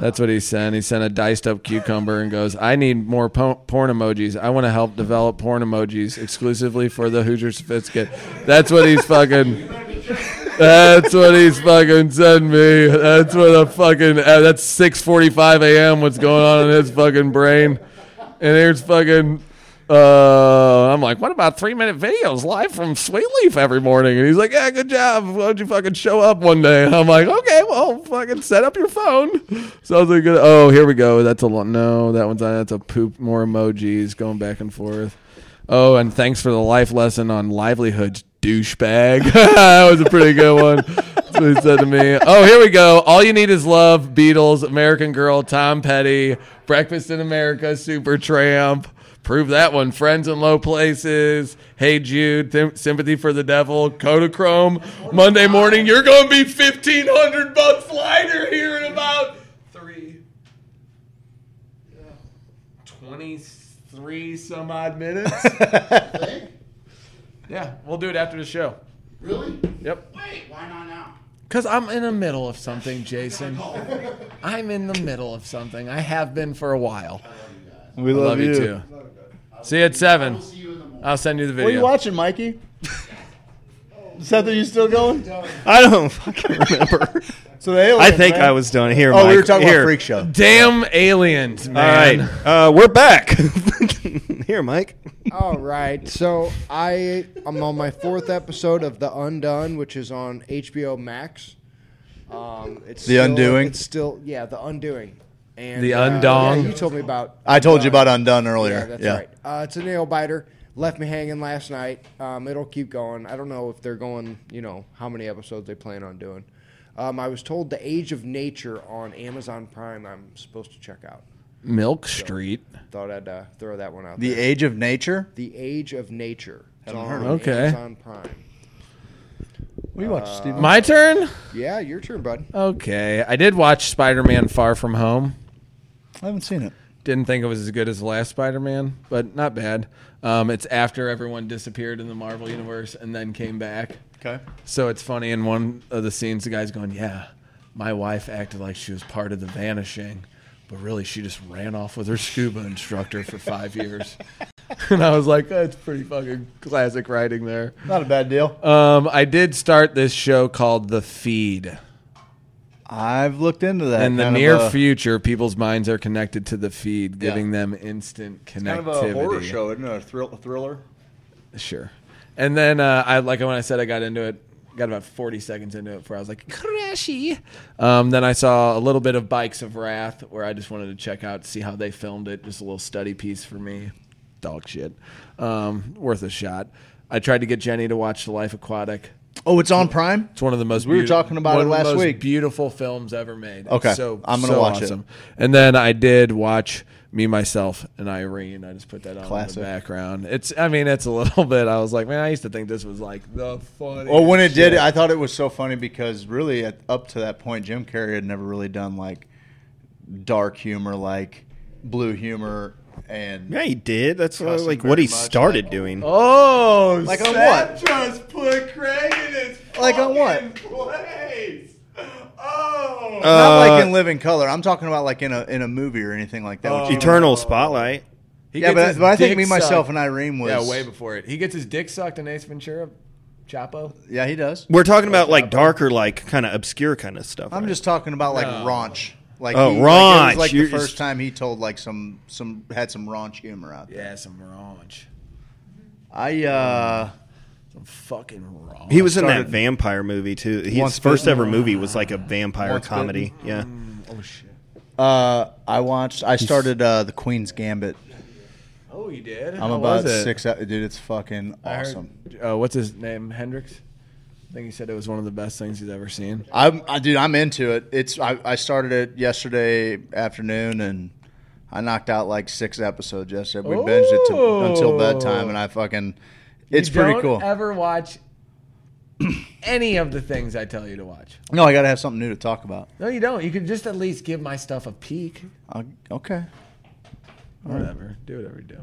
S6: That's what he sent. He sent a diced up cucumber and goes, "I need more po- porn emojis. I want to help develop porn emojis exclusively for the Hoosier Sophisticate." That's what he's fucking. That's what he's fucking sending me. That's what a fucking. Uh, that's 6:45 a.m. What's going on in his fucking brain? And here's fucking. Uh, I'm like, what about three minute videos live from Sweet Leaf every morning? And he's like, yeah, good job. Why don't you fucking show up one day? And I'm like, okay, well, fucking set up your phone. Sounds like good. Oh, here we go. That's a lot. No, that one's not. That's a poop. More emojis going back and forth. Oh, and thanks for the life lesson on livelihoods, douchebag. that was a pretty good one. That's what he said to me. Oh, here we go. All you need is love. Beatles, American Girl, Tom Petty, Breakfast in America, Super Tramp. Prove that one. Friends in Low Places. Hey Jude. Th- Sympathy for the Devil. Kodachrome. Monday morning. You're going to be 1500 bucks lighter here in about three. 23 some odd minutes. yeah, we'll do it after the show. Really? Yep. Wait, why not now? Because I'm in the middle of something, Jason. I'm in the middle of something. I have been for a while.
S11: We
S6: I
S11: love you.
S6: too. See you at 7. I'll send you the
S11: What are you
S6: video.
S11: watching, Mikey? Seth, are you still going?
S9: I don't fucking remember.
S11: So the alien,
S9: I think
S11: man.
S9: I was done here.
S11: Oh, we
S9: Mike.
S11: were talking about
S9: Here.
S11: Freak Show.
S6: Damn aliens, man.
S9: All right, uh, we're back. here, Mike.
S14: All right. So I am on my fourth episode of The Undone, which is on HBO Max. Um, it's
S11: The
S14: still-
S11: Undoing?
S14: It's still yeah, The Undoing. And
S11: The
S14: uh,
S11: Undong?
S14: yeah, you told me about.
S11: I told you about Undone earlier.
S14: Yeah, that's
S11: Yeah.
S14: right. Uh, it's a nail biter. Left me hanging last night. Um, it'll keep going. I don't know if they're going. You know how many episodes they plan on doing. Um, I was told The Age of Nature on Amazon Prime. I'm supposed to check out.
S6: Milk Street.
S14: Thought I'd uh, throw that one out.
S11: The
S14: there.
S11: Age of Nature.
S14: The Age of Nature. It's
S11: Haven't heard
S14: on
S11: of it. Okay.
S14: Amazon Prime.
S11: We watched Steve.
S6: My turn?
S14: Yeah, your turn, bud.
S6: Okay. I did watch Spider Man Far From Home.
S11: I haven't seen it.
S6: Didn't think it was as good as the last Spider Man, but not bad. Um, it's after everyone disappeared in the Marvel Universe and then came back.
S11: Okay.
S6: So it's funny in one of the scenes, the guy's going, Yeah, my wife acted like she was part of the vanishing, but really she just ran off with her scuba instructor for five years. and I was like, That's pretty fucking classic writing there.
S11: Not a bad deal.
S6: Um, I did start this show called The Feed.
S11: I've looked into that.
S6: In the
S11: Kind of
S6: near
S11: a-
S6: future, people's minds are connected to the feed,
S11: Yeah.
S6: giving them instant connectivity.
S11: It's kind of a horror show, isn't it? A thrill, thriller.
S6: Sure. And then uh, I like when I said I got into it, got about forty seconds into it before I was like, crashy. Um, then I saw a little bit of Bikes of Wrath, where I just wanted to check out, see how they filmed it. Just a little study piece for me. Dog shit. Um, worth a shot. I tried to get Jenny to watch The Life Aquatic.
S11: Oh, it's on Prime.
S6: It's one of the most.
S11: We were
S6: beauti-
S11: talking about
S6: one
S11: it
S6: of the
S11: last
S6: most
S11: week.
S6: Beautiful films ever made. It's
S11: Okay,
S6: so
S11: I'm gonna
S6: so
S11: watch it.
S6: awesome. And then I did watch me myself and Irene. I just put that on
S11: Classic.
S6: in the background. It's I mean it's a little bit. I was like, man, I used to think this was like the funny.
S11: Well, when it did, I thought it was so funny because really, at, up to that point, Jim Carrey had never really done like dark humor, like blue humor, and
S9: Yeah, he did. That's uh,
S11: Cussing
S9: like what
S11: very
S9: he
S11: much,
S9: started doing.
S6: Oh,
S11: Like on what?
S10: Just put Craig in his
S11: Like on what?
S10: fucking place. Oh.
S11: not
S6: Uh,
S11: like in Living Color. I'm talking about like in a in a movie or anything like
S6: Oh.
S11: that. which you-
S9: Eternal Spotlight.
S6: He
S11: yeah,
S6: gets
S11: but,
S6: his
S11: but I think
S6: dick
S11: me, myself,
S6: sucked.
S11: and Irene was
S6: yeah way before it. He gets his dick sucked in Ace Ventura, Chapo.
S11: Yeah, he does.
S9: We're talking about like darker, like kind of obscure kind of stuff.
S11: I'm just talking about like
S6: No.
S11: raunch. Like
S9: Oh,
S11: he, Like, it
S9: raunch.
S11: was like
S9: You're
S11: the first
S9: just-
S11: time he told like some some had some raunch humor out there.
S6: Yeah, some raunch.
S11: I uh
S6: Some fucking raunch.
S9: He was in that
S11: Started-
S9: vampire movie too. His
S11: Once
S9: first
S11: Bitten.
S9: ever movie was like a vampire
S11: Once Mm.
S9: comedy. Yeah.
S6: Oh shit.
S11: uh I watched I started uh the Queen's Gambit.
S6: Oh, you did.
S11: I'm about six out dude, it's fucking
S6: I heard-
S11: awesome.
S6: uh, what's his name? Hendrix. I think he said it was one of the best things he's ever seen.
S11: I'm I dude, I'm into it. It's I, I started it yesterday afternoon and I knocked out like six episodes yesterday. We binged it to, until bedtime and I fucking it's
S6: Oh. You
S11: pretty
S6: don't
S11: cool.
S6: Ever watch any of the things I tell you to watch?
S11: no, I gotta have something new to talk about.
S6: No, you don't. You could just at least give my stuff a peek.
S11: i okay. All right.
S6: Whatever. Do whatever you do.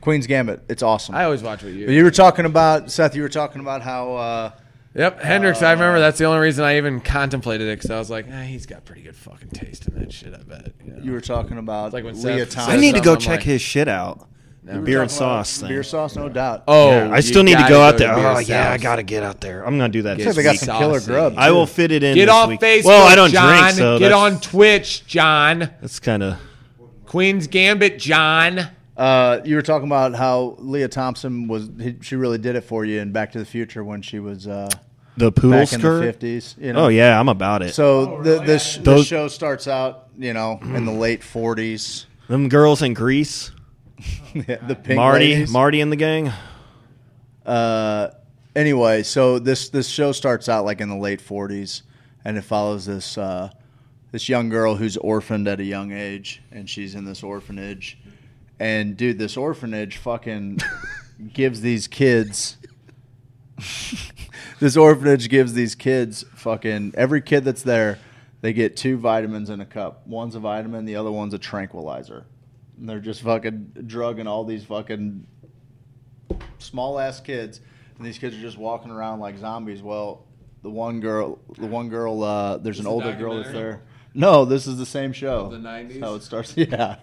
S11: Queen's Gambit. It's awesome.
S6: I always watch with you.
S11: But you were talking about Seth. You were talking about how uh,
S6: Yep, Hendrix. I remember that's the only reason I even contemplated it because I was like, eh, he's got pretty good fucking taste in that shit. I bet. You, know?
S11: you were talking about
S6: It's like when
S11: Leah
S6: Seth
S11: Thomas.
S9: I need to go
S6: I'm
S9: check
S6: like-
S9: his shit out.
S6: No.
S9: The
S6: We were
S9: beer and
S11: Talking about
S9: sauce
S11: Beer
S9: thing.
S11: sauce, no doubt.
S6: Oh,
S9: Yeah, I
S6: you
S9: still need to
S6: gotta
S9: go out
S6: to
S9: there.
S6: Beer
S9: Oh yeah, I
S6: Sauce.
S9: gotta get out there. I'm gonna do that.
S6: Get
S9: this
S11: they got
S9: week.
S11: some killer
S6: saucy.
S11: grub.
S9: I will fit it in.
S6: Get
S9: this
S6: off
S9: week.
S6: Facebook.
S9: Well, I don't
S6: John.
S9: drink, so
S6: get
S9: that's-
S6: on Twitch, John.
S9: That's kind of
S6: Queen's Gambit, John.
S11: Uh, you were talking about how Leah Thompson was. He, she really did it for you in Back to the Future when she was uh,
S9: the pool
S11: back in the
S9: skirt.
S11: fifties. You know.
S9: Oh yeah, I'm about it.
S11: So
S6: Oh,
S11: the, this the
S9: Those-
S11: show starts out, you know, in the late forties.
S9: Them girls in Greece,
S11: the pink
S9: Marty,
S11: ladies.
S9: Marty and the gang.
S11: uh, anyway, so this this show starts out like in the late forties, and it follows this uh, this young girl who's orphaned at a young age, and she's in this orphanage, and dude, this orphanage fucking gives these kids. this orphanage gives these kids fucking every kid that's there, they get two vitamins in a cup. One's a vitamin, the other one's a tranquilizer. And they're just fucking drugging all these fucking small ass kids, and these kids are just walking around like zombies. Well, the one girl, the one girl, uh, there's
S6: This
S11: an
S6: is a
S11: older girl that's
S6: documentary?
S11: there. No, this is the same show.
S6: Of the 90s?
S11: That's How it starts. Yeah.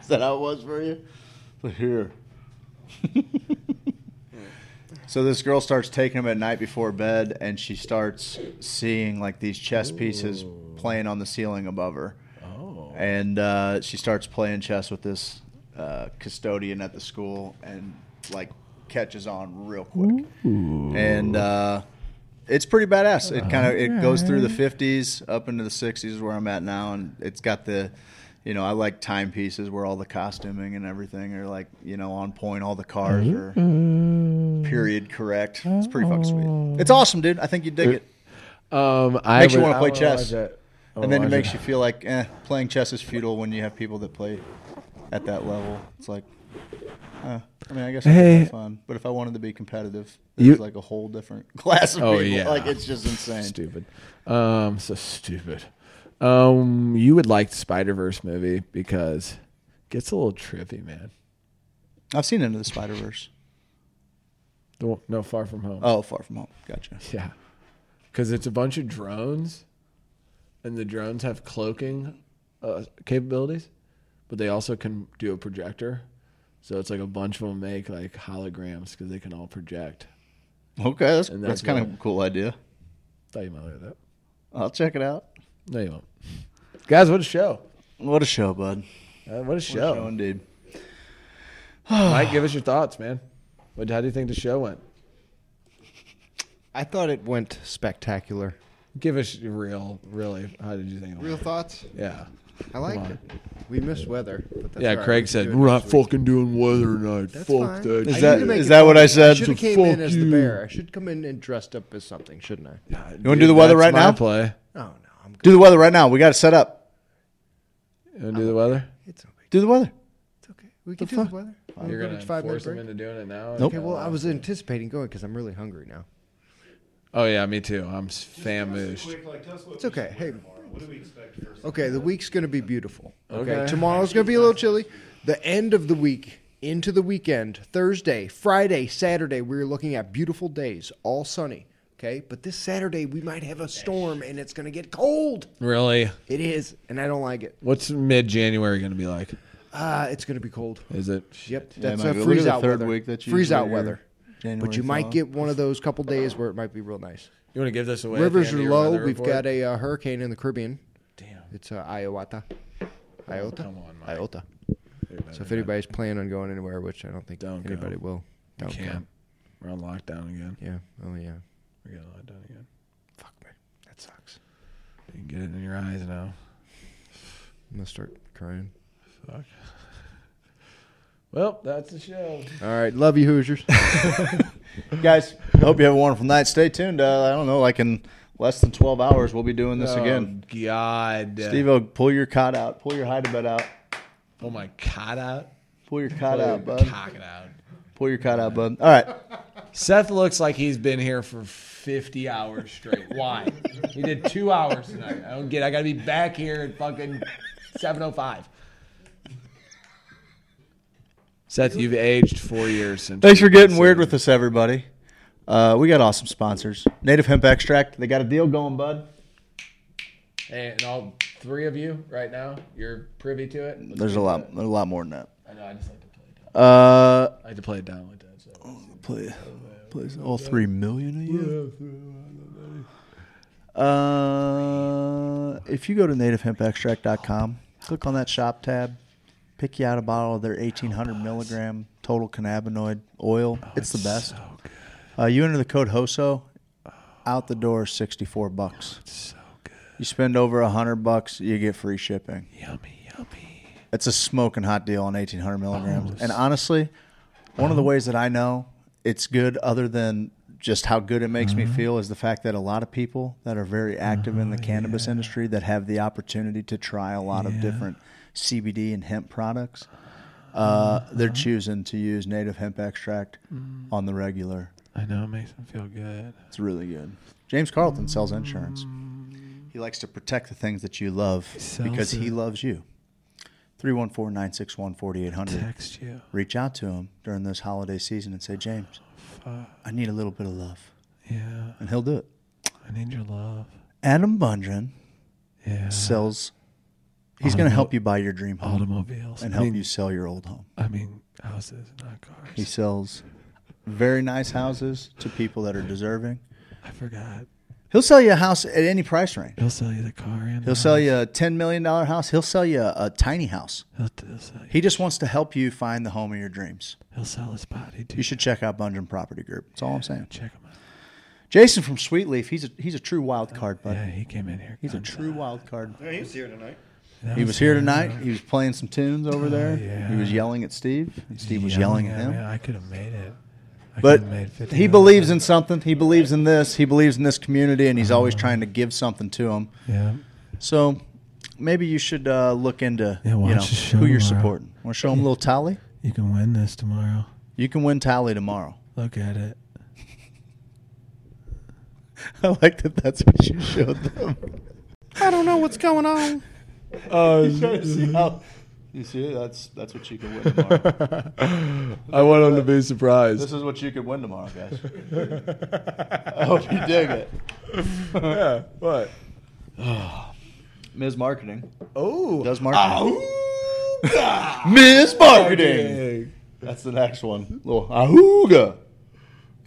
S11: is that how it was for you? But here. so this girl starts taking them at night before bed, and she starts seeing like these chess pieces playing on the ceiling above her.
S6: Oh.
S11: And uh, she starts playing chess with this uh, custodian at the school, and like catches on real quick. And uh, it's pretty badass. It kind of it goes through the fifties up into the sixties is where I'm at now, and it's got the, you know, I like timepieces where all the costuming and everything are like you know on point. All the cars are period correct. It's pretty fucking sweet. It's awesome, dude. I think you dig it.
S6: Um, I
S11: Makes you
S6: would-
S11: wanna
S6: I
S11: play
S6: would
S11: chess.
S6: watch that. I would
S11: And then it
S6: watch
S11: makes you feel like eh, playing chess is futile when you have people that play at that level. It's like, uh, I mean, I guess
S6: Hey.
S11: it's fun, but if I wanted to be competitive, there's
S6: You-
S11: like a whole different class of
S6: Oh,
S11: people.
S6: yeah.
S11: Like it's just insane.
S6: Stupid. Um, so stupid. Um, you would like the Spider Verse movie because it gets a little trippy, man.
S11: I've seen Into the Spider Verse.
S6: The one- No, Far From Home.
S11: Oh, Far From Home. Gotcha.
S6: Yeah, because it's a bunch of drones, and the drones have cloaking uh, capabilities, but they also can do a projector. So it's like a bunch of them make like holograms because they can all project.
S11: Okay, that's,
S6: And that's
S11: that's kind of
S6: what-
S11: a cool idea.
S6: Thought you might like that.
S11: I'll check it out.
S6: No, you won't. Guys, what a show.
S11: What a show, bud.
S6: Uh, what a show.
S11: indeed.
S6: Mike, give us your thoughts, man. What, how do you think the show went?
S14: I thought it went spectacular.
S6: Give us your real, really. How did you think? It went?
S14: Real thoughts?
S6: Yeah.
S14: I liked it. We missed weather, but that's
S6: yeah,
S14: all right.
S6: Craig
S14: We
S6: said
S14: can do it
S6: we're
S14: next
S6: not
S14: week."
S6: fucking doing weather tonight.
S14: That's
S6: fuck
S14: fine.
S6: that.
S14: I need
S6: shit.
S14: to make it fun. I should have came in as the bear. I should come in and dressed up as something, shouldn't I?
S11: You want to do the weather right now?
S14: Oh no,
S11: I'm good. Do the weather right now. We got to set up.
S6: You want to do the weather?
S11: Do the weather.
S14: we can do the weather. We'll
S6: You're
S14: go to
S6: gonna
S14: five-minute
S6: force them
S14: break.
S6: into doing it now?
S14: Okay, well, I was anticipating going because I'm really hungry now.
S6: Oh yeah, me too. I'm s- famished.
S14: It's okay. Hey, okay, the week's going to be beautiful. Okay,
S6: Okay.
S14: tomorrow's going to be a little chilly. The end of the week into the weekend, Thursday, Friday, Saturday, we're looking at beautiful days, all sunny. Okay, but this Saturday we might have a storm and it's going to get cold.
S6: Really?
S14: It is, and I don't like it.
S6: What's mid January going to be like?
S14: Uh, it's going to be cold.
S6: Is it?
S14: Yep,
S6: Yeah,
S14: that's
S6: might
S14: a
S6: be. Look at
S14: freeze
S6: the
S14: out
S6: third
S14: weather.
S6: week that's
S14: freeze
S6: usually
S14: out
S6: your
S14: weather.
S11: January,
S14: but you might
S11: fall.
S14: get one of those couple days where it might be real nice.
S6: You want to give this away? at the
S14: Rivers
S6: end
S14: are
S6: of your
S14: low.
S6: weather
S14: We've
S6: report?
S14: got a uh, hurricane in the Caribbean. Damn. It's uh, Iota. Iota. Come on, Iota. So if anybody's planning on going anywhere, which I don't think anybody will,
S6: We
S14: don't
S6: can't.
S14: come.
S6: We're on lockdown again.
S14: Yeah. Oh yeah.
S6: We got lockdown again. Fuck
S14: me. That sucks.
S6: You can get it in your eyes now.
S14: I'm gonna start crying.
S6: Fuck. Well, that's the show.
S14: All right, love you, Hoosiers.
S11: Guys, hope you have a wonderful night. Stay tuned. Uh, I don't know, like in less than 12 hours, we'll be doing this
S6: Oh,
S11: again.
S6: God.
S11: Steve O, pull your cot out. Pull your hide bed out.
S6: Oh my cot out.
S11: Pull your cot
S6: Pull
S11: out,
S6: your
S11: bud.
S6: cock out.
S11: Pull your cot out, bud. All right.
S6: Seth looks like he's been here for 50 hours straight. Why? he did two hours tonight. I don't get. It. I gotta be back here at fucking 7:05. Seth, you've aged four years since.
S11: Thanks for
S6: you-
S11: getting weird with us, everybody. Uh, we got awesome sponsors. Native Hemp Extract. They got a deal going, bud.
S6: Hey, and all three of you right now, you're privy to it. Let's
S11: There's a
S6: do
S11: lot. There's a lot more than that.
S6: it. I know. I just like to play. it down.
S11: Uh,
S6: I like to play it down like that. So.
S11: play, play all three million a year.
S6: Yeah.
S11: Uh, if you go to nativehempextract.com, click on that shop tab, pick you out a bottle of their 1800 milligram total cannabinoid oil. Oh, it's the best. Uh, you enter the code HOSO, out the door 64 bucks. so good. You spend over 100 bucks, you get free shipping. Yummy, yummy. Oh, It's a smoking hot deal on 1800 milligrams.
S9: Bones.
S11: And honestly, one of the ways that I know it's good, other than just how good it makes me
S9: Mm-hmm.
S11: feel, is the fact that a lot of people that are very active in the cannabis industry that have the opportunity to try a lot of
S9: Uh-huh, Yeah.
S11: different CBD and hemp products, uh,
S9: Uh-huh.
S11: they're choosing to use native hemp extract
S6: Mm.
S11: on the regular.
S6: I know it makes them feel good.
S11: It's really good. James Carlton sells insurance. He likes to protect the things that you love
S9: sells
S11: because he
S9: it.
S11: loves you. 314 961 4800.
S9: Text you.
S11: Reach out to him during this holiday season and say, James,
S6: Uh,
S11: I need a little bit of love.
S6: Yeah.
S11: And he'll do it.
S6: I need your love.
S11: Adam Bundren
S6: Yeah.
S11: sells, he's going to
S6: Automo-
S11: help you buy your dream home.
S6: Automobiles.
S11: And
S6: I
S11: help
S6: mean-
S11: you sell your old home.
S6: I mean, houses, not cars.
S11: He sells very nice houses to people that are deserving.
S6: I forgot.
S11: He'll sell you a house at any price range.
S6: He'll sell you the car and
S11: He'll sell you a ten million dollar house. He'll sell you a, a tiny house.
S6: He'll, he'll sell you.
S11: He just wants to help you find the home of your dreams.
S6: He'll sell his body to
S11: You should check out Bundren Property Group. That's all I'm saying.
S6: Check him out.
S11: Jason from Sweetleaf. He's a he's a true wild card, bud.
S6: Yeah, he came in here.
S11: He's a true wild card.
S15: he was here tonight.
S11: He was here tonight. He was playing some tunes over there.
S6: Oh,
S11: He was yelling at Steve. and Steve was yelling at him.
S6: me. I could have made it. I
S11: but
S6: could've made 50
S11: he believes in something. He believes in this. He believes in this community, and he's
S6: Uh-huh.
S11: always trying to give something to him.
S6: Yeah.
S11: So maybe you should uh, look into
S6: Yeah, watch
S11: you know,
S6: the show
S11: who you're
S6: tomorrow.
S11: supporting. Want to show him a little tally?
S6: You can win this tomorrow.
S11: You can win tally tomorrow.
S6: Look at it.
S11: I like that. That's what you showed them.
S15: I don't know what's going on.
S11: Oh, you trying to see how? You see, that's that's what you can win tomorrow.
S6: Oh, I want him to be
S11: This
S6: surprised.
S11: is what you could win tomorrow, guys. I hope you dig it.
S6: yeah. What?
S11: Ms. Marketing.
S6: Oh.
S11: Does marketing. Ms. Marketing. Oh, That's the next one. Little ahooga.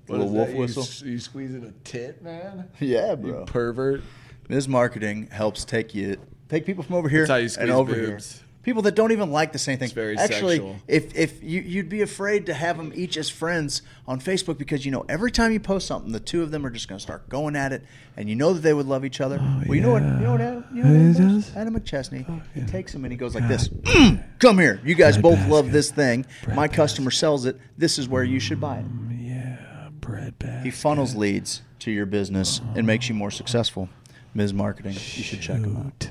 S6: What
S11: Little
S6: is
S11: wolf
S6: that? You
S11: whistle.
S6: s- You, squeezing a tit, man?
S11: Yeah,
S6: You
S11: bro.
S6: pervert.
S11: Ms. Marketing helps take you take people from over here
S6: That's how you
S11: and
S6: squeeze
S11: over
S6: boobs.
S11: here. People that don't even like the same thing.
S6: very
S11: Actually,
S6: sexual.
S11: if if you you'd be afraid to have them each as friends on Facebook because you know every time you post something, the two of them are just going to start going at it, and you know that they would love each other.
S6: Oh,
S11: well, you know what? You know what? Adam, you know what Adam, does? Adam McChesney he takes them and he goes like this: "Mm, "Come here, you guys both love this thing. My customer sells it. This is where you should buy it."
S6: Mm,
S11: He funnels leads to your business and makes you more successful. Ms. Marketing, you should check him out.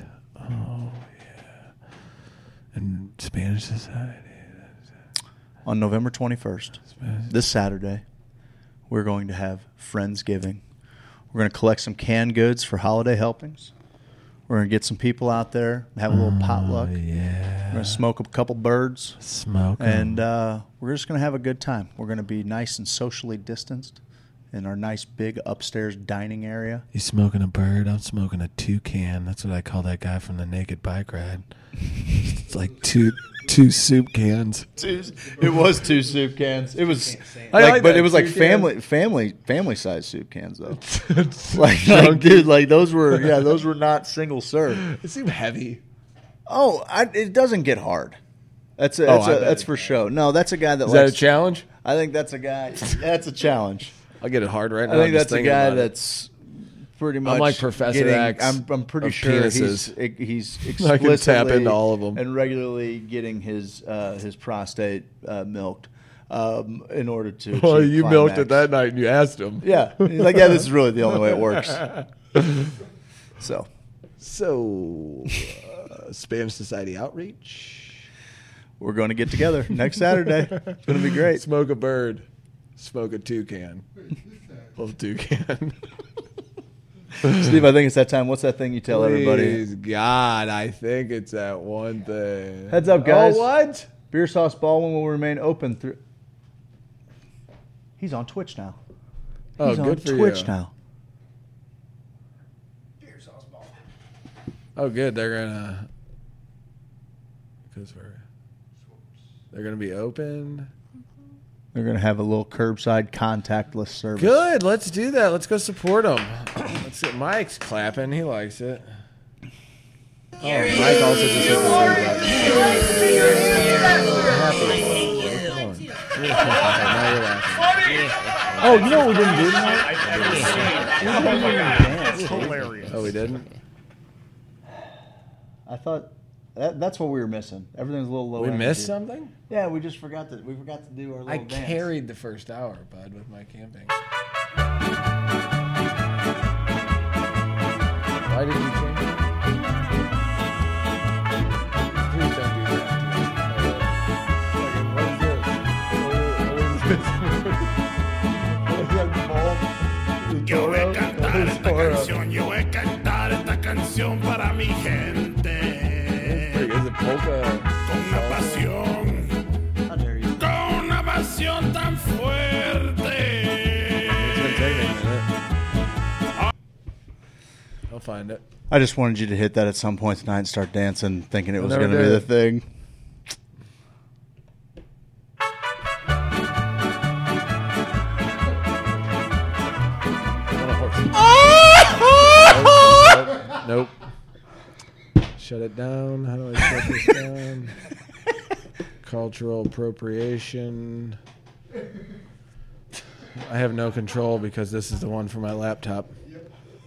S6: And Spanish Society.
S11: On November 21st, this Saturday, we're going to have Friendsgiving. We're going to collect some canned goods for holiday helpings. We're going to get some people out there, and have a little potluck. Yeah. We're going to smoke a couple birds.
S6: Smoke 'em.
S11: And uh, we're just going to have a good time. We're going to be nice and socially distanced in our nice big upstairs dining area.
S16: You smoking a bird? I'm smoking a toucan. That's what I call that guy from the Naked Bike Ride. It's like two two soup cans.
S11: It was two soup cans. It was like,
S16: I like
S11: but
S16: that,
S11: it was like
S16: soup
S11: family, family, family size soup cans though. like, like, dude, like those were, yeah, those were not single serve.
S6: It seemed heavy.
S11: Oh, I, it doesn't get hard. That's a,
S6: Oh,
S11: that's,
S6: I
S11: a,
S6: bet
S11: that's
S6: it
S11: for show. No, that's a guy that
S6: Is that a
S11: likes-
S6: challenge?
S11: I think that's a guy. That's a challenge.
S6: I'll get it hard right now.
S11: I think
S6: just
S11: that's a
S6: thinking
S11: guy
S6: about it.
S11: that's pretty
S6: I'm
S11: much.
S6: like Professor
S11: getting-
S6: X
S11: I'm, I'm pretty
S6: of
S11: sure
S6: penises.
S11: he's he's
S6: I can
S11: explicitly
S6: tap into all of 'em.
S11: and regularly getting his uh, his prostate uh, milked um, in order to.
S6: Well,
S11: achieve
S6: Oh, you milked it that
S11: climax.
S6: night and you asked him.
S11: Yeah, he's like, yeah, this is really the only way it works. so,
S6: so uh, Spanish Society outreach.
S11: We're going to get together next Saturday. It's going to be great.
S6: Smoke a bird, smoke a toucan, little toucan.
S11: Steve, I think it's that time. What's that thing you tell everybody?
S6: Please, God, I think it's that one thing.
S11: Heads up, guys.
S6: Oh, what?
S11: Beer Sauce Baldwin will remain open through. He's on Twitch now.
S6: Oh,
S11: He's on
S6: good for
S11: Twitch
S6: you.
S11: now.
S6: Oh, good. They're gonna. Because we're. They're gonna be open.
S11: They're going to have a little curbside contactless service.
S6: Good. Let's do that. Let's go support them. Let's get Mike's clapping. He likes it. Oh, Mike also just hit the
S16: Oh, you know what we didn't do tonight?
S11: Oh my God, that's
S16: hilarious.
S6: Oh, we didn't.
S11: I thought that, that's what we were missing. Everything's a little low.
S6: We
S11: energy.
S6: missed something?
S11: Yeah, we just forgot that we forgot to do our little
S6: I
S11: dance.
S6: carried the first hour, bud, with my camping. Why did you change it? Please don't do
S17: Yo voy a cantar esta canción, yo voy a cantar esta canción para mi gente. Con una pasión, con una pasión tan fuerte.
S6: I'll find it.
S11: I just wanted you to hit that at some point tonight and start dancing, thinking it
S6: I
S11: was
S6: never
S11: going to be
S6: did.
S11: the thing.
S6: Nope. Shut it down. How do I shut this down? Cultural appropriation. I have no control because this is the one for my laptop.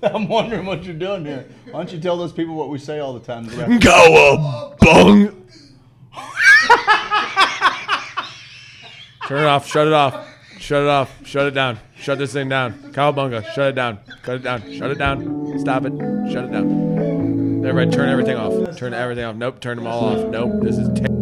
S11: I'm wondering what you're doing here. Why don't you tell those people what we say all the time?
S6: Cowabung. Turn it off. Shut it off. Shut it off. Shut it down. Shut this thing down. Cowabunga. Shut it down. Cut it down. Shut it down. Stop it. Shut it down. Everybody, turn everything off. Turn everything off. Nope. Turn them all off. Nope. This is. Ter-